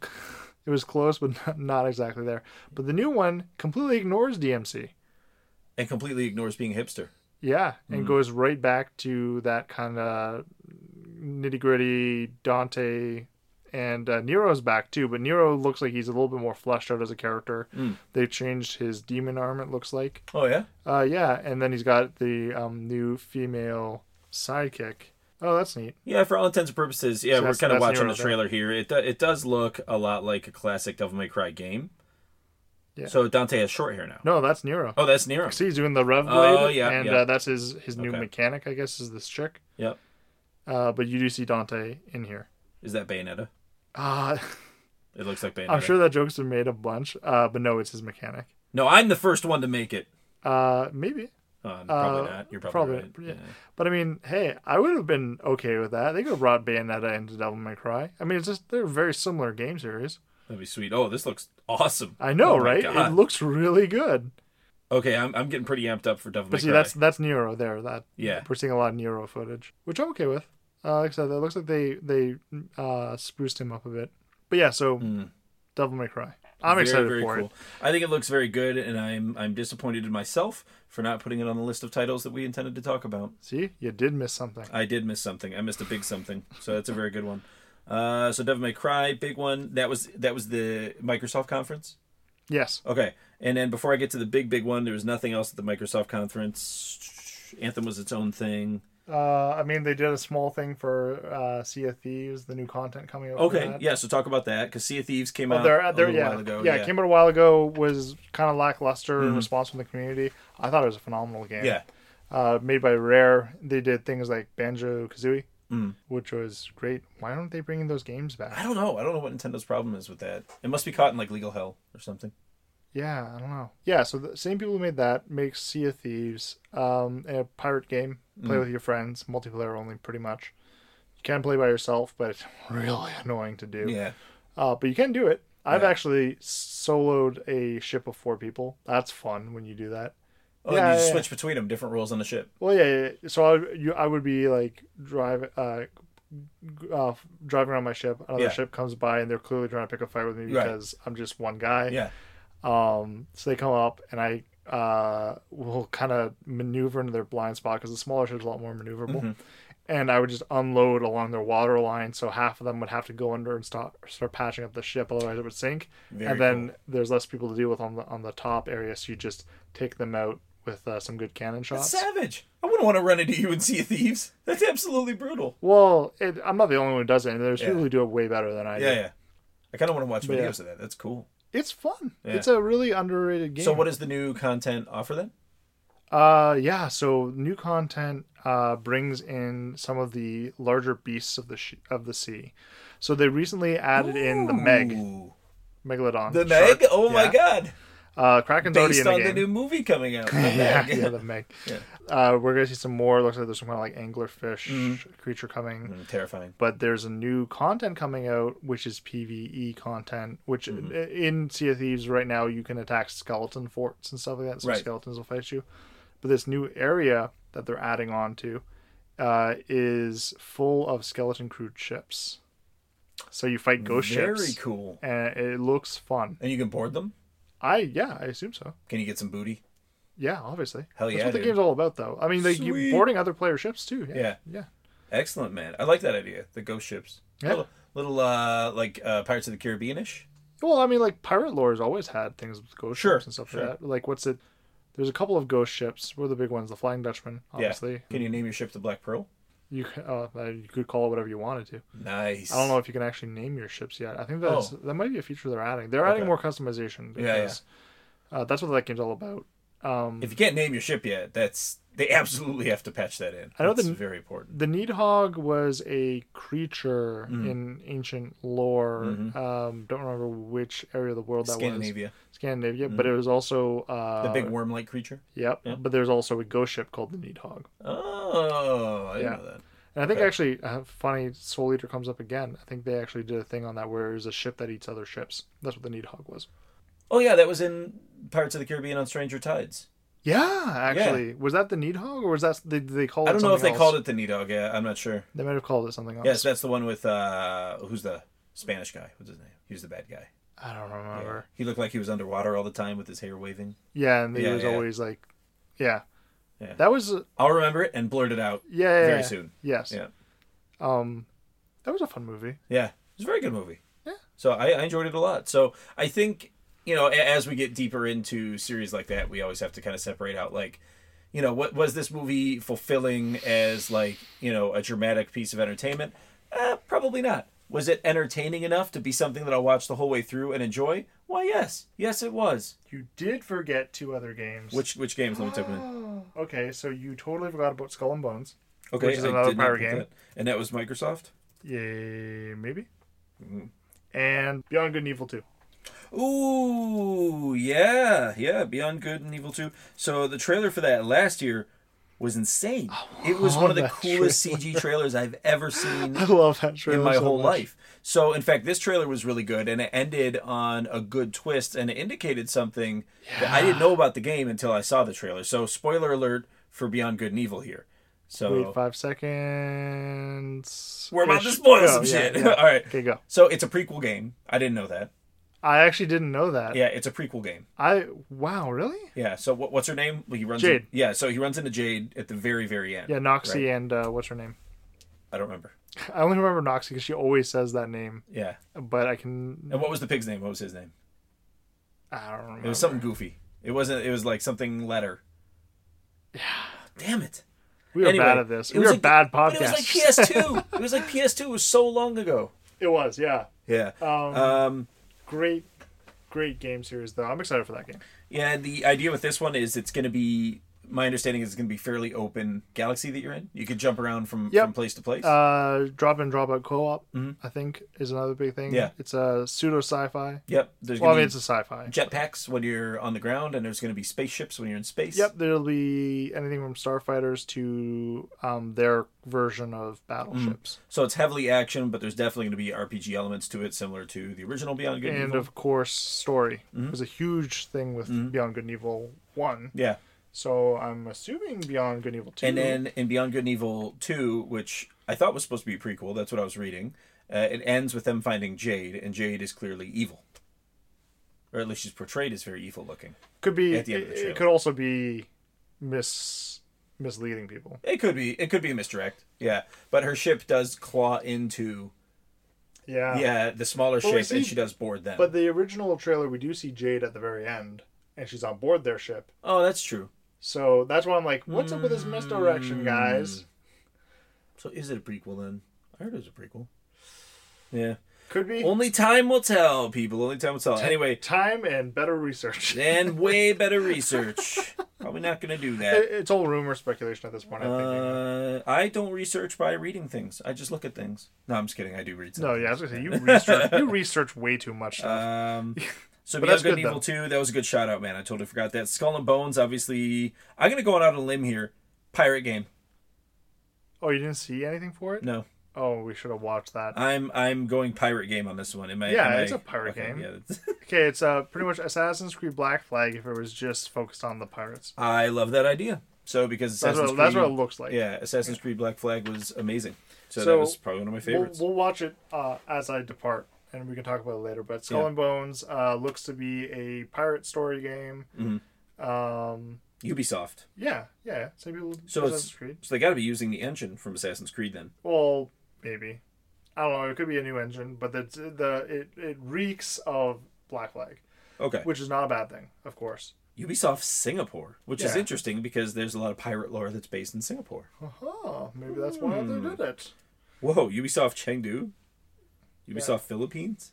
Speaker 2: It was close, but [laughs] not, not exactly there. But the new one completely ignores DMC.
Speaker 1: and completely ignores being hipster.
Speaker 2: Yeah,
Speaker 1: Mm.
Speaker 2: and goes right back to that kind of nitty gritty Dante, and uh, Nero's back too. But Nero looks like he's a little bit more fleshed out as a character.
Speaker 1: Mm.
Speaker 2: They've changed his demon arm. It looks like.
Speaker 1: Oh yeah.
Speaker 2: Uh, yeah, and then he's got the um, new female sidekick. Oh, that's neat.
Speaker 1: Yeah, for all intents and purposes, yeah, we're
Speaker 2: So that's-
Speaker 1: kind of
Speaker 2: that's
Speaker 1: watching
Speaker 2: Nero
Speaker 1: the trailer here. It do, it does look a lot like a classic Devil May Cry game.
Speaker 2: Yeah.
Speaker 1: So Dante has short hair now.
Speaker 2: No, that's Nero.
Speaker 1: Oh, that's Nero.
Speaker 2: See, he's doing the rev blade.
Speaker 1: Oh, yeah,
Speaker 2: and
Speaker 1: yeah.
Speaker 2: Uh, that's his his new
Speaker 1: Okay.
Speaker 2: mechanic. I guess is this chick.
Speaker 1: Yep.
Speaker 2: Uh, but you do see Dante in here.
Speaker 1: Is that Bayonetta?
Speaker 2: [laughs] Uh,
Speaker 1: It looks like Bayonetta.
Speaker 2: I'm sure that joke's been made a bunch, uh, but no, it's his mechanic.
Speaker 1: No, I'm the first one to make it.
Speaker 2: Uh, maybe.
Speaker 1: Um, probably
Speaker 2: Uh,
Speaker 1: not. You're probably, right.
Speaker 2: yeah.
Speaker 1: Yeah.
Speaker 2: But I mean, hey, I would have been okay with that. They could have brought Bayonetta into Devil May Cry. I mean, it's just they're very similar game series.
Speaker 1: That'd be sweet. Oh, this looks awesome.
Speaker 2: I know,
Speaker 1: Oh my
Speaker 2: right?
Speaker 1: God. Oh
Speaker 2: It looks really good.
Speaker 1: okay, I'm, I'm getting pretty amped up for Devil May
Speaker 2: But see,
Speaker 1: Cry.
Speaker 2: that's that's Nero there. That
Speaker 1: Yeah.
Speaker 2: we're seeing a lot of Nero footage, which I'm okay with. Uh, like I said, that looks like they they uh, spruced him up a bit. But yeah, so
Speaker 1: Hmm.
Speaker 2: Devil May Cry. I'm excited for it.
Speaker 1: I think it looks very good, and I'm I'm disappointed in myself for not putting it on the list of titles that we intended to talk about.
Speaker 2: See, you did miss something.
Speaker 1: I did miss something. I missed a big something, so that's a very good one. Uh, so Devil May Cry, big one. That was that was the Microsoft conference.
Speaker 2: Yes.
Speaker 1: Okay, and then before I get to the big big one, there was nothing else at the Microsoft conference. Anthem was its own thing.
Speaker 2: Uh, I mean, they did a small thing for uh, Sea of Thieves, the new content coming out. for
Speaker 1: Okay,
Speaker 2: that.
Speaker 1: yeah. So talk about that because Sea of Thieves came
Speaker 2: Oh,
Speaker 1: out
Speaker 2: they're,
Speaker 1: a
Speaker 2: they're,
Speaker 1: little
Speaker 2: yeah.
Speaker 1: while ago. Mm-hmm.
Speaker 2: yeah, it came out a while ago. Was kind of lackluster in response from the community. I thought it was a phenomenal game.
Speaker 1: yeah.
Speaker 2: uh, made by Rare. They did things like Banjo Kazooie, which was great. Why aren't they bringing those games
Speaker 1: Mm. I
Speaker 2: back?
Speaker 1: don't know. I don't know what Nintendo's problem is with that. It must be caught in like legal hell or something.
Speaker 2: Yeah, I don't know. Yeah, so the same people who made that make Sea of Thieves, um, a pirate game.
Speaker 1: Mm.
Speaker 2: Play with your friends, multiplayer only, pretty much. You can play by yourself, but it's really annoying to do.
Speaker 1: Yeah.
Speaker 2: Uh, but you can do it. I've
Speaker 1: Yeah.
Speaker 2: actually soloed a ship of four people. That's fun when you do that.
Speaker 1: Oh,
Speaker 2: Yeah,
Speaker 1: and you just
Speaker 2: yeah,
Speaker 1: switch between them, different roles on the ship.
Speaker 2: Well, yeah, yeah, yeah. So I, you, I would be like drive, uh, g- uh, driving around my ship. Another
Speaker 1: Yeah.
Speaker 2: ship comes by, and they're clearly trying to pick a fight with me
Speaker 1: Right.
Speaker 2: because I'm just one guy.
Speaker 1: Yeah.
Speaker 2: Um. So they come up, and I uh will kind of maneuver into their blind spot because the smaller ship's a lot more maneuverable.
Speaker 1: Mm-hmm.
Speaker 2: And I would just unload along their water line, so half of them would have to go under and start start patching up the ship, otherwise it would sink.
Speaker 1: Very
Speaker 2: and then there's less people to deal with on the on the top area, so you just take them out with uh, some good cannon shots.
Speaker 1: Savage. I wouldn't want to run into you and see thieves. That's absolutely brutal.
Speaker 2: Well, it, I'm not the only one who does it. And there's
Speaker 1: Yeah.
Speaker 2: people who do it way better than I
Speaker 1: Yeah,
Speaker 2: do.
Speaker 1: yeah. I kind of want to watch
Speaker 2: But yeah.
Speaker 1: videos of that. That's cool.
Speaker 2: It's fun.
Speaker 1: Yeah.
Speaker 2: It's a really underrated game.
Speaker 1: So, what does the new content offer then?
Speaker 2: Uh, yeah. So new content uh, brings in some of the larger beasts of the sh- of the sea. So they recently added in the Meg,
Speaker 1: Ooh.
Speaker 2: Megalodon.
Speaker 1: The
Speaker 2: shark.
Speaker 1: Meg? Oh my
Speaker 2: Yeah.
Speaker 1: god.
Speaker 2: Uh, Kraken's already
Speaker 1: Based
Speaker 2: in the
Speaker 1: on
Speaker 2: game.
Speaker 1: the new movie coming out. The
Speaker 2: [laughs] yeah,
Speaker 1: Meg.
Speaker 2: yeah, the Meg.
Speaker 1: Yeah.
Speaker 2: Uh, we're gonna see some more. Looks like there's some kind of like anglerfish creature coming.
Speaker 1: Mm, terrifying.
Speaker 2: but there's a new content coming out which is pve content which
Speaker 1: Mm-hmm.
Speaker 2: in sea of thieves right now you can attack skeleton forts and stuff like that so
Speaker 1: Right.
Speaker 2: skeletons will fight you but this new area that they're adding on to uh, is full of skeleton crewed ships so you fight ghost
Speaker 1: Very
Speaker 2: ships
Speaker 1: cool.
Speaker 2: and it looks fun
Speaker 1: And you can board them?
Speaker 2: i yeah i assume so
Speaker 1: Can you get some booty?
Speaker 2: yeah obviously
Speaker 1: Hell
Speaker 2: that's
Speaker 1: yeah,
Speaker 2: what the
Speaker 1: dude.
Speaker 2: game's all about though i mean like you
Speaker 1: Sweet.
Speaker 2: boarding other player ships too yeah
Speaker 1: Yeah.
Speaker 2: yeah
Speaker 1: Excellent, man. I like that idea. The ghost ships.
Speaker 2: Yeah.
Speaker 1: Little, little uh, like uh, Pirates of the Caribbean ish.
Speaker 2: Well, I mean, like pirate lore's always had things with ghost
Speaker 1: Sure,
Speaker 2: ships and stuff
Speaker 1: sure.
Speaker 2: like that. Like, what's it? There's a couple of ghost ships. What are the big ones? The Flying Dutchman,
Speaker 1: Yeah.
Speaker 2: obviously.
Speaker 1: Can you name your ship the Black Pearl?
Speaker 2: You c- uh, uh, you could call it whatever you wanted to.
Speaker 1: Nice.
Speaker 2: I don't know if you can actually name your ships yet. I think that's
Speaker 1: Oh.
Speaker 2: that might be a feature they're adding. They're adding
Speaker 1: Okay.
Speaker 2: more customization
Speaker 1: Yeah, yeah.
Speaker 2: because Uh, that's what that game's all about. Um,
Speaker 1: If you can't name your ship yet, that's they absolutely have to patch that in.
Speaker 2: I know
Speaker 1: that's
Speaker 2: the-
Speaker 1: very important.
Speaker 2: the Needhog was a creature
Speaker 1: Mm-hmm.
Speaker 2: in ancient lore.
Speaker 1: Mhm.
Speaker 2: Um, don't remember which area of the world that
Speaker 1: Scandinavia, Mm-hmm.
Speaker 2: was. Scandinavia, but it was also uh,
Speaker 1: the big worm-like creature.
Speaker 2: Yep.
Speaker 1: Yeah.
Speaker 2: But there's also a ghost ship called the Needhog.
Speaker 1: Oh, I didn't
Speaker 2: Yeah.
Speaker 1: know that.
Speaker 2: And I think
Speaker 1: Okay.
Speaker 2: actually, uh, funny, Soul Eater comes up again. I think they actually did a thing on that where it was a ship that eats other ships. That's what the Needhog was.
Speaker 1: Oh yeah, that was in Pirates of the Caribbean on Stranger Tides.
Speaker 2: Yeah, actually. Was that the Needhog or was that, did they call it
Speaker 1: I don't know if they
Speaker 2: Oh, something
Speaker 1: called
Speaker 2: else? Oh.
Speaker 1: it the Nidog. Yeah, I'm not sure.
Speaker 2: They might have called it something else.
Speaker 1: Yes, that's the one with uh, who's the Spanish guy? What's his name? He was the bad guy.
Speaker 2: I don't remember.
Speaker 1: He looked like he was underwater all the time with his hair waving.
Speaker 2: Yeah, and they
Speaker 1: Yeah,
Speaker 2: was
Speaker 1: yeah.
Speaker 2: always like, yeah.
Speaker 1: Yeah.
Speaker 2: That was, yeah,
Speaker 1: I'll remember it and blurt it out
Speaker 2: yeah,
Speaker 1: very
Speaker 2: yeah.
Speaker 1: soon.
Speaker 2: Yes.
Speaker 1: Yeah.
Speaker 2: Um, that was a fun movie.
Speaker 1: Yeah, it was a very good movie.
Speaker 2: Yeah.
Speaker 1: So I, I enjoyed it a lot. So I think you know, a- as we get deeper into series like that, we always have to kind of separate out like, you know, what was this movie fulfilling as like you know a dramatic piece of entertainment? Uh, probably not. Was it entertaining enough to be something that I'll watch the whole way through and enjoy? Why, yes, yes, it was.
Speaker 2: You did forget two other games.
Speaker 1: Which which games? Let me type them in.
Speaker 2: Okay, so you totally forgot about Skull and Bones.
Speaker 1: Okay,
Speaker 2: Which is
Speaker 1: I
Speaker 2: another
Speaker 1: did not
Speaker 2: pirate
Speaker 1: put
Speaker 2: game.
Speaker 1: that. and that was Microsoft.
Speaker 2: Yeah, maybe. Mm. And Beyond Good and Evil 2.
Speaker 1: Ooh, yeah, yeah. Beyond Good and Evil Two. So the trailer for that last year was insane. It was one of the
Speaker 2: Oh, [laughs] that
Speaker 1: coolest CG trailers I've ever seen
Speaker 2: [laughs] I love [laughs] that trailer
Speaker 1: in my
Speaker 2: so
Speaker 1: whole
Speaker 2: much.
Speaker 1: life. So in fact, this trailer was really good, and it ended on a good twist, and it indicated something that I didn't know about the game until I saw the trailer. So spoiler alert for Beyond Good and Evil here. So
Speaker 2: Wait five seconds.
Speaker 1: we're about to
Speaker 2: Ish.
Speaker 1: spoil
Speaker 2: Go,
Speaker 1: some
Speaker 2: Oh, yeah,
Speaker 1: shit. [laughs]
Speaker 2: yeah.
Speaker 1: All right.
Speaker 2: Okay, go.
Speaker 1: So it's a prequel game. I didn't know that.
Speaker 2: I actually didn't know that.
Speaker 1: Yeah, it's a prequel game.
Speaker 2: I wow, really?
Speaker 1: Yeah. So what, what's her name? Well, he runs
Speaker 2: Jade.
Speaker 1: in- yeah. So he runs into Jade at the very very end.
Speaker 2: Yeah, Noxie and uh, what's her name?
Speaker 1: I don't remember.
Speaker 2: I only remember Noxie because she always says that name,
Speaker 1: Yeah.
Speaker 2: but I can
Speaker 1: And what was the pig's name? What was his name?
Speaker 2: I don't remember.
Speaker 1: It was something goofy. It wasn't. It was like something letter. Yeah. Damn it.
Speaker 2: we were
Speaker 1: Anyway,
Speaker 2: bad at this.
Speaker 1: it
Speaker 2: We
Speaker 1: was
Speaker 2: were
Speaker 1: like-
Speaker 2: bad
Speaker 1: But it
Speaker 2: podcast.
Speaker 1: was like PS2. it
Speaker 2: [laughs]
Speaker 1: was like PS2. It was so long ago.
Speaker 2: it was, yeah.
Speaker 1: Yeah.
Speaker 2: Um,
Speaker 1: Um.
Speaker 2: great, great game series though. I'm excited for that game.
Speaker 1: Yeah. The idea with this one is it's going to be. My understanding is it's going to be fairly open galaxy that you're in. You could jump around from
Speaker 2: Yep.
Speaker 1: from place to place.
Speaker 2: Uh, drop and drop out co-op, I think, is another big thing.
Speaker 1: Mm-hmm. Yeah.
Speaker 2: it's a pseudo sci-fi.
Speaker 1: yep. There's
Speaker 2: Well, I
Speaker 1: going
Speaker 2: mean,
Speaker 1: to
Speaker 2: it's a sci-fi.
Speaker 1: be jetpacks when you're on the ground, and there's going to be spaceships when you're in space.
Speaker 2: Yep, there'll be anything from starfighters to um, their version of battleships,
Speaker 1: So it's heavily action, but there's definitely going to be RPG elements to it, similar to the original Beyond Good and,
Speaker 2: and
Speaker 1: Evil. Mm-hmm.
Speaker 2: of course, story was a huge thing with Beyond Good and Evil One.
Speaker 1: yeah,
Speaker 2: So I'm assuming Beyond Good and Evil Two.
Speaker 1: and then in Beyond Good and Evil Two, which I thought was supposed to be a prequel, that's what I was reading. Uh, it ends with them finding Jade, and Jade is clearly evil, or at least she's portrayed as very evil looking.
Speaker 2: could be
Speaker 1: at the end of the
Speaker 2: it-
Speaker 1: trailer.
Speaker 2: it could also be mis misleading people.
Speaker 1: It could be, it could be a misdirect, yeah. But her ship does claw into
Speaker 2: Yeah.
Speaker 1: yeah the smaller
Speaker 2: Ah. Well, we
Speaker 1: ship, and
Speaker 2: see-
Speaker 1: she does board them.
Speaker 2: But the original trailer, we do see Jade at the very end, and she's on board their ship.
Speaker 1: oh, that's true.
Speaker 2: So that's why I'm like, what's up with this misdirection,
Speaker 1: Mm.
Speaker 2: guys?
Speaker 1: So is it a prequel then? I heard it was a prequel. Yeah.
Speaker 2: Could be
Speaker 1: Only time will tell, people. Only time will tell. Anyway,
Speaker 2: time and better research.
Speaker 1: and way better research. Probably not going to do
Speaker 2: [laughs] It-
Speaker 1: that.
Speaker 2: It's all rumor speculation at this point. I think.
Speaker 1: Uh, I don't research by reading things. I just look at things. No, I'm just kidding. I do read
Speaker 2: no,
Speaker 1: stuff.
Speaker 2: yeah, I was gonna say you
Speaker 1: [laughs]
Speaker 2: research. you research way too much stuff. [laughs]
Speaker 1: Um, so
Speaker 2: But
Speaker 1: Beyond
Speaker 2: that's
Speaker 1: Good and
Speaker 2: good,
Speaker 1: Evil 2, that was a good shout out, man. I totally forgot that. Skull and Bones, obviously. I'm going to go on out on a limb here. Pirate game.
Speaker 2: oh, you didn't see anything for it?
Speaker 1: No.
Speaker 2: Oh, we should have watched that.
Speaker 1: I'm I'm going pirate game on this one. Am I,
Speaker 2: Yeah,
Speaker 1: am I-
Speaker 2: it's a pirate
Speaker 1: okay,
Speaker 2: game.
Speaker 1: Yeah, that's- [laughs]
Speaker 2: Okay, it's uh pretty much Assassin's Creed Black Flag if it was just focused on the pirates.
Speaker 1: I love that idea. So because
Speaker 2: That's
Speaker 1: Assassin's
Speaker 2: what, that's
Speaker 1: Creed,
Speaker 2: what it looks like.
Speaker 1: yeah, Assassin's Creed Black Flag was amazing. So, that
Speaker 2: So,
Speaker 1: was probably one of my
Speaker 2: We'll,
Speaker 1: favorites.
Speaker 2: we'll watch it uh, as I depart, and we can talk about it later. But Skull
Speaker 1: Yeah.
Speaker 2: and Bones uh, looks to be a pirate story game.
Speaker 1: Mm-hmm.
Speaker 2: Um,
Speaker 1: Ubisoft.
Speaker 2: yeah, yeah. Some people.
Speaker 1: So it's-
Speaker 2: Assassin's Creed.
Speaker 1: So they got to be using the engine from Assassin's Creed then.
Speaker 2: Well, maybe. I don't know. It could be a new engine, but the the it, it reeks of Black Flag,
Speaker 1: Okay.
Speaker 2: which is not a bad thing, of course.
Speaker 1: Ubisoft Singapore, which is
Speaker 2: Yeah.
Speaker 1: interesting because there's a lot of pirate lore that's based in Singapore.
Speaker 2: Oh, maybe that's why
Speaker 1: Hmm.
Speaker 2: they did it.
Speaker 1: Whoa, Ubisoft Chengdu, Ubisoft Philippines.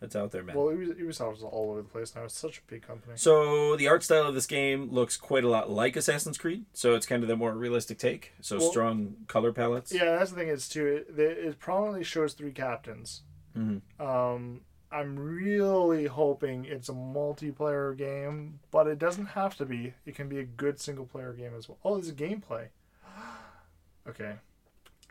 Speaker 1: That's out there, man.
Speaker 2: Well, Ubi- Ubisoft is all over the place now. It's such a big company.
Speaker 1: so the art style of this game looks quite a lot like Assassin's Creed. So it's kind of the more realistic take. So
Speaker 2: Well-
Speaker 1: strong color palettes.
Speaker 2: Yeah, that's the thing is too. It, they- it prominently shows three captains.
Speaker 1: Mhm.
Speaker 2: Um, I'm really hoping it's a multiplayer game, but it doesn't have to be. It can be a good single player game as well. Oh, there's a gameplay. [gasps] okay,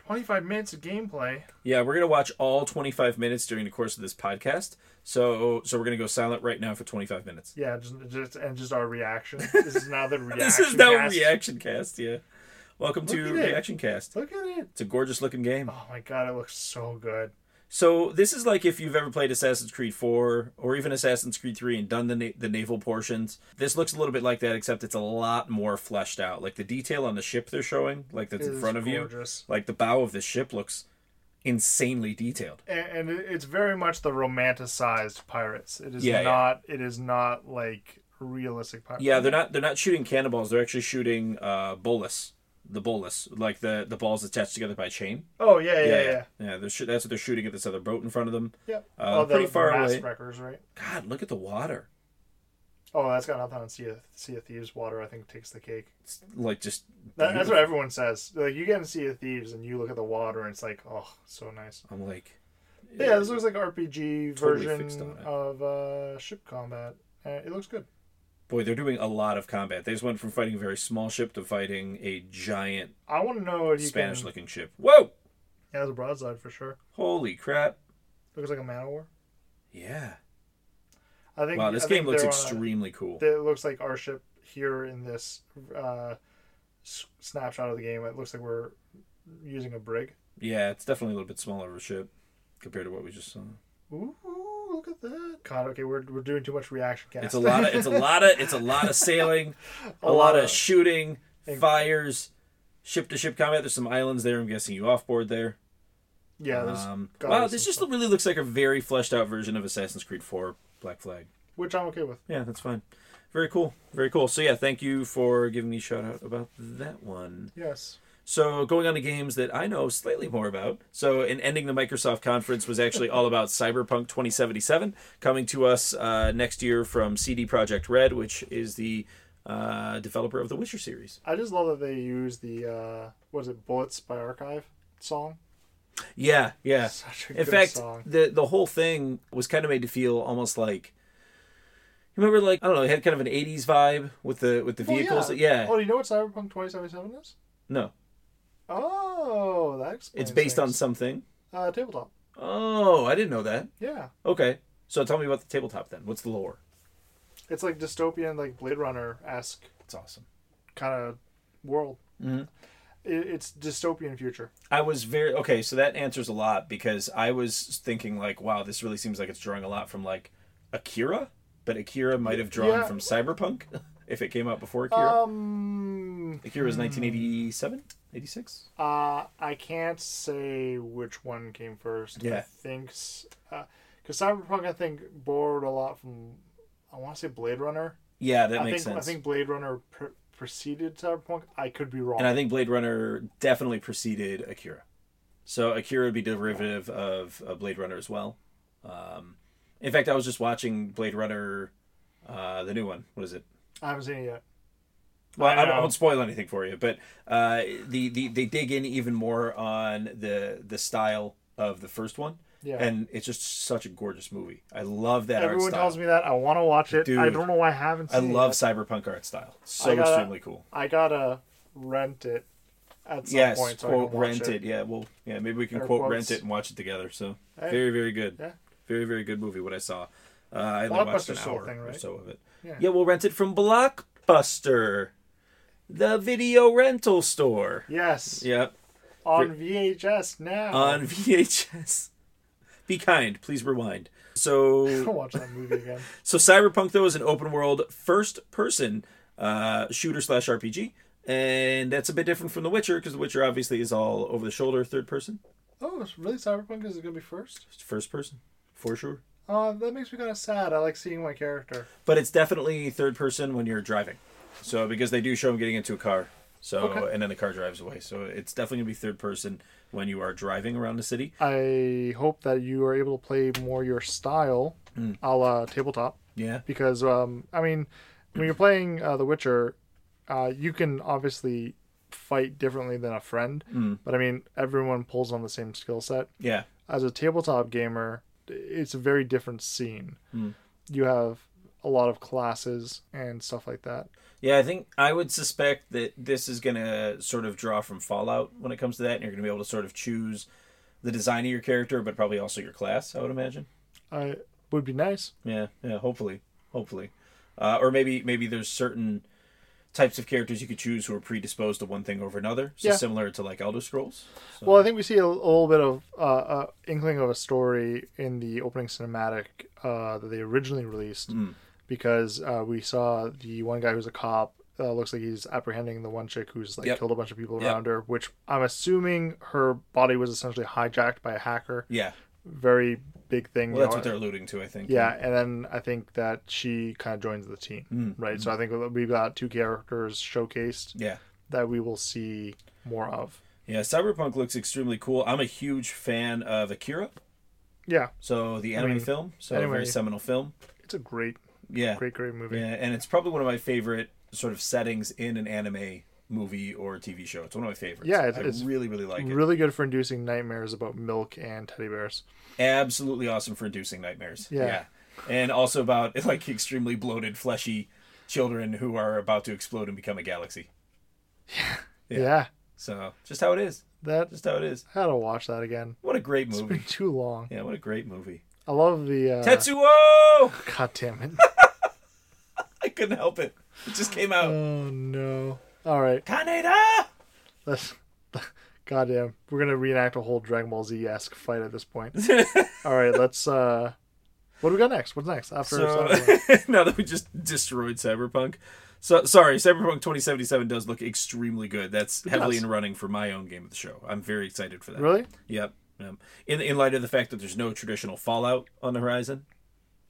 Speaker 2: 25 minutes of gameplay.
Speaker 1: Yeah, we're gonna watch all 25 minutes during the course of this podcast. So, so we're gonna go silent right now for 25 minutes.
Speaker 2: Yeah, just, just and just our reaction. This is now the reaction.
Speaker 1: [laughs] This is now
Speaker 2: cast.
Speaker 1: Reaction Cast. Yeah, welcome to
Speaker 2: Look at it.
Speaker 1: Reaction Cast.
Speaker 2: Look at it.
Speaker 1: It's a gorgeous looking game.
Speaker 2: Oh my god, it looks so good.
Speaker 1: So this is like if you've ever played Assassin's Creed 4 or even Assassin's Creed 3 and done the na- the naval portions. This looks a little bit like that, except it's a lot more fleshed out. Like the detail on the ship they're showing, like that's
Speaker 2: It
Speaker 1: in
Speaker 2: is
Speaker 1: front of
Speaker 2: gorgeous.
Speaker 1: you, like the bow of the ship looks insanely detailed.
Speaker 2: and, and it- it's very much the romanticized pirates. It is
Speaker 1: Yeah, yeah.
Speaker 2: not. It is not like realistic pirates.
Speaker 1: Yeah, they're not they're not shooting cannonballs. They're actually shooting uh, bolus, the bolus, like the the balls attached together by chain.
Speaker 2: Oh yeah, yeah, yeah.
Speaker 1: yeah. yeah they're sh- that's what they're shooting at this other boat in front of them.
Speaker 2: Yeah.
Speaker 1: Uh,
Speaker 2: oh, the,
Speaker 1: pretty far
Speaker 2: the mass
Speaker 1: away.
Speaker 2: wreckers, right?
Speaker 1: God, look at the water.
Speaker 2: Oh, that's got nothing on sea of, sea of Thieves. Water, I think, takes the cake.
Speaker 1: It's like just
Speaker 2: That, that's
Speaker 1: beautiful.
Speaker 2: what everyone says. Like you get in Sea of Thieves and you look at the water, and it's like, oh, so nice.
Speaker 1: I'm like,
Speaker 2: Yeah, this looks like RPG
Speaker 1: Totally fixed
Speaker 2: version
Speaker 1: on it.
Speaker 2: of uh, ship combat. Uh, it looks good.
Speaker 1: boy, they're doing a lot of combat. They just went from fighting a very small ship to fighting a giant
Speaker 2: I want to know if you can.
Speaker 1: Spanish-looking ship. Whoa!
Speaker 2: Yeah, it's a broadside for sure.
Speaker 1: Holy crap!
Speaker 2: Looks like a man o' war.
Speaker 1: Yeah.
Speaker 2: I think.
Speaker 1: Wow, this
Speaker 2: I
Speaker 1: game
Speaker 2: think
Speaker 1: looks
Speaker 2: they're on a-
Speaker 1: extremely cool.
Speaker 2: that it looks like our ship here in this uh, s- snapshot of the game. It looks like we're using a brig.
Speaker 1: Yeah, it's definitely a little bit smaller of a ship compared to what we
Speaker 2: [laughs]
Speaker 1: just saw.
Speaker 2: Ooh, look at that! God, okay, we're, we're doing too much reaction cast.
Speaker 1: It's a lot of it's
Speaker 2: [laughs]
Speaker 1: a lot of it's a lot of sailing, a,
Speaker 2: A
Speaker 1: lot
Speaker 2: lot
Speaker 1: of,
Speaker 2: of-
Speaker 1: shooting,
Speaker 2: Thank-
Speaker 1: fires, ship to ship combat. There's some islands there. I'm guessing you offboard there.
Speaker 2: yeah. There's,
Speaker 1: Um,
Speaker 2: gotta
Speaker 1: wow,
Speaker 2: be
Speaker 1: this
Speaker 2: some
Speaker 1: just really looks like a very fleshed out version of Assassin's Creed 4 Black Flag.
Speaker 2: which I'm okay with.
Speaker 1: Yeah, that's fine. Very cool. Very cool. So yeah, thank you for giving me a shout out about that one.
Speaker 2: Yes.
Speaker 1: So going on to games that I know slightly more about. So in ending the Microsoft conference was actually all about Cyberpunk 2077 coming to us uh, next year from CD Projekt Red, which is the uh, developer of the Witcher series.
Speaker 2: I just love that they use the uh, was it "Bullets" by Archive song.
Speaker 1: Yeah, yeah.
Speaker 2: Such a
Speaker 1: In
Speaker 2: good
Speaker 1: fact,
Speaker 2: song.
Speaker 1: the the whole thing was kind of made to feel almost like you remember like I don't know, it had kind of an 80s vibe with the with the
Speaker 2: Oh,
Speaker 1: vehicles. yeah.
Speaker 2: Oh, do you know what Cyberpunk 2077 is?
Speaker 1: No.
Speaker 2: Oh, that explains.
Speaker 1: It's based on
Speaker 2: things.
Speaker 1: something.
Speaker 2: uh, tabletop.
Speaker 1: Oh, I didn't know that.
Speaker 2: Yeah,
Speaker 1: Okay. So tell me about the tabletop then. What's the lore?
Speaker 2: it's like dystopian, like Blade Runner esque
Speaker 1: It's awesome.
Speaker 2: kind of world.
Speaker 1: Mhm.
Speaker 2: It, it's dystopian future.
Speaker 1: I was very okay, so that answers a lot because I was thinking like, wow, this really seems like it's drawing a lot from like Akira, but Akira might have drawn
Speaker 2: Yeah. Oh.
Speaker 1: from Cyberpunk [laughs] if it came out before Akira.
Speaker 2: Um,
Speaker 1: Akira was 1987, 86.
Speaker 2: uh, I can't say which one came first.
Speaker 1: Yeah.
Speaker 2: I think because Cyberpunk, I think borrowed a lot from. I want to say Blade Runner.
Speaker 1: Yeah, that
Speaker 2: I
Speaker 1: makes
Speaker 2: think
Speaker 1: sense.
Speaker 2: I think Blade Runner pre- preceded Cyberpunk. I could be wrong.
Speaker 1: and I think Blade Runner definitely preceded Akira. So Akira would be derivative of uh, Blade Runner as well. Um, in fact, I was just watching Blade Runner, uh, the new one. What is it?
Speaker 2: I haven't seen it yet.
Speaker 1: Well, I,
Speaker 2: know.
Speaker 1: I won't spoil anything for you, but uh, the, the they dig in even more on the the style of the first one,
Speaker 2: Yeah.
Speaker 1: and it's just such a gorgeous movie. I love that
Speaker 2: Everyone
Speaker 1: art style.
Speaker 2: tells me that. I want to watch it. I
Speaker 1: Dude.
Speaker 2: don't know why I haven't.
Speaker 1: I
Speaker 2: Seen
Speaker 1: love
Speaker 2: It.
Speaker 1: cyberpunk art style. So
Speaker 2: I gotta-
Speaker 1: extremely cool.
Speaker 2: I gotta rent it at some
Speaker 1: yes,
Speaker 2: point. So I
Speaker 1: quote
Speaker 2: can watch
Speaker 1: rent it. Yeah, well, yeah, maybe we can
Speaker 2: Air
Speaker 1: quote
Speaker 2: quotes.
Speaker 1: rent it and watch it together. So
Speaker 2: Hey.
Speaker 1: very, very good.
Speaker 2: Yeah.
Speaker 1: Very, very good movie. What I saw, uh, I only watched an
Speaker 2: Blockbuster's the whole
Speaker 1: hour
Speaker 2: thing,
Speaker 1: or
Speaker 2: right?
Speaker 1: so of it.
Speaker 2: Yeah.
Speaker 1: yeah, we'll rent it from Blockbuster, the video rental store.
Speaker 2: Yes.
Speaker 1: Yep,
Speaker 2: On VHS now.
Speaker 1: on VHS. Be kind, please rewind. So
Speaker 2: Don't watch that movie [laughs] again.
Speaker 1: So Cyberpunk though is an open world first person uh, shooter slash RPG, and that's a bit different from The Witcher because The Witcher obviously is all over the shoulder, third person,
Speaker 2: Oh, it's really Cyberpunk is it gonna be first?
Speaker 1: It's first person for sure.
Speaker 2: Uh, that makes me kind of sad. I like seeing my character.
Speaker 1: but it's definitely third person when you're driving. So because they do show him getting into a car. So
Speaker 2: Okay.
Speaker 1: and then the car drives away. So it's definitely gonna be third person when you are driving around the city.
Speaker 2: I hope that you are able to play more your style, a la tabletop,
Speaker 1: Yeah.
Speaker 2: because um, I mean, when you're playing uh, The Witcher, uh, you can obviously fight differently than a friend, but I mean, everyone pulls on the same skill set.
Speaker 1: Yeah.
Speaker 2: as a tabletop gamer, it's a very different scene. You have a lot of classes and stuff like that.
Speaker 1: Yeah, I think I would suspect that this is going to sort of draw from Fallout when it comes to that, and you're going to be able to sort of choose the design of your character, but probably also your class. I would imagine.
Speaker 2: I would be nice.
Speaker 1: Yeah, yeah. Hopefully, hopefully, uh, or maybe maybe there's certain types of characters you could choose who are predisposed to one thing over another. So
Speaker 2: Yeah.
Speaker 1: similar to like Elder Scrolls. So,
Speaker 2: Well, I think we see a, a little bit of uh, uh, inkling of a story in the opening cinematic uh, that they originally released,
Speaker 1: Hmm.
Speaker 2: because uh, we saw the one guy who's a cop. Uh, looks like he's apprehending the one chick who's like
Speaker 1: Yep.
Speaker 2: killed a bunch of people
Speaker 1: Yep.
Speaker 2: around her, which I'm assuming her body was essentially hijacked by a hacker.
Speaker 1: yeah.
Speaker 2: Very big thing.
Speaker 1: Well,
Speaker 2: you
Speaker 1: that's
Speaker 2: know,
Speaker 1: what they're alluding to, I think.
Speaker 2: Yeah, and then I think that she kind of joins the team,
Speaker 1: Hmm.
Speaker 2: right? So I think we've got two characters showcased
Speaker 1: Yeah.
Speaker 2: that we will see more of.
Speaker 1: Yeah, Cyberpunk looks extremely cool. I'm a huge fan of Akira,
Speaker 2: Yeah,
Speaker 1: so the anime
Speaker 2: mean,
Speaker 1: film, so a
Speaker 2: anyway.
Speaker 1: very seminal film.
Speaker 2: it's a great,
Speaker 1: Yeah.
Speaker 2: great, great movie.
Speaker 1: Yeah, and it's probably one of my favorite sort of settings in an anime movie or TV show. It's one of my favorites.
Speaker 2: Yeah, it's-
Speaker 1: I
Speaker 2: it's
Speaker 1: really, really like it.
Speaker 2: Really good for inducing nightmares about milk and teddy bears.
Speaker 1: Absolutely awesome for inducing nightmares.
Speaker 2: Yeah.
Speaker 1: And also about [laughs] like extremely bloated, fleshy children who are about to explode and become a galaxy. Yeah.
Speaker 2: Yeah,
Speaker 1: So just how it is.
Speaker 2: that
Speaker 1: Just how it is.
Speaker 2: I gotta watch that again.
Speaker 1: What a great
Speaker 2: It's been
Speaker 1: movie.
Speaker 2: too long.
Speaker 1: Yeah, what a great movie.
Speaker 2: I love the uh,
Speaker 1: Tetsuo! [laughs]
Speaker 2: God damn it!
Speaker 1: I couldn't help it. It just came out.
Speaker 2: oh no! All right,
Speaker 1: Kaneda! [laughs]
Speaker 2: let's. [laughs] Goddamn, we're gonna reenact a whole Dragon Ball Z esque fight at this point. All right, let's. uh What do we got next? What's next
Speaker 1: [laughs]
Speaker 2: after?
Speaker 1: so
Speaker 2: Cyberpunk?
Speaker 1: now that we just destroyed Cyberpunk, so sorry, Cyberpunk 2077 does look extremely good. That's heavily
Speaker 2: does.
Speaker 1: in running for my own game of the show. I'm very excited for that.
Speaker 2: Really?
Speaker 1: Yep. yep. In in light of the fact that there's no traditional Fallout on the horizon,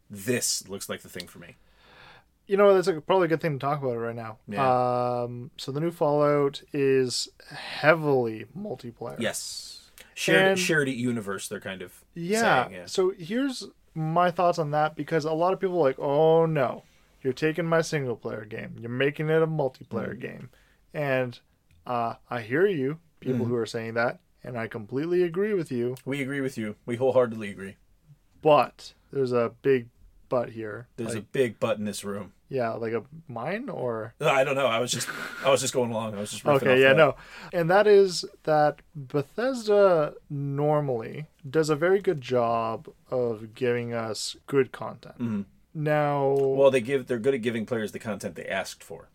Speaker 1: this looks like the thing for me.
Speaker 2: You know, that's a, probably a good thing to talk about right now.
Speaker 1: Yeah.
Speaker 2: Um, so the new Fallout is heavily multiplayer.
Speaker 1: Yes. Shared
Speaker 2: And-
Speaker 1: shared universe. They're kind of
Speaker 2: Yeah.
Speaker 1: saying, yeah.
Speaker 2: So here's my thoughts on that because a lot of people are like, oh no, you're taking my single player game, you're making it a multiplayer
Speaker 1: Mm.
Speaker 2: game, and uh, I hear you, people
Speaker 1: Mm.
Speaker 2: who are saying that, and I completely agree with you.
Speaker 1: We agree with you. We wholeheartedly agree.
Speaker 2: But there's a big but here.
Speaker 1: There's
Speaker 2: Like-
Speaker 1: a big butt in this room.
Speaker 2: yeah, like a mine or
Speaker 1: No, I don't know. I was just I was just going along. I was just riffing off
Speaker 2: Okay, yeah,
Speaker 1: that.
Speaker 2: no. And that is that Bethesda normally does a very good job of giving us good content.
Speaker 1: Mm-hmm.
Speaker 2: Now,
Speaker 1: Well, they give they're good at giving players the content they asked for.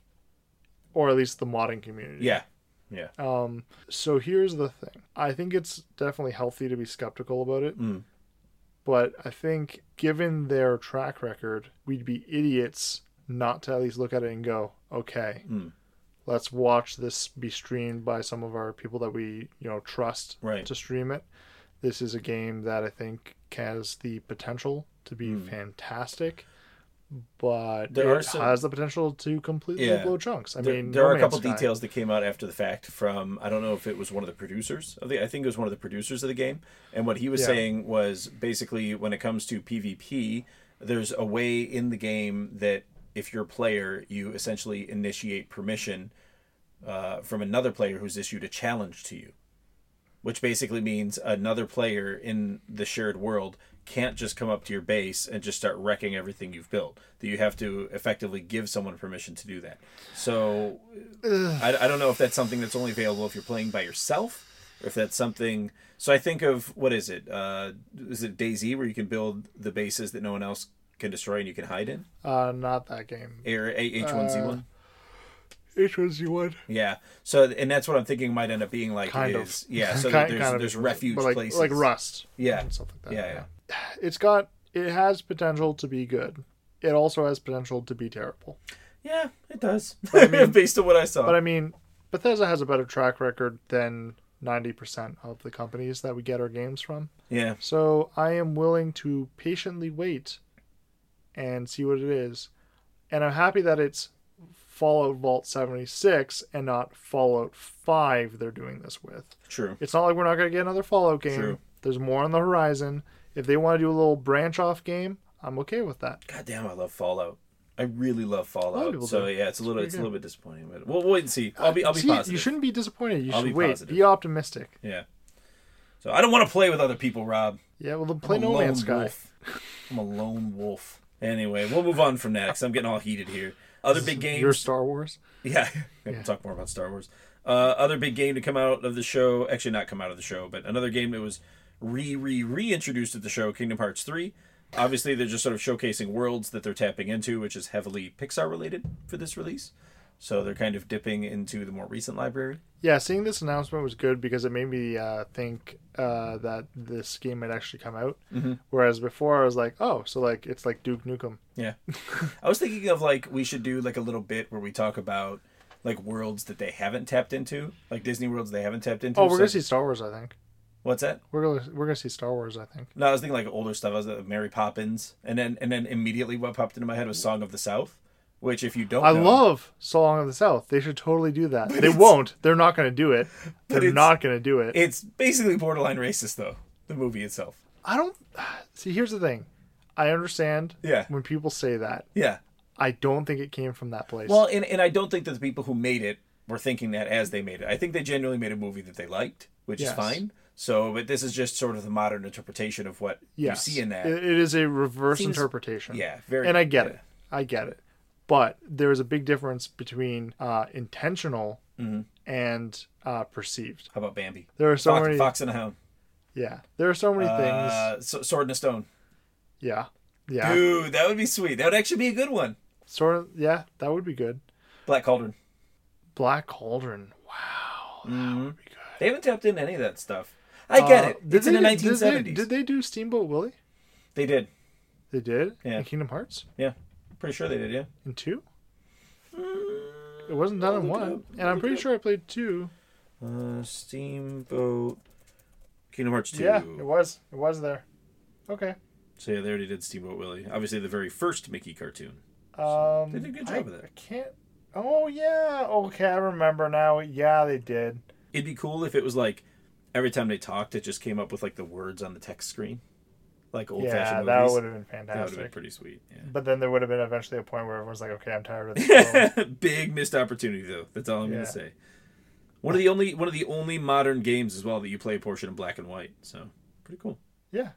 Speaker 2: or at least the modding community.
Speaker 1: Yeah, yeah,
Speaker 2: Um, so here's the thing I think it's definitely healthy to be skeptical about it.
Speaker 1: Mm.
Speaker 2: But I think given their track record, we'd be idiots not to at least look at it and go, okay.
Speaker 1: Mm.
Speaker 2: Let's watch this be streamed by some of our people that we, you know, trust
Speaker 1: right.
Speaker 2: to stream it. This is a game that I think has the potential to be fantastic, but
Speaker 1: Mm. There are
Speaker 2: it
Speaker 1: some-
Speaker 2: has the potential to completely
Speaker 1: Yeah.
Speaker 2: blow chunks. I
Speaker 1: There,
Speaker 2: mean,
Speaker 1: there
Speaker 2: No
Speaker 1: are a
Speaker 2: Man's
Speaker 1: couple
Speaker 2: Sky.
Speaker 1: details that came out after the fact from I don't know if it was one of the producers of the I think it was one of the producers of the game, and what he was
Speaker 2: Yeah.
Speaker 1: saying was basically when it comes to PvP, there's a way in the game that if you're a player, you essentially initiate permission uh, from another player who's issued a challenge to you, which basically means another player in the shared world can't just come up to your base and just start wrecking everything you've built. That you have to effectively give someone permission to do that. So I, I don't know if that's something that's only available if you're playing by yourself. or If that's something, so I think of what is it? Uh, is it Daisy where you can build the bases that no one else can destroy and you can hide in?
Speaker 2: Uh, not that game.
Speaker 1: Or H one Z
Speaker 2: Uh,
Speaker 1: one?
Speaker 2: H was you one
Speaker 1: Yeah. So and that's what I'm thinking might end up being like
Speaker 2: kind
Speaker 1: is
Speaker 2: of.
Speaker 1: yeah.
Speaker 2: [laughs]
Speaker 1: So
Speaker 2: Kind-
Speaker 1: there's
Speaker 2: kind of
Speaker 1: there's
Speaker 2: is,
Speaker 1: refuge
Speaker 2: but like,
Speaker 1: places
Speaker 2: like Rust.
Speaker 1: Yeah.
Speaker 2: and stuff like that.
Speaker 1: Yeah, yeah.
Speaker 2: [sighs] It's got it has potential to be good. It also has potential to be terrible.
Speaker 1: Yeah, it does. [laughs] Based on what I saw.
Speaker 2: But I mean, Bethesda has a better track record than 90% of the companies that we get our games from.
Speaker 1: Yeah.
Speaker 2: So I am willing to patiently wait and see what it is. And I'm happy that it's Fallout Vault 76 and not Fallout 5 they're doing this with.
Speaker 1: True.
Speaker 2: It's not like we're not going to get another Fallout game.
Speaker 1: True.
Speaker 2: There's more on the horizon. If they want to do a little branch off game, I'm okay with that.
Speaker 1: God damn, I love Fallout. I really love Fallout.
Speaker 2: people
Speaker 1: so
Speaker 2: do.
Speaker 1: yeah, it's a little
Speaker 2: pretty
Speaker 1: it's a
Speaker 2: good. Uh,
Speaker 1: little bit disappointing, but we'll wait and see. I'll be I'll be
Speaker 2: See,
Speaker 1: positive.
Speaker 2: You shouldn't be disappointed. You
Speaker 1: I'll
Speaker 2: should
Speaker 1: be
Speaker 2: wait.
Speaker 1: positive.
Speaker 2: Be optimistic.
Speaker 1: Yeah. So I don't want to play with other people, Rob.
Speaker 2: Yeah, well, then play
Speaker 1: I'm a
Speaker 2: No
Speaker 1: lone
Speaker 2: Man's Sky.
Speaker 1: wolf. I'm a lone wolf. Anyway, we'll move on from that because I'm getting all heated here. Other big games.
Speaker 2: Your Star Wars.
Speaker 1: [laughs] Yeah, we'll talk more about Star Wars. Uh, other big game to come out of the show, actually not come out of the show, but another game that was re re reintroduced at the show, Kingdom Hearts three. Obviously, they're just sort of showcasing worlds that they're tapping into, which is heavily Pixar related for this release. So they're kind of dipping into the more recent library.
Speaker 2: Yeah, seeing this announcement was good because it made me uh, think uh, that this game might actually come out.
Speaker 1: Mm-hmm.
Speaker 2: Whereas before, I was like, oh, so like it's like Duke Nukem. [laughs]
Speaker 1: Yeah, I was thinking of like we should do like a little bit where we talk about like worlds that they haven't tapped into, like Disney worlds they haven't tapped into.
Speaker 2: Oh, we're
Speaker 1: So-
Speaker 2: gonna see Star Wars. I think
Speaker 1: what's that?
Speaker 2: we're gonna we're gonna see Star Wars. I think.
Speaker 1: No, I was thinking like older stuff. I was like Mary Poppins, and then and then immediately what popped into my head was Song of the South, which if you don't,
Speaker 2: I
Speaker 1: know,
Speaker 2: love Song of the South. They should totally do that. they won't. They're not going to
Speaker 1: [sighs]
Speaker 2: do it. They're
Speaker 1: it's-
Speaker 2: not going to do it.
Speaker 1: It's basically borderline racist though. The movie itself.
Speaker 2: I don't [sighs] see. Here's the thing. I understand.
Speaker 1: Yeah.
Speaker 2: When people say that,
Speaker 1: Yeah.
Speaker 2: I don't think it came from that place.
Speaker 1: Well, and and I don't think that the people who made it were thinking that as they made it. I think they genuinely made a movie that they liked, which is
Speaker 2: Yes.
Speaker 1: fine. So, but this is just sort of the modern interpretation of what
Speaker 2: yes,
Speaker 1: you see in that.
Speaker 2: It, it is a reverse
Speaker 1: Seems-
Speaker 2: interpretation.
Speaker 1: yeah, very.
Speaker 2: And I get
Speaker 1: yeah.
Speaker 2: it. I get it. But there is a big difference between uh, intentional
Speaker 1: Mm-hmm.
Speaker 2: and uh, perceived.
Speaker 1: How about Bambi?
Speaker 2: There are so
Speaker 1: Fox,
Speaker 2: many.
Speaker 1: Fox and a Hound.
Speaker 2: Yeah. There are so many things.
Speaker 1: Uh, so, Sword and a Stone.
Speaker 2: Yeah. Yeah.
Speaker 1: Dude, that would be sweet. That would actually be a good one.
Speaker 2: Sort of. Yeah. That would be good.
Speaker 1: Black Cauldron.
Speaker 2: Black Cauldron.
Speaker 1: They haven't tapped into any of that stuff. I get
Speaker 2: Uh,
Speaker 1: it.
Speaker 2: did
Speaker 1: It's in the
Speaker 2: they- did they-
Speaker 1: 1970s.
Speaker 2: Did they, do Steamboat Willie?
Speaker 1: They did.
Speaker 2: They did.
Speaker 1: Yeah.
Speaker 2: In Kingdom Hearts
Speaker 1: Yeah. Pretty sure they did, yeah.
Speaker 2: in two. It wasn't done in
Speaker 1: look it
Speaker 2: one,
Speaker 1: up.
Speaker 2: and I'm pretty sure I played two.
Speaker 1: Uh, Steamboat. Kingdom Hearts 2.
Speaker 2: Yeah, it was. It was there. Okay.
Speaker 1: So, yeah, they already did Steamboat Willie. Obviously, the very first Mickey cartoon.
Speaker 2: Um,
Speaker 1: They did a good
Speaker 2: I,
Speaker 1: job of that.
Speaker 2: I can't. Oh yeah. Okay, I remember now. Yeah, they did.
Speaker 1: It'd be cool if it was like every time they talked, it just came up with like the words on the text screen. Like old
Speaker 2: yeah,
Speaker 1: fashioned
Speaker 2: that
Speaker 1: movies.
Speaker 2: would have
Speaker 1: that would have
Speaker 2: been
Speaker 1: been
Speaker 2: fantastic.
Speaker 1: pretty sweet. Yeah.
Speaker 2: But then there would have been eventually a point where everyone's like, "Okay, I'm tired
Speaker 1: [laughs]
Speaker 2: of this." film."
Speaker 1: Big missed opportunity, though. That's all I'm
Speaker 2: Yeah.
Speaker 1: gonna say. One of the only one of the only modern games as well that you play a portion in black and white. So pretty cool.
Speaker 2: yeah,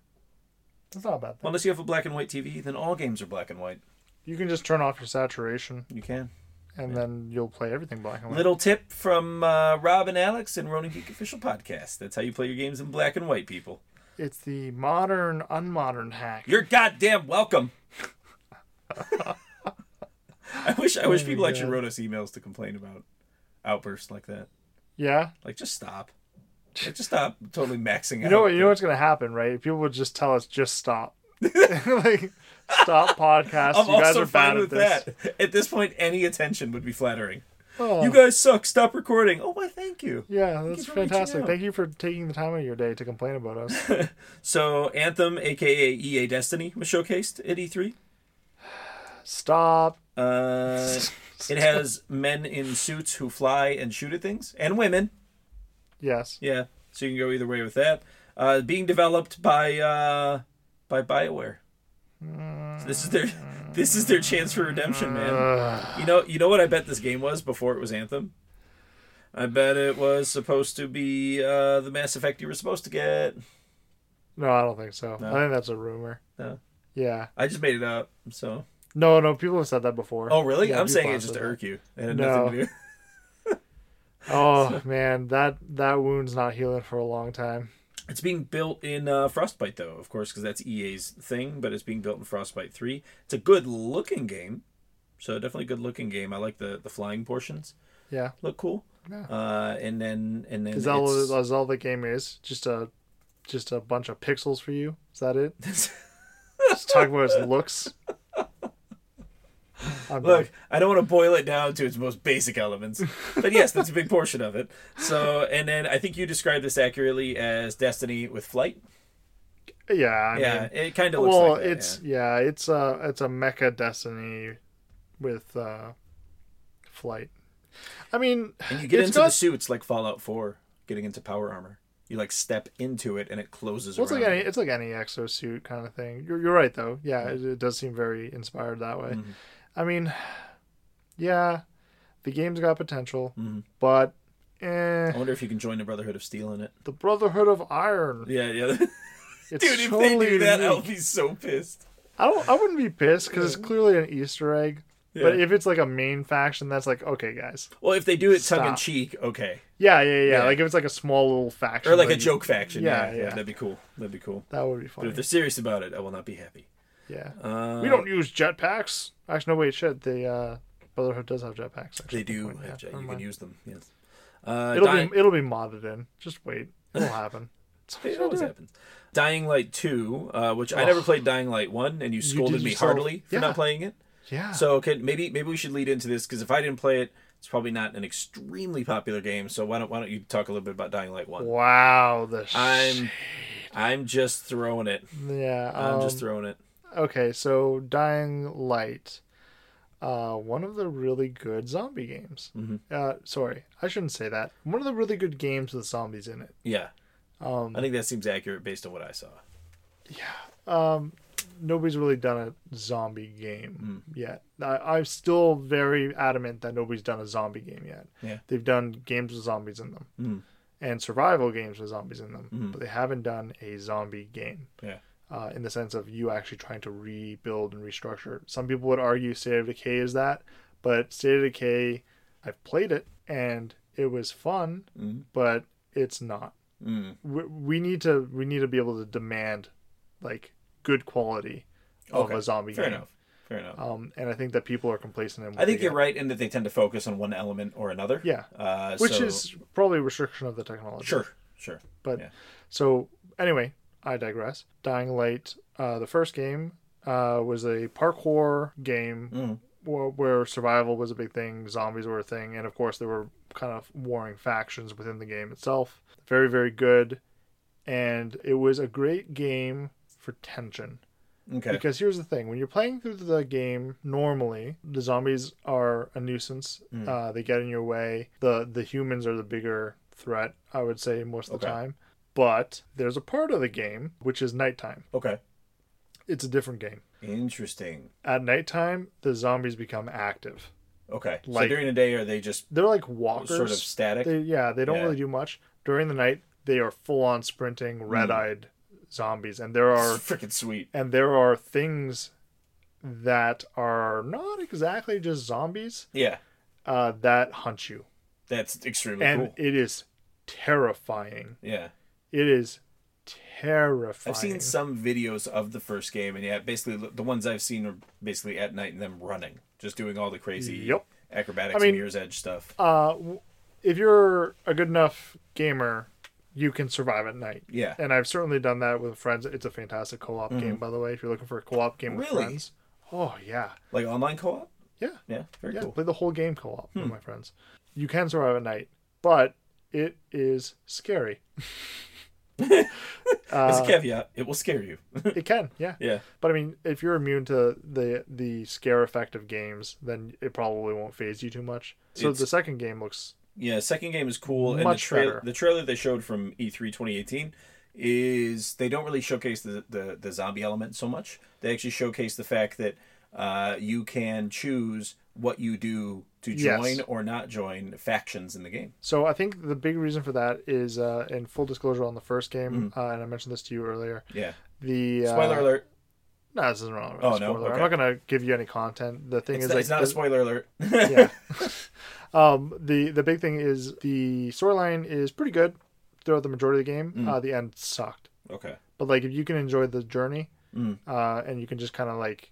Speaker 2: that's not a bad thing.
Speaker 1: Unless you have a black and white TV, then all games are black and white.
Speaker 2: You can just turn off your saturation,
Speaker 1: You can.
Speaker 2: and then you'll play everything black and white.
Speaker 1: Little tip from uh, Rob and Alex and Ronin Geek Official Podcast. That's how you play your games in black and white, people.
Speaker 2: It's the modern, unmodern hack.
Speaker 1: You're goddamn welcome. [laughs] I wish
Speaker 2: Oh
Speaker 1: I wish people actually wrote us emails to complain about outbursts like that.
Speaker 2: yeah.
Speaker 1: Like just stop. Like, just stop totally maxing out.
Speaker 2: You know what? You know what's gonna happen, right? People would just tell us,
Speaker 1: [laughs]
Speaker 2: "Just stop." like, stop podcast.
Speaker 1: I'm
Speaker 2: you guys
Speaker 1: also
Speaker 2: are
Speaker 1: fine
Speaker 2: bad at
Speaker 1: with
Speaker 2: this.
Speaker 1: that. At this point, any attention would be flattering.
Speaker 2: Oh,
Speaker 1: You guys suck. Stop recording. Oh why? Thank you.
Speaker 2: yeah, that's
Speaker 1: for reaching
Speaker 2: fantastic.
Speaker 1: out.
Speaker 2: Thank you for taking the time of your day to complain about us.
Speaker 1: So Anthem, aka EA E Destiny, was showcased at E E3. [laughs]
Speaker 2: Stop.
Speaker 1: Uh, it
Speaker 2: [laughs]
Speaker 1: has men in suits who fly and shoot at things, and women.
Speaker 2: Yes.
Speaker 1: Yeah, so you can go either way with that. Uh, being developed by uh, by Bioware. So this is their [laughs] this is their chance for redemption, man. You know you know what I bet this game was before it was Anthem. I bet it was supposed to be uh, the Mass Effect you were supposed to get.
Speaker 2: No, I don't think so. I think that's a rumor.
Speaker 1: No.
Speaker 2: Yeah.
Speaker 1: I just made it up. So
Speaker 2: No, no. People have said that before.
Speaker 1: oh really?
Speaker 2: Yeah,
Speaker 1: I'm saying
Speaker 2: people
Speaker 1: it just to
Speaker 2: have
Speaker 1: irk you. It had
Speaker 2: No.
Speaker 1: nothing to do. [laughs]
Speaker 2: said that. Oh man, that that wound's not healing for a long time.
Speaker 1: It's being built in uh, Frostbite, though, of course, because that's EA's thing. But it's being built in Frostbite Three. It's a good looking game, so definitely good looking game. I like the the flying portions
Speaker 2: Yeah.
Speaker 1: look cool.
Speaker 2: Yeah.
Speaker 1: Uh, and then and then
Speaker 2: Is that all,
Speaker 1: it's-
Speaker 2: is all the game is? Just a just a bunch of pixels
Speaker 1: [laughs]
Speaker 2: [laughs] for you? Is that it? Just talk about his looks. I'm
Speaker 1: Look, I don't want to boil it down to its most basic elements, but yes, that's a big portion of it. So, and then I think you described this accurately as Destiny with flight.
Speaker 2: done. yeah, I
Speaker 1: yeah,
Speaker 2: mean,
Speaker 1: it kind of looks
Speaker 2: well,
Speaker 1: like that,
Speaker 2: it's yeah. it's a it's a mecha destiny with uh, flight. I mean,
Speaker 1: yeah. And you get
Speaker 2: it's
Speaker 1: into
Speaker 2: got-
Speaker 1: the suits like Fallout 4, getting into power armor. You like step into it and it closes
Speaker 2: well, it's
Speaker 1: around.
Speaker 2: like any
Speaker 1: you.
Speaker 2: it's like any exosuit kind of thing. You're you're right though. Yeah, it, it does seem very inspired that way.
Speaker 1: Mhm.
Speaker 2: I mean, yeah, the game's got potential,
Speaker 1: Mhm.
Speaker 2: but eh,
Speaker 1: I wonder if you can join the Brotherhood of Steel in it.
Speaker 2: the Brotherhood of
Speaker 1: [laughs]
Speaker 2: Iron.
Speaker 1: Yeah, yeah.
Speaker 2: It's
Speaker 1: Dude, if
Speaker 2: totally
Speaker 1: they do that, I'll
Speaker 2: unique.
Speaker 1: be so pissed.
Speaker 2: I don't. I wouldn't be pissed because it's clearly an Easter egg. But
Speaker 1: Yeah.
Speaker 2: if it's like a main faction, that's like okay, guys.
Speaker 1: Well, if they do it tongue in
Speaker 2: Stop.
Speaker 1: cheek, okay.
Speaker 2: Yeah, yeah, yeah,
Speaker 1: Yeah.
Speaker 2: Like if it's like a small little faction
Speaker 1: Or like a
Speaker 2: that you-
Speaker 1: joke faction. Yeah,
Speaker 2: Yeah,
Speaker 1: yeah,
Speaker 2: yeah.
Speaker 1: That'd be cool. That'd be cool.
Speaker 2: that would be
Speaker 1: But if
Speaker 2: funny.
Speaker 1: they're serious about it, I will not be happy.
Speaker 2: Yeah,
Speaker 1: Uh,
Speaker 2: we don't use jetpacks. Actually, no, wait, shit. The uh, Brotherhood does have jetpacks. Actually,
Speaker 1: They
Speaker 2: Good
Speaker 1: do
Speaker 2: point. Yeah,
Speaker 1: have jet.
Speaker 2: never
Speaker 1: You can
Speaker 2: mind.
Speaker 1: use them. Yes. Uh,
Speaker 2: It'll
Speaker 1: dying,
Speaker 2: be it'll be modded in. Just wait,
Speaker 1: [laughs]
Speaker 2: it'll happen. It's-
Speaker 1: it always happens. Dying Light Two, uh, which I
Speaker 2: Ugh.
Speaker 1: never played. Dying Light One, and you scolded
Speaker 2: did
Speaker 1: me
Speaker 2: yourself-
Speaker 1: heartily for
Speaker 2: Yeah. Ah.
Speaker 1: not playing it.
Speaker 2: Yeah.
Speaker 1: So okay, maybe maybe we should lead into this because if I didn't play it, it's probably not an extremely popular game. So why don't why don't you talk a little bit about Dying Light
Speaker 2: Oh,
Speaker 1: One?
Speaker 2: wow. The sh-
Speaker 1: I'm I'm just throwing it.
Speaker 2: yeah.
Speaker 1: I'm
Speaker 2: um,
Speaker 1: just throwing it.
Speaker 2: okay. So Dying Light, uh, one of the really good zombie games.
Speaker 1: Mhm.
Speaker 2: Uh, sorry, I shouldn't say that. One of the really good games with zombies in it.
Speaker 1: Yeah,
Speaker 2: Um,
Speaker 1: I think that seems accurate based on what I saw.
Speaker 2: um nobody's really done a zombie game
Speaker 1: Hmm.
Speaker 2: yet I, i'm still very adamant that nobody's done a zombie game yet
Speaker 1: Yeah.
Speaker 2: they've done games with zombies in them
Speaker 1: Mm.
Speaker 2: and survival games with zombies in them
Speaker 1: Mhm.
Speaker 2: but they haven't done a zombie game
Speaker 1: Yeah.
Speaker 2: uh, in the sense of you actually trying to rebuild and restructure some people would argue state of decay is that but state of decay i've played it and it was fun
Speaker 1: Mm.
Speaker 2: but it's not
Speaker 1: Mm.
Speaker 2: we, we need to we need to be able to demand like good quality of
Speaker 1: Okay,
Speaker 2: a zombie
Speaker 1: Fair
Speaker 2: game.
Speaker 1: enough. Fair enough.
Speaker 2: Oh, Um, and I think that people are complacent. In what
Speaker 1: I think
Speaker 2: they
Speaker 1: you're
Speaker 2: get.
Speaker 1: right in that they tend to focus on one element or another.
Speaker 2: Yeah,
Speaker 1: Uh,
Speaker 2: which
Speaker 1: so-
Speaker 2: is probably a restriction of the technology.
Speaker 1: sure, sure.
Speaker 2: but
Speaker 1: yeah.
Speaker 2: so anyway, I digress. Dying Light, uh, the first game, uh, was a parkour game
Speaker 1: Mm.
Speaker 2: where, where survival was a big thing, zombies were a thing, and of course there were kind of warring factions within the game itself. Very, very good, and it was a great game for tension.
Speaker 1: Okay.
Speaker 2: Because here's the thing: when you're playing through the game normally, the zombies are a nuisance.
Speaker 1: Mm.
Speaker 2: Uh, they get in your way. the The humans are the bigger threat, I would say, most of the
Speaker 1: Okay.
Speaker 2: time. But there's a part of the game which is nighttime.
Speaker 1: Okay.
Speaker 2: It's a different game.
Speaker 1: Interesting.
Speaker 2: At nighttime, the zombies become active.
Speaker 1: Okay. so
Speaker 2: Like-
Speaker 1: during the day, are they just
Speaker 2: They're like walkers.
Speaker 1: sort of static?
Speaker 2: They, yeah, they don't
Speaker 1: Yeah.
Speaker 2: really do much during the night. They are full on sprinting, red eyed
Speaker 1: Mm.
Speaker 2: zombies, and there are
Speaker 1: freaking sweet.
Speaker 2: and there are things that are not exactly just zombies
Speaker 1: Yeah,
Speaker 2: uh, that hunt you,
Speaker 1: that's extremely
Speaker 2: and
Speaker 1: Hmm, cool.
Speaker 2: it is terrifying.
Speaker 1: Yeah,
Speaker 2: It is terrifying.
Speaker 1: I've seen some videos of the first game, and yeah, basically the- the ones I've seen are basically at night and them running, just doing all the crazy
Speaker 2: Yep.
Speaker 1: acrobatics,
Speaker 2: I mean-
Speaker 1: mirror's edge stuff.
Speaker 2: Uh, w- if you're a good enough gamer, you can survive at night.
Speaker 1: Yeah.
Speaker 2: And I've certainly done that with friends. It's a fantastic co-op game, by the way. If you're looking for a co-op game with
Speaker 1: Mm-hmm. Really?
Speaker 2: friends, oh yeah,
Speaker 1: Like online co-op.
Speaker 2: yeah.
Speaker 1: Yeah, very
Speaker 2: Yeah,
Speaker 1: cool. Hmm.
Speaker 2: play the whole game co-op with my friends. You can survive at night, but it is scary. [laughs] Uh,
Speaker 1: As a caveat, it will scare you. [laughs]
Speaker 2: It can, yeah.
Speaker 1: yeah.
Speaker 2: But I mean, if you're immune to the the scare effect of games, then it probably won't phase you too much. So
Speaker 1: It's-
Speaker 2: the second game looks
Speaker 1: Yeah, second game is cool, and
Speaker 2: Much
Speaker 1: the trailer
Speaker 2: better.
Speaker 1: the trailer they showed from E E3 2018 is they don't really showcase the the, the zombie element so much. They actually showcase the fact that uh, you can choose what you do to
Speaker 2: Yes.
Speaker 1: join or not join factions in the game.
Speaker 2: So I think the big reason for that is, uh, in full disclosure, on the first game, uh, and I mentioned this to you earlier.
Speaker 1: Yeah,
Speaker 2: The uh,
Speaker 1: Hmm. spoiler alert.
Speaker 2: No, this isn't really a
Speaker 1: Oh, no?
Speaker 2: spoiler.
Speaker 1: Okay.
Speaker 2: I'm not gonna give you any content. The thing
Speaker 1: It's,
Speaker 2: is,
Speaker 1: not,
Speaker 2: like,
Speaker 1: it's not
Speaker 2: the-
Speaker 1: a spoiler alert. [laughs]
Speaker 2: yeah. um, the the big thing is the storyline is pretty good throughout the majority of the game.
Speaker 1: Mm.
Speaker 2: Uh, the end sucked,
Speaker 1: okay.
Speaker 2: but like if you can enjoy the journey,
Speaker 1: Mm.
Speaker 2: uh, and you can just kind of like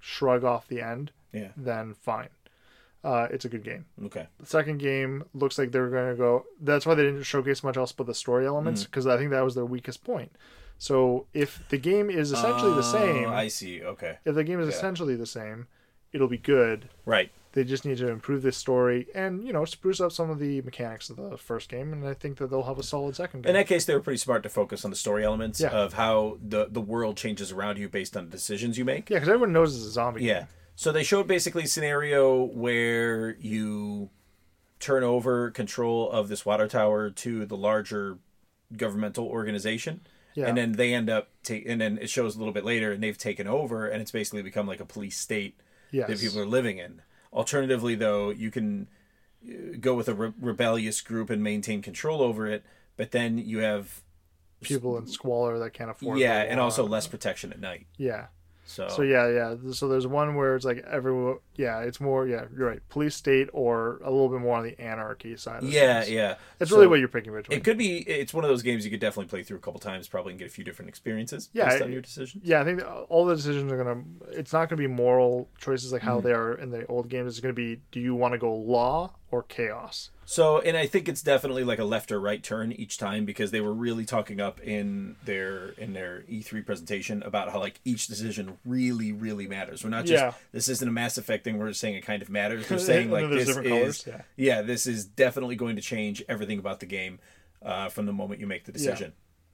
Speaker 2: shrug off the end,
Speaker 1: Yeah.
Speaker 2: then fine. Uh, it's a good game.
Speaker 1: Okay.
Speaker 2: The second game looks like they're going to go. That's why they didn't showcase much else but the story elements
Speaker 1: Mm.
Speaker 2: because I think that was their weakest point. So if the game is essentially the
Speaker 1: Oh,
Speaker 2: same,
Speaker 1: I see. Okay.
Speaker 2: if the game is
Speaker 1: Yeah.
Speaker 2: essentially the same, it'll be good.
Speaker 1: Right.
Speaker 2: They just need to improve this story and you know spruce up some of the mechanics of the first game, and I think that they'll have a solid second
Speaker 1: In
Speaker 2: game.
Speaker 1: that case, they were pretty smart to focus on the story elements
Speaker 2: Yeah.
Speaker 1: of how the the world changes around you based on the decisions you make.
Speaker 2: yeah, because everyone knows it's a zombie.
Speaker 1: Yeah.
Speaker 2: game.
Speaker 1: So they showed basically scenario where you turn over control of this water tower to the larger governmental organization.
Speaker 2: Yeah.
Speaker 1: And then they end up ta- and then it shows a little bit later and they've taken over and it's basically become like a police state that
Speaker 2: Yes.
Speaker 1: people are living in. Alternatively though, you can uh, go with a re- rebellious group and maintain control over it, but then you have
Speaker 2: people in squalor that can't afford.
Speaker 1: yeah,
Speaker 2: the
Speaker 1: and
Speaker 2: law.
Speaker 1: also Oh. less protection at night.
Speaker 2: yeah.
Speaker 1: So,
Speaker 2: So yeah, yeah. So there's one where it's like everyone. Yeah, it's more. Yeah, you're right. Police state or a little bit more on the anarchy side. Of
Speaker 1: yeah,
Speaker 2: things.
Speaker 1: yeah.
Speaker 2: That's
Speaker 1: So-
Speaker 2: really what you're picking between.
Speaker 1: It could be. It's one of those games you could definitely play through a couple times, probably, and get a few different experiences
Speaker 2: Yeah,
Speaker 1: based on
Speaker 2: it-
Speaker 1: your decision.
Speaker 2: yeah, I think all the decisions are gonna. It's not gonna be moral choices like how
Speaker 1: Mm.
Speaker 2: they are in the old games. It's gonna be do you want to go law or chaos?
Speaker 1: So, and I think it's definitely like a left or right turn each time because they were really talking up in their in their E3 presentation about how like each decision really, really matters. We're not just
Speaker 2: Yeah.
Speaker 1: this isn't a Mass Effect thing. We're just saying it kind of
Speaker 2: [laughs]
Speaker 1: matters. They're
Speaker 2: And
Speaker 1: saying like
Speaker 2: then there's
Speaker 1: this is
Speaker 2: different colors,
Speaker 1: yeah.
Speaker 2: yeah.
Speaker 1: this is definitely going to change everything about the game uh, from the moment you make the decision.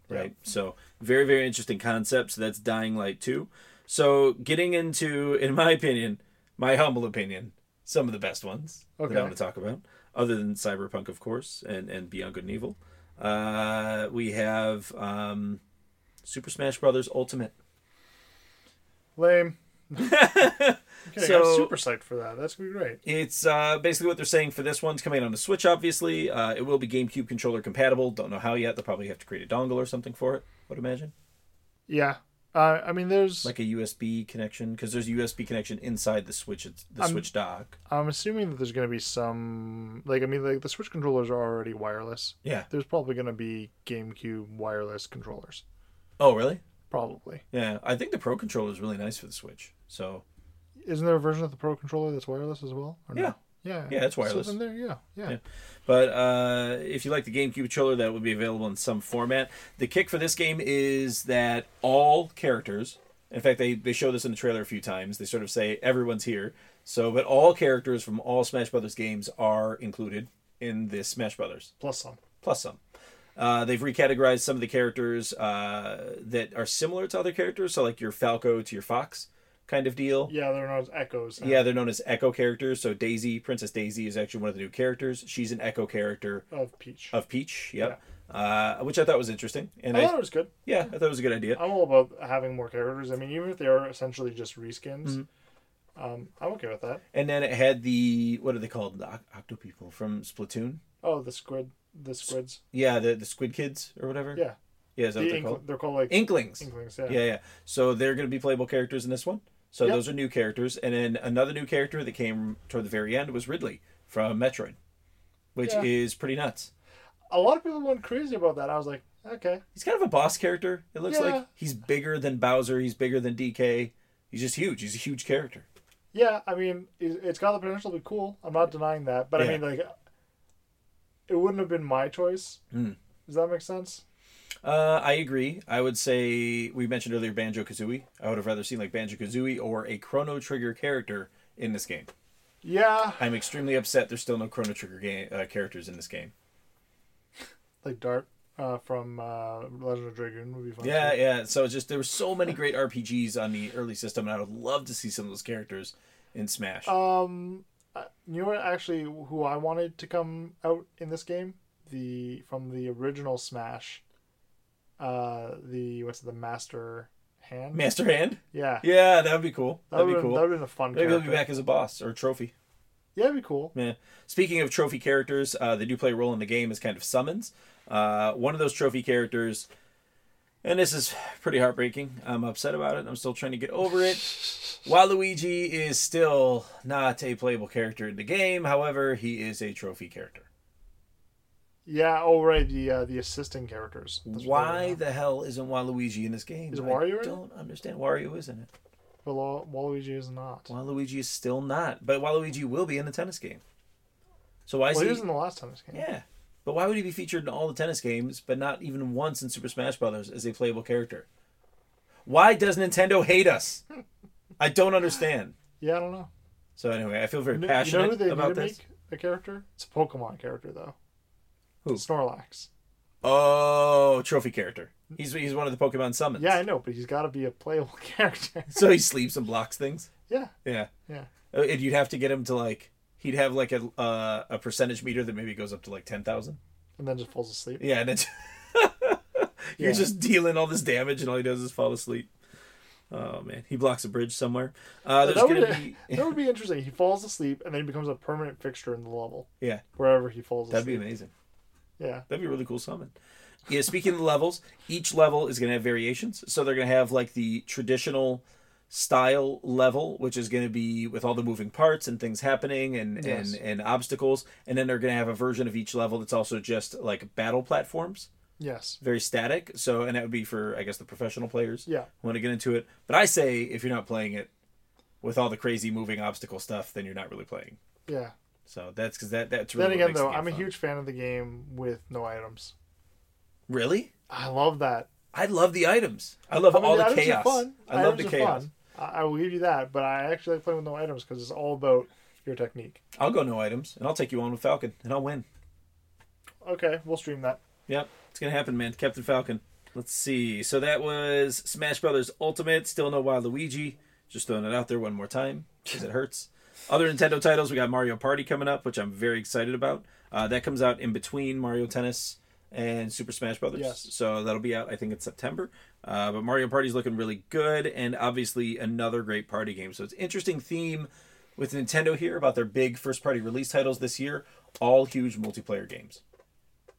Speaker 1: right? So very very interesting concept. So that's Dying Light two. So getting into, in my opinion, my humble opinion, some of the best ones that I
Speaker 2: Okay.
Speaker 1: want to talk about, other than Cyberpunk, of course, and and Beyond Good and Evil. Uh, we have um, Super Smash Brothers Ultimate.
Speaker 2: Lame. okay,
Speaker 1: So-
Speaker 2: I'm super psyched for that. That's gonna be great.
Speaker 1: It's uh, basically what they're saying for this one's coming out on the Switch. Obviously, uh, it will be GameCube controller compatible. Don't know how yet. They'll probably have to create a dongle or something for it. I Would imagine
Speaker 2: Yeah. Uh, I mean, there's.
Speaker 1: like a USB connection because there's a USB connection inside the Switch. It's the
Speaker 2: I'm-
Speaker 1: Switch dock.
Speaker 2: I'm assuming that there's gonna be some. Like, I mean, like the Switch controllers are already wireless.
Speaker 1: Yeah.
Speaker 2: There's probably gonna be GameCube wireless controllers.
Speaker 1: Oh, really?
Speaker 2: Probably.
Speaker 1: Yeah, I think the Pro controller is really nice for the Switch. So
Speaker 2: Isn't there a version of the Pro controller that's wireless as well? Or
Speaker 1: Yeah.
Speaker 2: No? Yeah.
Speaker 1: Yeah, it's
Speaker 2: So
Speaker 1: wireless.
Speaker 2: then there, yeah, yeah.
Speaker 1: Yeah. But uh, if you like the GameCube controller, that would be available in some format. The kick for this game is that all characters, in fact, they, they show this in the trailer a few times. They sort of say everyone's here. So, but all characters from all Smash Brothers games are included in this Smash Brothers,
Speaker 2: Plus some.
Speaker 1: plus some. Uh, they've recategorized some of the characters uh, that are similar to other characters, so like your Falco to your Fox kind of deal.
Speaker 2: Yeah, they're known as echoes. now.
Speaker 1: Yeah, they're known as Echo characters. So Daisy, Princess Daisy, is actually one of the new characters. She's an Echo character
Speaker 2: Of Peach.
Speaker 1: of Peach. Yep. Uh, which I thought was interesting, and
Speaker 2: I
Speaker 1: I,
Speaker 2: thought it was good.
Speaker 1: yeah, I thought it was a good idea.
Speaker 2: I'm all about having more characters. I mean, even if they are essentially just reskins,
Speaker 1: Mm-hmm.
Speaker 2: um, I'm okay with that.
Speaker 1: And then it had the what are they called? The Octo people from Splatoon.
Speaker 2: Oh, the squid, the squids.
Speaker 1: Yeah, the the Squid Kids or whatever.
Speaker 2: Yeah,
Speaker 1: yeah, is that
Speaker 2: the
Speaker 1: what they're
Speaker 2: inkl-
Speaker 1: called?
Speaker 2: they're called like
Speaker 1: Inklings.
Speaker 2: inklings. Yeah.
Speaker 1: Yeah, yeah. So they're going to be playable characters in this one. So
Speaker 2: Yep.
Speaker 1: those are new characters, and then another new character that came toward the very end was Ridley from Metroid, which
Speaker 2: Yeah.
Speaker 1: is pretty nuts.
Speaker 2: A lot of people went crazy about that. I was like, okay,
Speaker 1: He's kind of a boss character. It looks
Speaker 2: Yeah.
Speaker 1: like he's bigger than Bowser. He's bigger than DK. He's just huge. He's a huge character.
Speaker 2: yeah. I mean, it- it's got the potential to be cool. I'm not denying that, but
Speaker 1: Yeah.
Speaker 2: I mean, like, it wouldn't have been my choice.
Speaker 1: Mm.
Speaker 2: Does that make sense?
Speaker 1: Uh, I agree. I would say we mentioned earlier Banjo Kazooie. I would have rather seen like Banjo Kazooie or a Chrono Trigger character in this game.
Speaker 2: Yeah,
Speaker 1: I'm extremely upset. There's still no Chrono Trigger game uh, characters in this game.
Speaker 2: like Dart uh, from uh, Legend of Dragoon would be fun.
Speaker 1: Yeah,
Speaker 2: too.
Speaker 1: yeah. So it's just there were so many great RPGs on the early system, and I would love to see some of those characters in Smash.
Speaker 2: Um, uh, you know what? Actually, who I wanted to come out in this game, the from the original Smash, uh, the what's it, the Master Hand?
Speaker 1: Master Hand.
Speaker 2: Yeah,
Speaker 1: Yeah, that would be cool.
Speaker 2: that
Speaker 1: That'd
Speaker 2: would
Speaker 1: be
Speaker 2: have been,
Speaker 1: cool.
Speaker 2: that'd been a fun
Speaker 1: Maybe he'll be
Speaker 2: character.
Speaker 1: back as a boss or a trophy.
Speaker 2: Yeah, it'd be cool.
Speaker 1: Yeah. Speaking of trophy characters, uh, they do play a role in the game as kind of summons. Uh, one of those trophy characters, and this is pretty heartbreaking. I'm upset about it. I'm still trying to get over
Speaker 2: [laughs]
Speaker 1: it. Waluigi is still not a playable character in the game. However, he is a trophy character.
Speaker 2: Yeah. Oh, right. The uh, the assistant characters. That's what they
Speaker 1: Why
Speaker 2: were.
Speaker 1: the hell isn't Waluigi in this game?
Speaker 2: Is Wario in
Speaker 1: I
Speaker 2: it?
Speaker 1: don't understand. Wario is in it.
Speaker 2: But Wa- Waluigi is not.
Speaker 1: Waluigi is still not, but Waluigi will be in the tennis game. So why is
Speaker 2: Well, he
Speaker 1: he?
Speaker 2: was in the last time this game.
Speaker 1: Yeah. But why would he be featured in all the tennis games, but not even once in Super Smash Brothers as a playable character? Why does Nintendo hate us? I don't understand.
Speaker 2: Yeah, I don't know.
Speaker 1: So anyway, I feel very
Speaker 2: You know-
Speaker 1: passionate
Speaker 2: you know who they
Speaker 1: about
Speaker 2: need to
Speaker 1: this.
Speaker 2: make a character? It's a Pokemon character though.
Speaker 1: Who?
Speaker 2: Snorlax.
Speaker 1: Oh, trophy character. He's he's one of the Pokemon summons.
Speaker 2: Yeah, I know, but he's got to be a playable [laughs] character.
Speaker 1: So he sleeps and blocks things.
Speaker 2: yeah,
Speaker 1: Yeah.
Speaker 2: yeah.
Speaker 1: Uh, And you'd have to get him to like he'd have like a uh, a percentage meter that maybe goes up to like ten thousand.
Speaker 2: And then just falls asleep.
Speaker 1: Yeah, and it's [laughs] you're
Speaker 2: Yeah.
Speaker 1: just dealing all this damage, and all he does is fall asleep. Oh man, he blocks a bridge somewhere. Uh, there's
Speaker 2: that, would,
Speaker 1: gonna be [laughs]
Speaker 2: [laughs] that would be interesting. He falls asleep and then he becomes a permanent fixture in the level
Speaker 1: yeah,
Speaker 2: wherever he falls
Speaker 1: that'd be
Speaker 2: asleep.
Speaker 1: amazing.
Speaker 2: Yeah.
Speaker 1: That'd be a really cool summon. Yeah, speaking of the levels, each level is going to have variations. So they're going to have like the traditional style level, which is going to be with all the moving parts and things happening and
Speaker 2: Yes.
Speaker 1: and and obstacles. And then they're going to have a version of each level that's also just like battle platforms,
Speaker 2: Yes.
Speaker 1: very static. So and that would be for I guess the professional players.
Speaker 2: Yeah.
Speaker 1: Want to get into it, but I say if you're not playing it with all the crazy moving obstacle stuff, then you're not really playing.
Speaker 2: Yeah.
Speaker 1: So that's because that that's really
Speaker 2: Then
Speaker 1: what
Speaker 2: again,
Speaker 1: makes the
Speaker 2: though,
Speaker 1: game
Speaker 2: I'm a
Speaker 1: fun.
Speaker 2: huge fan of the game with no items.
Speaker 1: really.
Speaker 2: I love that.
Speaker 1: I love the items. I love
Speaker 2: I
Speaker 1: [laughs]
Speaker 2: mean,
Speaker 1: all the
Speaker 2: items are
Speaker 1: chaos.
Speaker 2: fun.
Speaker 1: I love
Speaker 2: Items
Speaker 1: the
Speaker 2: are
Speaker 1: chaos.
Speaker 2: fun. I I will give you that, but I actually like playing with no items because it's all about your technique.
Speaker 1: I'll go no items, and I'll take you on with Falcon, and I'll win.
Speaker 2: Okay, we'll stream that.
Speaker 1: Yep, it's gonna happen, man. Captain Falcon. Let's see. So that was Smash Brothers Ultimate. Still no Waluigi. Just throwing it out there one more time because it hurts. Other Nintendo titles, we got Mario Party coming up, which I'm very excited about. Uh, that comes out in between Mario Tennis and Super Smash Brothers.
Speaker 2: Yes.
Speaker 1: So that'll be out, I think, in September. Uh, but Mario Party's looking really good, and obviously another great party game. So it's an interesting theme with Nintendo here about their big first party release titles this year, all huge multiplayer games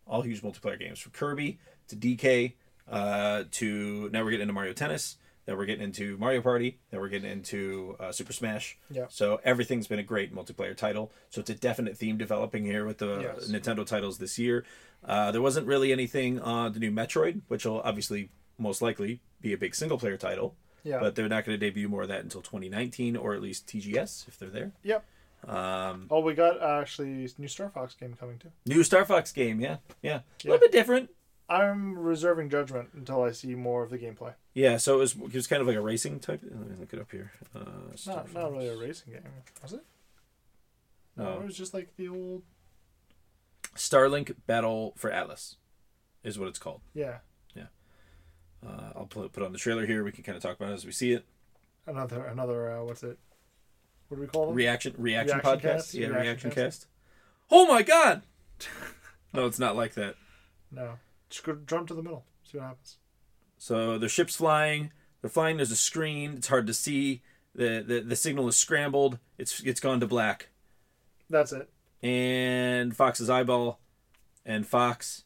Speaker 1: all huge multiplayer games from Kirby to DK uh, to now we're getting into Mario Tennis. Then we're getting into Mario Party. Then we're getting into uh, Super Smash.
Speaker 2: Yeah.
Speaker 1: So everything's been a great multiplayer title. So it's a definite theme developing here with the
Speaker 2: Yes.
Speaker 1: Nintendo titles this year. Uh, there wasn't really anything on the new Metroid, which will obviously most likely be a big single player title.
Speaker 2: Yeah.
Speaker 1: But they're not going to debut more of that until 2019 or at least TGS if they're there.
Speaker 2: Yep.
Speaker 1: Um,
Speaker 2: Oh, we got uh, actually new Star Fox game coming too.
Speaker 1: new Star Fox game, yeah, yeah, a
Speaker 2: Yeah.
Speaker 1: little bit different.
Speaker 2: I'm reserving judgment until I see more of the gameplay.
Speaker 1: Yeah, so it was, it was kind of like a racing type. Let me look it up here. Uh,
Speaker 2: It's
Speaker 1: Star
Speaker 2: not, not
Speaker 1: Fox.
Speaker 2: really a racing game, was it? No,
Speaker 1: No.
Speaker 2: it was just like the old.
Speaker 1: Starlink Battle for Atlas is what it's called.
Speaker 2: Yeah,
Speaker 1: Uh, I'll put, put on the trailer here. We can kind of talk about it as we see it.
Speaker 2: another another uh, what's it? What do we call them?
Speaker 1: Reaction Reaction,
Speaker 2: Reaction
Speaker 1: Podcast.
Speaker 2: Cast?
Speaker 1: Yeah, Reaction,
Speaker 2: Reaction
Speaker 1: cast. Oh my god! [laughs] no, it's not like that.
Speaker 2: no, just go jump to the middle. See what happens.
Speaker 1: So their ship's flying. They're flying. There's a screen. It's hard to see. The, the the signal is scrambled. It's it's gone to black.
Speaker 2: That's it.
Speaker 1: And Fox's eyeball, and Fox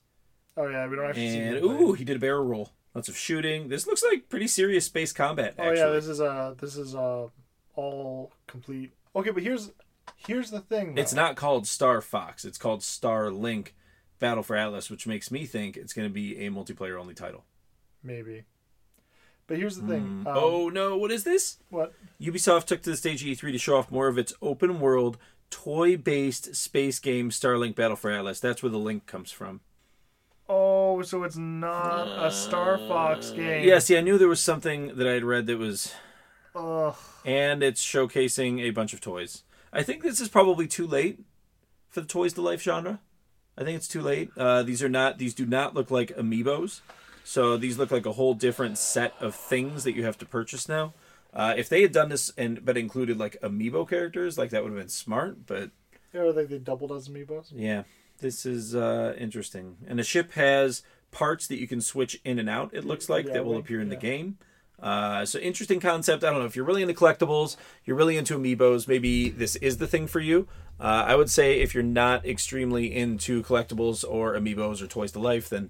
Speaker 2: Oh yeah, we don't actually
Speaker 1: And
Speaker 2: see. gameplay.
Speaker 1: ooh, he did a barrel roll. Lots of shooting. This looks like pretty serious space combat.
Speaker 2: Oh
Speaker 1: Actually,
Speaker 2: yeah, this is uh this is uh all complete. Okay, but here's here's the thing. Though.
Speaker 1: it's not called Star Fox. It's called Star Link Battle for Atlas, which makes me think it's going to be a multiplayer only title.
Speaker 2: maybe. But here's the thing. Um,
Speaker 1: oh no, what is this?
Speaker 2: what?
Speaker 1: Ubisoft took to the stage at E3 to show off more of its open world toy based space game Starlink Battle for Atlas. That's where the link comes from.
Speaker 2: Oh, so it's not a Star Fox
Speaker 1: Uh,
Speaker 2: game.
Speaker 1: Yeah, see, I knew there was something that I had read that was
Speaker 2: Ugh.
Speaker 1: and it's showcasing a bunch of toys. I think this is probably too late for the toys to life genre. I think it's too late. Uh, these are not; these do not look like amiibos. So these look like a whole different set of things that you have to purchase now. Uh, if they had done this and but included like amiibo characters, like that would have been smart. But
Speaker 2: Yeah, or like they doubled as amiibos.
Speaker 1: yeah, this is uh, interesting. And the ship has parts that you can switch in and out. It looks like
Speaker 2: Yeah,
Speaker 1: that will
Speaker 2: like-
Speaker 1: appear in the
Speaker 2: yeah.
Speaker 1: game. Uh, so interesting concept. I don't know if you're really into collectibles, you're really into amiibos. Maybe this is the thing for you. Uh, I would say if you're not extremely into collectibles or amiibos or toys to life, then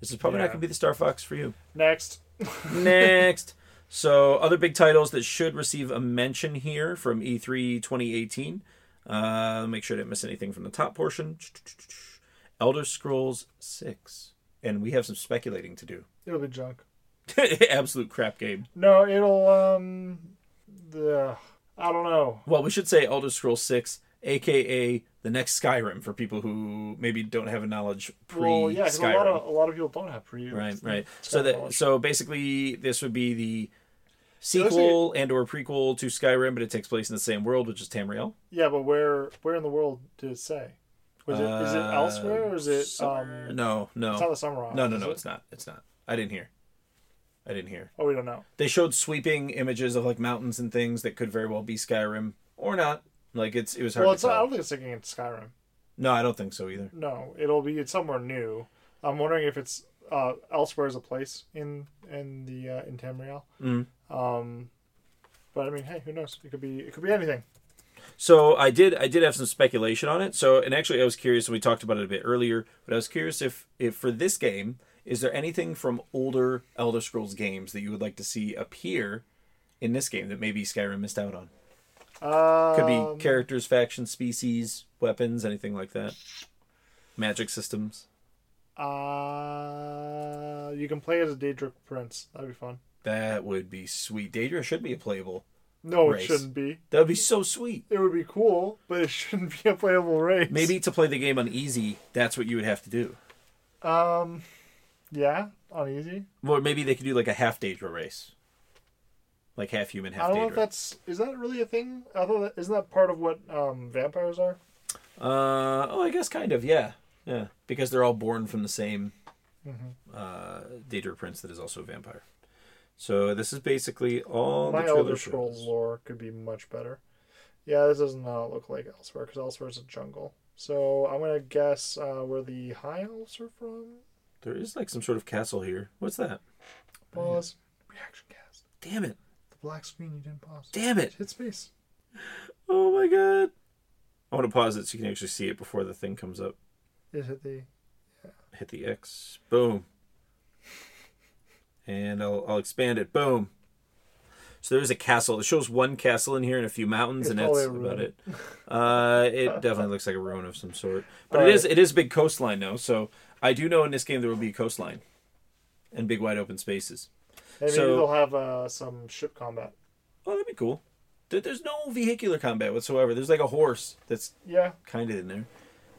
Speaker 1: this is probably not
Speaker 2: Yeah.
Speaker 1: going to be the Star Fox for you.
Speaker 2: Next. [laughs]
Speaker 1: Next. So, other big titles that should receive a mention here from E E3 2018. Uh, make sure I didn't miss anything from the top portion. Elder Scrolls 6. And we have some speculating to do. [laughs]
Speaker 2: It'll be junk.
Speaker 1: Absolute crap game.
Speaker 2: No, it'll um the I don't know.
Speaker 1: Well, we should say Elder Scrolls 6, aka the next Skyrim for people who maybe don't have a knowledge pre
Speaker 2: well, yeah, 'cause a
Speaker 1: Skyrim.
Speaker 2: lot of a lot of people don't have pre
Speaker 1: right, right. So that so basically this would be the sequel and or prequel to Skyrim, but it takes place in the same world, which is Tamriel.
Speaker 2: Yeah, but where where in the world did it say? Was it is it
Speaker 1: Uh,
Speaker 2: elsewhere or is it
Speaker 1: Summer-
Speaker 2: um
Speaker 1: no, no,
Speaker 2: it's not the summer Isle,
Speaker 1: no, no,
Speaker 2: is
Speaker 1: no.
Speaker 2: it?
Speaker 1: It's not. It's not. I didn't hear. I didn't hear.
Speaker 2: Oh we don't know.
Speaker 1: They showed sweeping images of like mountains and things that could very well be Skyrim or not. Like it's it was hard
Speaker 2: Well
Speaker 1: to
Speaker 2: it's not, I
Speaker 1: tell.
Speaker 2: don't think it's taking it to Skyrim.
Speaker 1: No, I don't think so either.
Speaker 2: No. It'll be it's somewhere new. I'm wondering if it's uh elsewhere as a place in in the uh in Tamriel.
Speaker 1: Mm.
Speaker 2: Um but I mean hey, who knows? It could be it could be anything.
Speaker 1: So I did I did have some speculation on it. So and actually I was curious we talked about it a bit earlier, but I was curious if if for this game is there anything from older Elder Scrolls games that you would like to see appear in this game that maybe Skyrim missed out on?
Speaker 2: Um,
Speaker 1: Could be characters, factions, species, weapons, anything like that. Magic systems.
Speaker 2: Uh, you can play as a Daedric Prince. That'd be fun.
Speaker 1: That would be sweet. Daedra should be a playable.
Speaker 2: No,
Speaker 1: Race.
Speaker 2: it shouldn't be.
Speaker 1: That would be so sweet.
Speaker 2: It would be cool, but it [laughs] shouldn't be a playable race.
Speaker 1: Maybe to play the game on easy, that's what you would have to do.
Speaker 2: Um, yeah, on easy.
Speaker 1: Or maybe they could do like a half Daedra race. Like half human,
Speaker 2: I
Speaker 1: half
Speaker 2: don't know if
Speaker 1: Daedra.
Speaker 2: that's is that really a thing. I thought that isn't that part of what um vampires are.
Speaker 1: Uh, oh, I guess kind of, yeah. Yeah. Because they're all born from the same
Speaker 2: Mhm.
Speaker 1: uh, Daedra prince that is also a vampire. So this is basically all
Speaker 2: My
Speaker 1: the trailer
Speaker 2: Elder
Speaker 1: shows.
Speaker 2: Scrolls lore could be much better. Yeah, this does not look like elsewhere because elsewhere is a jungle. So I'm gonna guess uh, where the high elves are from.
Speaker 1: There is like some sort of castle here. What's that?
Speaker 2: Pause. Reaction cast.
Speaker 1: Damn it.
Speaker 2: The black screen you didn't pause.
Speaker 1: Damn it.
Speaker 2: Hit space.
Speaker 1: Oh my god. I want to pause it so you can actually see it before the thing comes up.
Speaker 2: Is it the
Speaker 1: Hit the X. Boom. And I'll, I'll expand it. Boom. So there's a castle. It shows one castle in here and a few mountains,
Speaker 2: It's
Speaker 1: and
Speaker 2: probably
Speaker 1: that's
Speaker 2: a ruin.
Speaker 1: about it. Uh, it definitely looks like a ruin of some sort. But
Speaker 2: All
Speaker 1: it
Speaker 2: right.
Speaker 1: is it is a big coastline though. So I do know in this game there will be a coastline and big wide open spaces.
Speaker 2: Maybe
Speaker 1: So-
Speaker 2: they'll have uh, some ship combat.
Speaker 1: Oh, that'd be cool. There- There's no vehicular combat whatsoever. There's like a horse that's
Speaker 2: Yeah,
Speaker 1: kind of in there.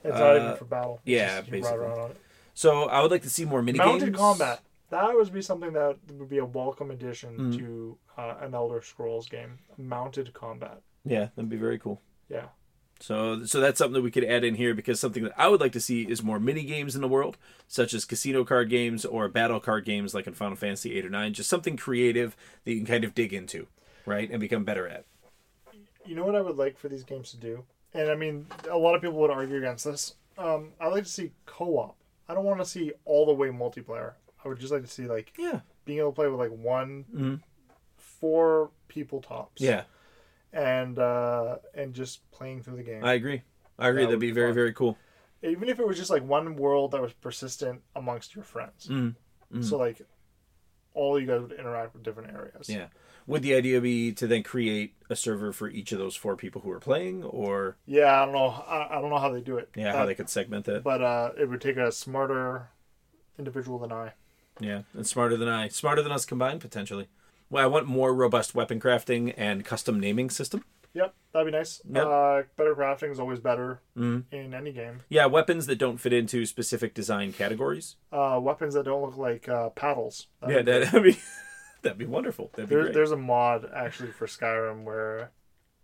Speaker 2: it's not
Speaker 1: Uh,
Speaker 2: even for battle. It's
Speaker 1: yeah,
Speaker 2: just you ride
Speaker 1: basically.
Speaker 2: around on it.
Speaker 1: So I would like to see more mini
Speaker 2: Mounted
Speaker 1: games.
Speaker 2: combat. That would be something that would be a welcome addition
Speaker 1: Mm-hmm.
Speaker 2: to uh, an Elder Scrolls game. Mounted combat.
Speaker 1: Yeah, that'd be very cool.
Speaker 2: Yeah.
Speaker 1: So, so that's something that we could add in here because something that I would like to see is more mini games in the world, such as casino card games or battle card games like in Final Fantasy eight or nine. Just something creative that you can kind of dig into, right, and become better at.
Speaker 2: You know what I would like for these games to do, and I mean, a lot of people would argue against this. Um, I like to see co-op. I don't want to see all the way multiplayer. I would just like to see like
Speaker 1: Yeah,
Speaker 2: being able to play with like one,
Speaker 1: Mhm.
Speaker 2: four people tops.
Speaker 1: yeah,
Speaker 2: And uh, and just playing through the game.
Speaker 1: I agree. I agree.
Speaker 2: That
Speaker 1: That'd
Speaker 2: would
Speaker 1: be
Speaker 2: be
Speaker 1: very,
Speaker 2: fun.
Speaker 1: very cool.
Speaker 2: even if it was just like one world that was persistent amongst your friends.
Speaker 1: Mm,
Speaker 2: So like all you guys would interact with different areas.
Speaker 1: Yeah. Would the idea be to then create a server for each of those four people who are playing, or
Speaker 2: Yeah, I don't know. I, I don't know how they do it.
Speaker 1: yeah,
Speaker 2: Uh,
Speaker 1: how they could segment that?
Speaker 2: But uh, it would take a smarter individual than I.
Speaker 1: Yeah, and smarter than I, smarter than us combined potentially. Well, I want more robust weapon crafting and custom naming system.
Speaker 2: Yep, that'd be nice.
Speaker 1: Yep.
Speaker 2: Uh, better crafting is always better
Speaker 1: Mm.
Speaker 2: in any game.
Speaker 1: Yeah, weapons that don't fit into specific design categories.
Speaker 2: Uh, weapons that don't look like uh, paddles. That'd
Speaker 1: yeah,
Speaker 2: be great.
Speaker 1: that, that'd be [laughs] that'd be wonderful. That'd be
Speaker 2: There-
Speaker 1: great.
Speaker 2: there's a mod actually for Skyrim where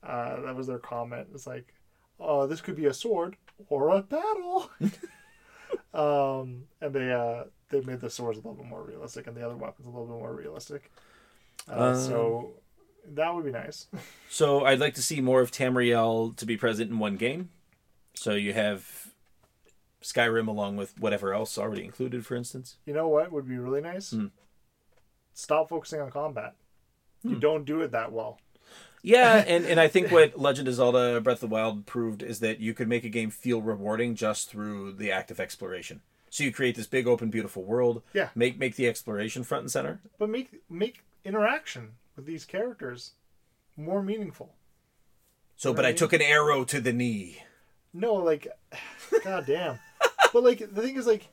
Speaker 2: uh, that was their comment. It's like, oh, this could be a sword or
Speaker 1: [laughs]
Speaker 2: a paddle. um, and they uh, they made the swords a little bit more realistic and the other weapons a little bit more realistic. Uh, so
Speaker 1: Um,
Speaker 2: that would be nice.
Speaker 1: So I'd like to see more of Tamriel to be present in one game. So you have Skyrim along with whatever else already included, for instance.
Speaker 2: You know what would be really nice?
Speaker 1: Hmm.
Speaker 2: Stop focusing on combat.
Speaker 1: Hmm.
Speaker 2: You don't do it that well. [laughs]
Speaker 1: Yeah, and, and I think what Legend of Zelda Breath of the Wild proved is that you could make a game feel rewarding just through the act of exploration. So you create this big, open, beautiful world.
Speaker 2: Yeah.
Speaker 1: Make make the exploration front and center.
Speaker 2: But make make interaction with these characters more meaningful.
Speaker 1: So, but I took an arrow to the knee.
Speaker 2: No, like, [sighs] god damn. but like, the thing is, like,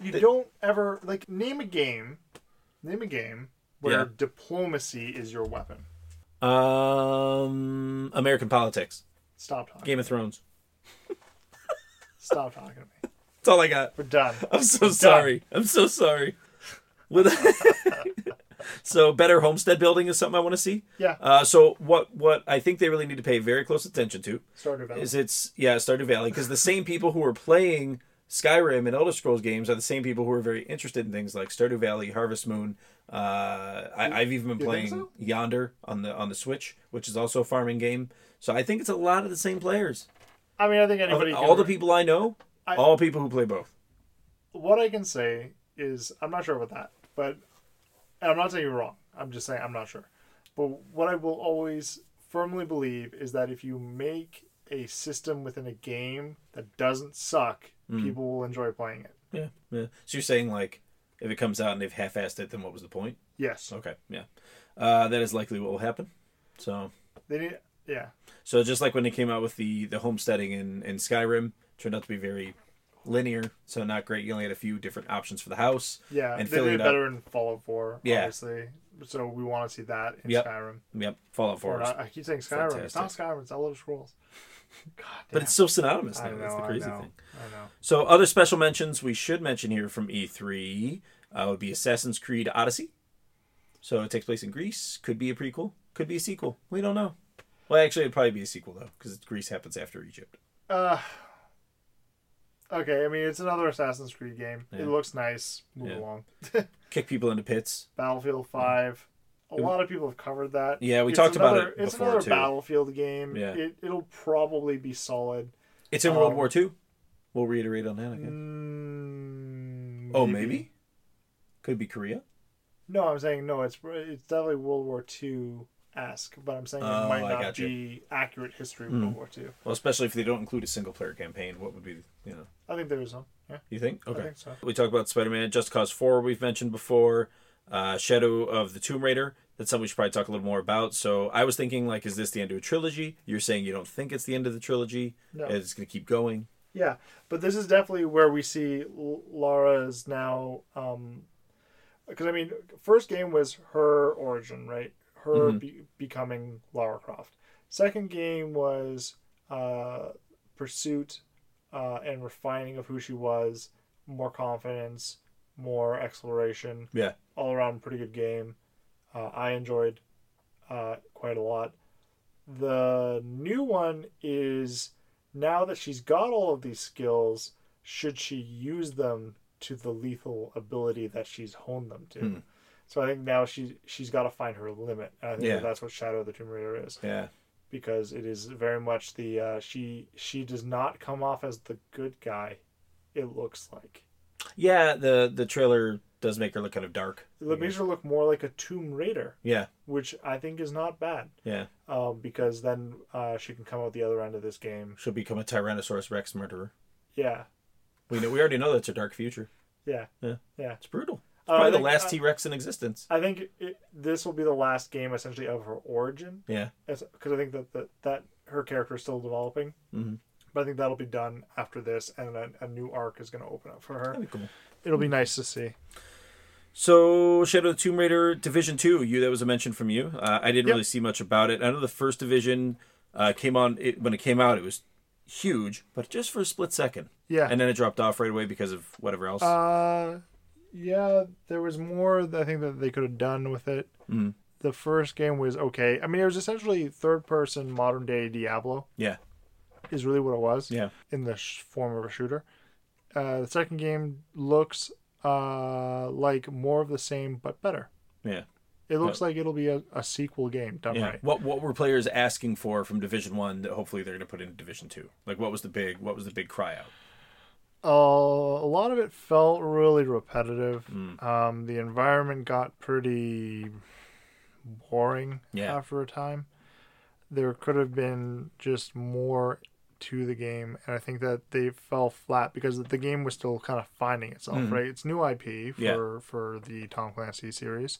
Speaker 2: you don't ever like name a game, name a game where
Speaker 1: Yeah.
Speaker 2: diplomacy is your weapon.
Speaker 1: Um, American politics,
Speaker 2: Stop talking.
Speaker 1: Game of Thrones.
Speaker 2: Stop talking to me.
Speaker 1: That's [laughs] all I got.
Speaker 2: We're done.
Speaker 1: I'm so sorry. I'm so sorry. With [laughs] so better homestead building is something I want to see.
Speaker 2: Yeah.
Speaker 1: Uh, so what what I think they really need to pay very close attention to
Speaker 2: Stardew Valley.
Speaker 1: is it's yeah Stardew Valley because the same people who are playing Skyrim and Elder Scrolls games are the same people who are very interested in things like Stardew Valley, Harvest Moon. Uh, I, I've even been
Speaker 2: think
Speaker 1: playing
Speaker 2: so?
Speaker 1: Yonder on the on the Switch, which is also a farming game. So I think it's a lot of the same players.
Speaker 2: I mean, I think
Speaker 1: Of
Speaker 2: anybody.
Speaker 1: all
Speaker 2: can-
Speaker 1: the people I know,
Speaker 2: I-
Speaker 1: all people who play both.
Speaker 2: What I can say is, I'm not sure about that, but and I'm not saying you're wrong. I'm just saying I'm not sure. But what I will always firmly believe is that if you make a system within a game that doesn't suck,
Speaker 1: Mm.
Speaker 2: people will enjoy playing it.
Speaker 1: Yeah, yeah. So you're saying like if it comes out and they've half-assed it, then what was the point?
Speaker 2: Yes,
Speaker 1: Okay, yeah. Uh, that is likely what will happen. So,
Speaker 2: they need. Yeah,
Speaker 1: so just like when they came out with the the homesteading in in Skyrim, turned out to be very linear, so not great. You only had a few different options for the house.
Speaker 2: yeah.
Speaker 1: And
Speaker 2: they
Speaker 1: filling
Speaker 2: did
Speaker 1: it up.
Speaker 2: it better in Fallout 4,
Speaker 1: Yeah.
Speaker 2: obviously. So we want to see that in
Speaker 1: Yep.
Speaker 2: Skyrim.
Speaker 1: Yep, Fallout
Speaker 2: Or
Speaker 1: Four,
Speaker 2: not- I keep saying Skyrim. It's not Skyrim. It's Elder Scrolls. God damn.
Speaker 1: but it's so synonymous.
Speaker 2: I
Speaker 1: Now.
Speaker 2: know.
Speaker 1: That's the crazy
Speaker 2: I know.
Speaker 1: thing.
Speaker 2: I know.
Speaker 1: So other special mentions we should mention here from E3 uh, would be Assassin's Creed Odyssey. So it takes place in Greece. Could be a prequel. Could be a sequel. We don't know. Well, actually, it'd probably be a sequel though, because Greece happens after Egypt.
Speaker 2: Uh, okay, I mean, it's another Assassin's Creed game.
Speaker 1: Yeah.
Speaker 2: It looks nice. Move
Speaker 1: Yeah.
Speaker 2: along.
Speaker 1: Kick people into pits.
Speaker 2: Battlefield 5. A lot of people have covered that.
Speaker 1: Yeah, we
Speaker 2: It's
Speaker 1: talked about
Speaker 2: another-
Speaker 1: it
Speaker 2: It's
Speaker 1: before,
Speaker 2: another
Speaker 1: too.
Speaker 2: Battlefield game.
Speaker 1: Yeah.
Speaker 2: It, it'll probably be solid.
Speaker 1: It's in World
Speaker 2: Um,
Speaker 1: War Two. We'll reiterate on that again.
Speaker 2: Mm,
Speaker 1: Oh, maybe. Could be Korea.
Speaker 2: No, I'm saying no. It's it's definitely World War II esque, but I'm saying it
Speaker 1: Oh,
Speaker 2: might
Speaker 1: I
Speaker 2: not
Speaker 1: gotcha. Hmm.
Speaker 2: be accurate history of World War II.
Speaker 1: Well, especially if they don't include a single player campaign, what would be you know?
Speaker 2: I think there is one. Yeah,
Speaker 1: You think?
Speaker 2: I
Speaker 1: Okay.
Speaker 2: think so.
Speaker 1: We talked about Spider Man, Just Cause Four. We've mentioned before. Uh, Shadow of the Tomb Raider. That's something we should probably talk a little more about. So I was thinking, like, is this the end of a trilogy? You're saying you don't think it's the end of the trilogy.
Speaker 2: No.
Speaker 1: It's going to keep going.
Speaker 2: Yeah, but this is definitely where we see L- Lara's now. um Because I mean, first game was her origin, right? Her
Speaker 1: Mm-hmm.
Speaker 2: be- becoming Lara Croft. Second game was uh, pursuit uh, and refining of who she was, more confidence, more exploration.
Speaker 1: Yeah.
Speaker 2: all around pretty good game. Uh, I enjoyed uh, quite a lot. The new one is now that she's got all of these skills, should she use them to the lethal ability that she's honed them to?
Speaker 1: Hmm.
Speaker 2: So I think now she she's got to find her limit. And I think
Speaker 1: Yeah.
Speaker 2: that's what Shadow of the Tomb Raider is
Speaker 1: Yeah.
Speaker 2: because it is very much the uh, she she does not come off as the good guy. It looks like
Speaker 1: Yeah. The the trailer does make her look kind of dark.
Speaker 2: it makes her look more like a Tomb Raider,
Speaker 1: Yeah.
Speaker 2: which I think is not bad.
Speaker 1: Yeah.
Speaker 2: um, because then uh, she can come out the other end of this game.
Speaker 1: She'll become a Tyrannosaurus Rex murderer.
Speaker 2: Yeah,
Speaker 1: We know. We already know that's a dark future.
Speaker 2: yeah,
Speaker 1: Yeah.
Speaker 2: yeah.
Speaker 1: It's brutal. It's
Speaker 2: Uh, I
Speaker 1: probably the
Speaker 2: think-
Speaker 1: last
Speaker 2: uh,
Speaker 1: T Rex in existence.
Speaker 2: I think it, this will be the last game essentially of her origin,
Speaker 1: Yeah.
Speaker 2: because I think that, that that her character is still developing.
Speaker 1: Mhm.
Speaker 2: But I think that'll be done after this, and a, a new arc is going to open up for her.
Speaker 1: That'd be cool.
Speaker 2: It'll be nice to see.
Speaker 1: So, Shadow of the Tomb Raider Division Two, you that was a mention from you. Uh, I didn't
Speaker 2: Yep.
Speaker 1: really see much about it. I know the first division uh, came on it, when it came out; it was huge, but just for a split second,
Speaker 2: Yeah.
Speaker 1: and then it dropped off right away because of whatever else.
Speaker 2: Uh, yeah, there was more. that I think that they could have done with it.
Speaker 1: Mm.
Speaker 2: The first game was okay. I mean, it was essentially third-person modern-day Diablo.
Speaker 1: yeah,
Speaker 2: Is really what it was.
Speaker 1: yeah,
Speaker 2: in the sh- form of a shooter. Uh, the second game looks uh, like more of the same, but better.
Speaker 1: yeah,
Speaker 2: It looks like it'll be a, a sequel game done
Speaker 1: yeah.
Speaker 2: right.
Speaker 1: What what were players asking for from Division One that hopefully they're going to put into Division Two? Like, what was the big what was the big cry out?
Speaker 2: Uh, a lot of it felt really repetitive.
Speaker 1: Hmm.
Speaker 2: Um, the environment got pretty boring
Speaker 1: Yeah.
Speaker 2: after a time. There could have been just more to the game, and I think that they fell flat because the game was still kind of finding itself. Right, it's new IP for
Speaker 1: Hmm. Yeah.
Speaker 2: for the Tom Clancy series,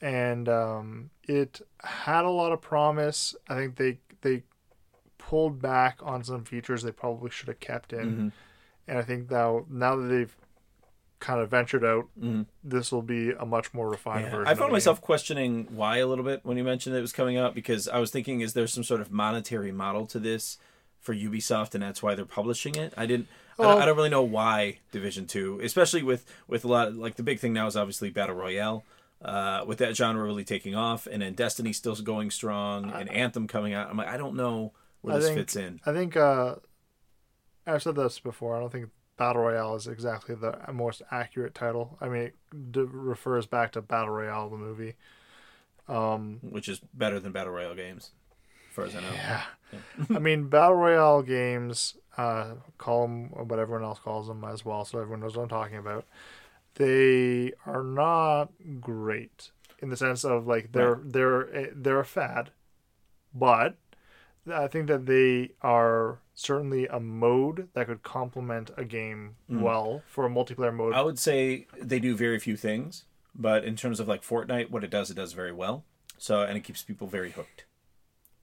Speaker 2: and um, it had a lot of promise. I think they they pulled back on some features they probably should have kept in.
Speaker 1: Mm-hmm.
Speaker 2: And I think now now that they've kind of ventured out, this will be a much more refined version.
Speaker 1: Mm-hmm. I
Speaker 2: of the
Speaker 1: found
Speaker 2: game.
Speaker 1: myself questioning why a little bit when you mentioned it was coming out because I was thinking, is there some sort of monetary model to this for Ubisoft, and that's why they're publishing it? I didn't. I, don't, I don't really know why Division Two, especially with with a lot like the big thing now is obviously Battle Royale. uh, with that genre really taking off, and then Destiny still going strong, and Anthem coming out. I'm like, I don't know where
Speaker 2: I
Speaker 1: this
Speaker 2: think-
Speaker 1: fits in.
Speaker 2: I think uh, I've said this before. I don't think Battle Royale is exactly the most accurate title. I mean, it d- refers back to Battle Royale, the movie. Um,
Speaker 1: which is better than battle royale games, as far as I know.
Speaker 2: yeah. I mean, Battle Royale games, uh, call them what everyone else calls them as well, so everyone knows what I'm talking about. They are not great in the sense of like they're they're a- they're a fad, but I think that they are certainly a mode that could complement a game
Speaker 1: Mm.
Speaker 2: well for a multiplayer mode.
Speaker 1: I would say they do very few things, but in terms of like Fortnite, what it does, it does very well. So and it keeps people very hooked,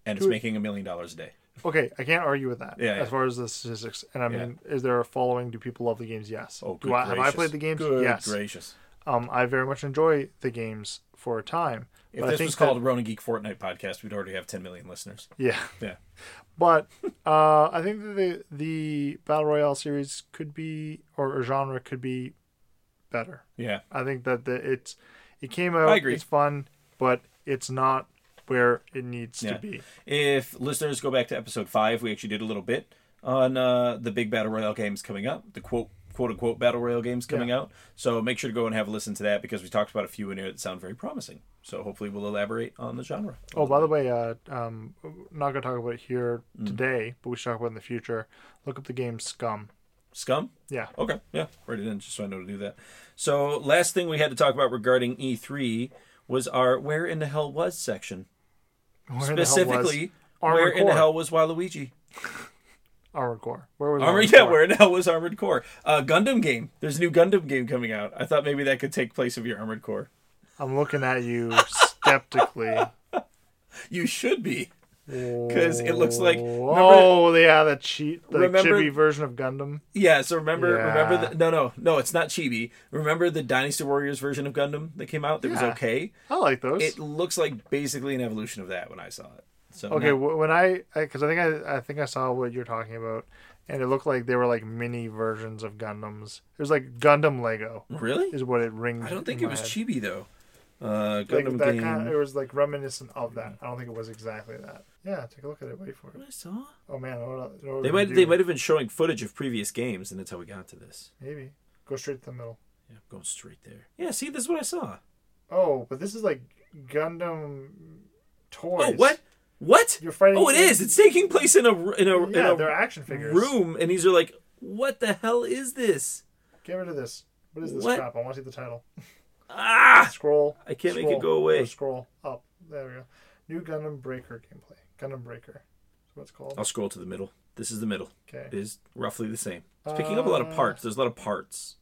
Speaker 1: and it's
Speaker 2: Dude.
Speaker 1: making a million dollars a day.
Speaker 2: Okay, I can't argue with that.
Speaker 1: Yeah,
Speaker 2: as
Speaker 1: yeah.
Speaker 2: far as the statistics, and I mean, is there a following? Do people love the games? Yes.
Speaker 1: Oh,
Speaker 2: do I, have I played the games?
Speaker 1: Good
Speaker 2: yes.
Speaker 1: gracious!
Speaker 2: um, I very much enjoy the games for a time.
Speaker 1: If
Speaker 2: but I
Speaker 1: this
Speaker 2: think
Speaker 1: was called Ronin Geek Fortnite podcast, we'd already have 10 million listeners.
Speaker 2: that- yeah, [laughs]
Speaker 1: Yeah.
Speaker 2: but uh, I think that the the battle royale series could be or, or genre could be better.
Speaker 1: Yeah.
Speaker 2: I think that the, it's it came out.
Speaker 1: I agree.
Speaker 2: It's fun, but it's not where it needs to be.
Speaker 1: If listeners go back to episode five, we actually did a little bit on uh, the big battle royale games coming up, the quote quote unquote battle royale games coming out. So make sure to go and have a listen to that because we talked about a few in here that sound very promising. So hopefully we'll elaborate on the genre.
Speaker 2: Oh, by the way, uh, um, not gonna talk about it here
Speaker 1: Mm.
Speaker 2: today, but we should talk about it in the future. Look up the game Scum.
Speaker 1: Scum?
Speaker 2: Yeah, [laughs]
Speaker 1: Okay, yeah, write it in just so I know to do that. So last thing we had to talk about regarding E3 was our where in the hell was section.
Speaker 2: Where the hell was
Speaker 1: Specifically,
Speaker 2: Armored
Speaker 1: where in the
Speaker 2: Core?
Speaker 1: hell was Waluigi?
Speaker 2: Armored Core. Where was
Speaker 1: Armor,
Speaker 2: Armored
Speaker 1: yeah,
Speaker 2: Core?
Speaker 1: where in the hell was Armored Core? Uh, Gundam game. There's a new Gundam game coming out. I thought maybe that could take place of your Armored Core.
Speaker 2: I'm looking at you [laughs] skeptically.
Speaker 1: You should be, because it looks like. Remember,
Speaker 2: Oh, they had a cheat, the
Speaker 1: Remember-
Speaker 2: chibi version of Gundam.
Speaker 1: yeah, so remember,
Speaker 2: Yeah.
Speaker 1: remember. The, no, no, no. It's not Chibi. Remember the Dynasty Warriors version of Gundam that came out that was
Speaker 2: Yeah.
Speaker 1: okay.
Speaker 2: I like those.
Speaker 1: It looks like basically an evolution of that when I saw it. So
Speaker 2: okay,
Speaker 1: no.
Speaker 2: wh- when I because I think I, I think I saw what you're talking about, and it looked like they were like mini versions of Gundams. It was like Gundam Lego
Speaker 1: really?
Speaker 2: is what it rings.
Speaker 1: I don't think
Speaker 2: in
Speaker 1: it
Speaker 2: my
Speaker 1: was
Speaker 2: head.
Speaker 1: Chibi though. Uh,
Speaker 2: Like,
Speaker 1: Gundam
Speaker 2: that
Speaker 1: game.
Speaker 2: kind of, it was like reminiscent of that. I don't think it was exactly that. Yeah, take a look at it. Wait for it.
Speaker 1: What I saw?
Speaker 2: Oh man, what, what are we
Speaker 1: They
Speaker 2: gonna
Speaker 1: might.
Speaker 2: do?
Speaker 1: They might have been showing footage of previous games, and that's how we got to this.
Speaker 2: maybe go straight to the middle.
Speaker 1: Yeah, I'm going straight there. Yeah, see, this is what I saw.
Speaker 2: Oh, but this is like Gundam toys.
Speaker 1: Oh, what? What?
Speaker 2: You're fighting-
Speaker 1: Oh, it is. It's taking place in a in a,
Speaker 2: Yeah,
Speaker 1: in
Speaker 2: they're
Speaker 1: a
Speaker 2: action figures.
Speaker 1: room, and these are like, what the hell is this?
Speaker 2: Get rid of this. What is this
Speaker 1: What?
Speaker 2: crap? I want to see the title.
Speaker 1: Ah!
Speaker 2: Scroll.
Speaker 1: I can't make it
Speaker 2: scroll,
Speaker 1: go away.
Speaker 2: or scroll up. There we go. New Gundam Breaker gameplay. Gundam Breaker. That's what it's called.
Speaker 1: I'll scroll to the middle. This is the middle. It
Speaker 2: Okay.
Speaker 1: is roughly the same. It's picking up a
Speaker 2: Uh,
Speaker 1: lot of parts. There's a lot of parts.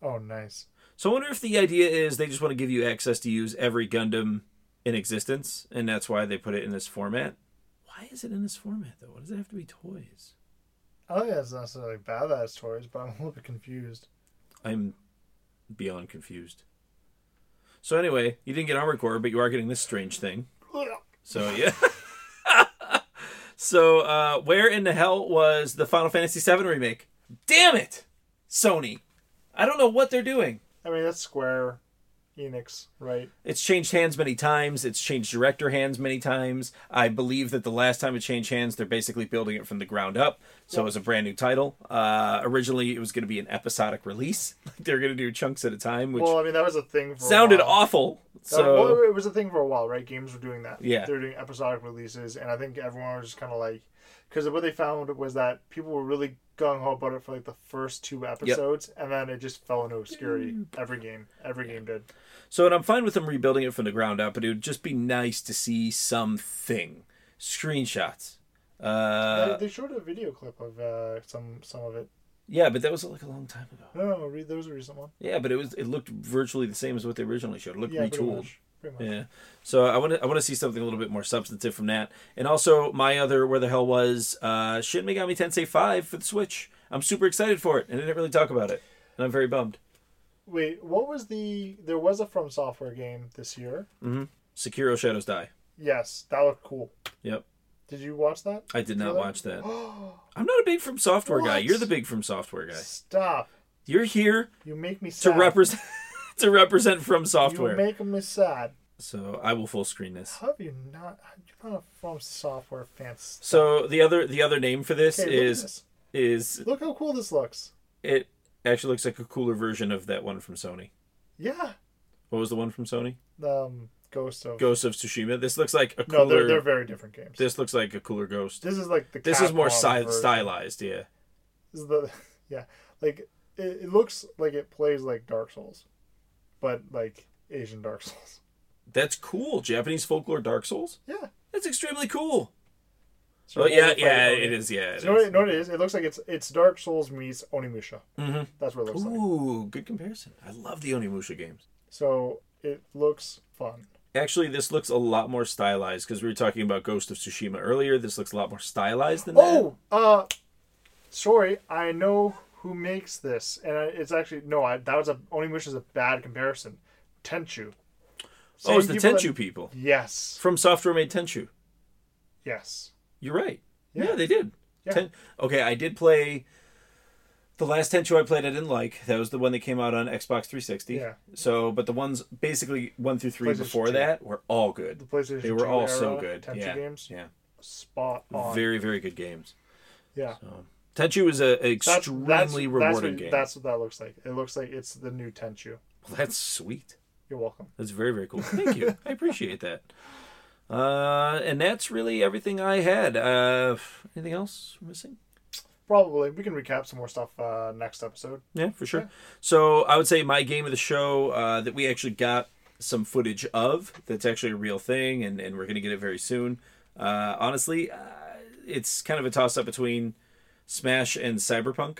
Speaker 2: Oh, nice.
Speaker 1: So I wonder if the idea is they just want to give you access to use every Gundam in existence, and that's why they put it in this format. Why is it in this format though? Why does it have to be toys?
Speaker 2: I don't think that's necessarily bad that it's toys, but I'm a little bit confused.
Speaker 1: I'm beyond confused. So anyway, you didn't get Armored Core, but you are getting this strange thing. So yeah. [laughs] so uh, where in the hell was the Final Fantasy VII remake? Damn it, Sony! I don't know what they're doing.
Speaker 2: I mean, that's Square Enix, right?
Speaker 1: It's changed hands many times. It's changed director hands many times. I believe that the last time it changed hands, they're basically building it from the ground up. So it was a brand new title. Uh, originally, it was going to be an episodic release. [laughs] Like they're going to do chunks at a time, which
Speaker 2: Well, I mean, that was a thing for
Speaker 1: sounded
Speaker 2: a while.
Speaker 1: awful.
Speaker 2: That-
Speaker 1: So
Speaker 2: well, it was a thing for a while, right? Games were doing that.
Speaker 1: Yeah.
Speaker 2: they were doing episodic releases, and I think everyone was just kind of like, because what they found was that people were really gung ho about it for like the first two episodes, and then it just fell into obscurity. Every game, every game did.
Speaker 1: So, and I'm fine with them rebuilding it from the ground up, but it would just be nice to see something. Screenshots. Uh,
Speaker 2: they, they showed a video clip of uh, some some of it.
Speaker 1: yeah, but that was like a long time ago.
Speaker 2: No, no, no, read. There was a recent one.
Speaker 1: Yeah, but it was it looked virtually the same as what they originally showed. It looked
Speaker 2: Yeah, pretty
Speaker 1: retooled.
Speaker 2: much. Pretty much.
Speaker 1: Yeah. So I want to I want to see something a little bit more substantive from that. And also my other where the hell was uh, Shin Megami Tensei 5 for the Switch. I'm super excited for it, and I didn't really talk about it, and I'm very bummed.
Speaker 2: Wait, what was the? There was a From Software game this year.
Speaker 1: Sekiro Shadows Die.
Speaker 2: Yes, that looked cool.
Speaker 1: Yep,
Speaker 2: Did you watch
Speaker 1: [gasps]
Speaker 2: that?
Speaker 1: I did not
Speaker 2: Really?
Speaker 1: watch that. I'm not a big From Software guy.
Speaker 2: What?
Speaker 1: You're the big From Software guy.
Speaker 2: Stop!
Speaker 1: You're here
Speaker 2: You make me
Speaker 1: to
Speaker 2: sad.
Speaker 1: represent [laughs] to represent From
Speaker 2: You
Speaker 1: Software.
Speaker 2: make me sad.
Speaker 1: so I will full screen this.
Speaker 2: How have you not? You're not a from software fan.
Speaker 1: So the other the other name for this
Speaker 2: Okay, look at
Speaker 1: is
Speaker 2: this.
Speaker 1: is
Speaker 2: look how cool this looks.
Speaker 1: it actually looks like a cooler version of that one from Sony.
Speaker 2: Yeah.
Speaker 1: What was the one from Sony?
Speaker 2: Um, Ghost of.
Speaker 1: Ghost of Tsushima. This looks like a
Speaker 2: no,
Speaker 1: cooler.
Speaker 2: they're, they're very different games. This,
Speaker 1: This looks like a cooler Ghost.
Speaker 2: is like the.
Speaker 1: This is more
Speaker 2: Capcom
Speaker 1: si-
Speaker 2: version.
Speaker 1: stylized. Yeah.
Speaker 2: This is the [laughs] yeah, like it, it looks like it plays like Dark Souls, but like Asian Dark Souls. [laughs]
Speaker 1: That's cool. Japanese folklore Dark Souls.
Speaker 2: Yeah.
Speaker 1: That's extremely cool.
Speaker 2: So
Speaker 1: But yeah, yeah, it is. Yeah, it
Speaker 2: You know what,
Speaker 1: is.
Speaker 2: you know what it is? It looks like it's it's Dark Souls meets Onimusha.
Speaker 1: Mhm.
Speaker 2: That's what it looks like.
Speaker 1: Ooh, good comparison. I love the Onimusha games.
Speaker 2: So it looks fun.
Speaker 1: Actually, this looks a lot more stylized because we were talking about Ghost of Tsushima earlier. This looks a lot more stylized than that.
Speaker 2: Oh, uh, sorry, I know who makes this, and I- it's actually no, I, that was a Onimusha is a bad comparison. Tenchu.
Speaker 1: Oh, it's
Speaker 2: Same
Speaker 1: the
Speaker 2: people
Speaker 1: Tenchu
Speaker 2: that-
Speaker 1: people
Speaker 2: yes,
Speaker 1: from Software Made Tenchu.
Speaker 2: yes.
Speaker 1: You're right. Yeah,
Speaker 2: Yeah.
Speaker 1: they did.
Speaker 2: Yeah.
Speaker 1: Ten- okay, I did play the last Tenchu I played. I didn't like. That was the one that came out on Xbox 360.
Speaker 2: Yeah.
Speaker 1: So, but the ones basically one through three
Speaker 2: PlayStation
Speaker 1: before
Speaker 2: two.
Speaker 1: that were all good.
Speaker 2: The PlayStation
Speaker 1: they were
Speaker 2: 2
Speaker 1: all
Speaker 2: era
Speaker 1: so good.
Speaker 2: Tenchu
Speaker 1: yeah.
Speaker 2: games,
Speaker 1: Yeah.
Speaker 2: spot on.
Speaker 1: Very, very good games.
Speaker 2: yeah,
Speaker 1: Tenchu is a
Speaker 2: that's
Speaker 1: extremely
Speaker 2: that's,
Speaker 1: rewarding
Speaker 2: that's what,
Speaker 1: game. That's,
Speaker 2: That's what that looks like. It looks like it's the new Tenchu.
Speaker 1: that's sweet.
Speaker 2: You're welcome.
Speaker 1: That's very, very cool. Thank you. I appreciate that. Uh, and that's really everything I had. Uh, anything else missing?
Speaker 2: Probably we can recap some more stuff uh, next episode.
Speaker 1: Yeah, for sure. So I would say my game of the show uh, that we actually got some footage of that's actually a real thing, and, and we're going to get it very soon. Uh, honestly, uh, it's kind of a toss up between Smash and Cyberpunk.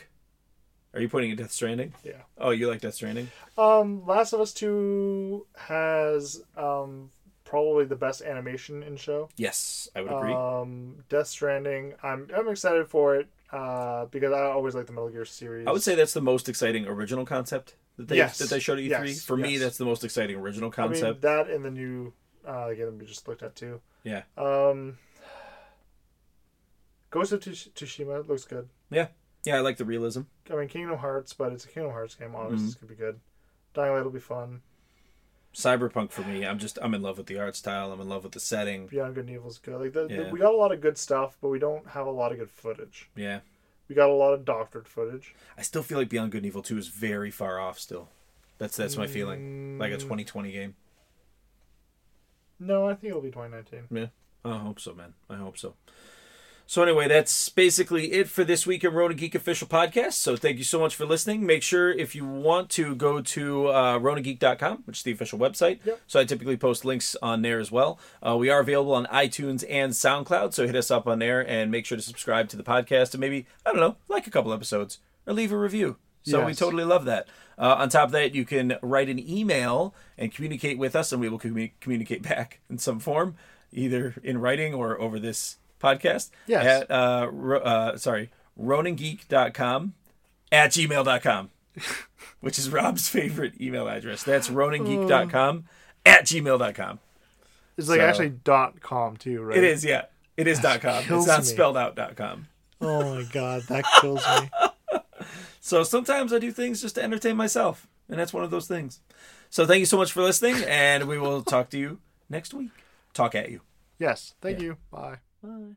Speaker 1: Are you pointing at Death Stranding?
Speaker 2: Yeah.
Speaker 1: Oh, you like Death Stranding?
Speaker 2: Um, Last of Us Two has um probably the best animation in show.
Speaker 1: Yes, I would agree.
Speaker 2: Um, Death Stranding. I'm I'm excited for it uh, because I always like the Metal Gear series.
Speaker 1: I would say that's the most exciting original concept that they
Speaker 2: Yes.
Speaker 1: that they showed at E3.
Speaker 2: Yes.
Speaker 1: For me,
Speaker 2: Yes.
Speaker 1: that's the most exciting original
Speaker 2: I mean,
Speaker 1: concept.
Speaker 2: that and the new uh, game that we just looked at too.
Speaker 1: Yeah.
Speaker 2: Um, Ghost of Tush- Tsushima looks good.
Speaker 1: yeah, yeah, I like the realism.
Speaker 2: I mean Kingdom Hearts, but it's a Kingdom Hearts game. Obviously,
Speaker 1: Mm-hmm.
Speaker 2: it's gonna be good. Dying Light will be fun.
Speaker 1: Cyberpunk for me, I'm just I'm in love with the art style. I'm in love with the setting.
Speaker 2: Beyond Good and Evil is good. Like the, the-
Speaker 1: Yeah.
Speaker 2: we got a lot of good stuff, but we don't have a lot of good footage.
Speaker 1: Yeah.
Speaker 2: We got a lot of doctored footage.
Speaker 1: I still feel like Beyond Good and Evil 2 is very far off still. That's that's my feeling. Like a
Speaker 2: Mm.
Speaker 1: 2020 game.
Speaker 2: No, I think it'll be 2019.
Speaker 1: Yeah. I hope so, man. I hope so. So anyway, that's basically it for this week in Rona Geek Official Podcast. So thank you so much for listening. Make sure if you want to go to uh, ronageek.com, which is the official website.
Speaker 2: Yep.
Speaker 1: So I typically post links on there as well. Uh, we are available on iTunes and SoundCloud, so hit us up on there and make sure to subscribe to the podcast and maybe I don't know, like a couple episodes or leave a review. So we
Speaker 2: Yes.
Speaker 1: totally love that. Uh, on top of that, you can write an email and communicate with us, and we will commu- communicate back [laughs] in some form, either in writing or over this podcast.
Speaker 2: Yes.
Speaker 1: At, uh, ro- uh, sorry, ronangeek.com at gmail.com, [laughs] which is Rob's favorite email address. That's
Speaker 2: Oh.
Speaker 1: ronangeek.com at gmail.com.
Speaker 2: It's like
Speaker 1: So-
Speaker 2: actually dot com too, right?
Speaker 1: It is, yeah. It is dot com. It's
Speaker 2: kills
Speaker 1: not
Speaker 2: me.
Speaker 1: spelled out dot com.
Speaker 2: Oh my god, that kills me.
Speaker 1: So sometimes I do things just to entertain myself, and that's one of those things. So thank you so much for listening, and we will talk to you next week. Talk at you.
Speaker 2: Yes, thank you. Bye.
Speaker 1: Bye.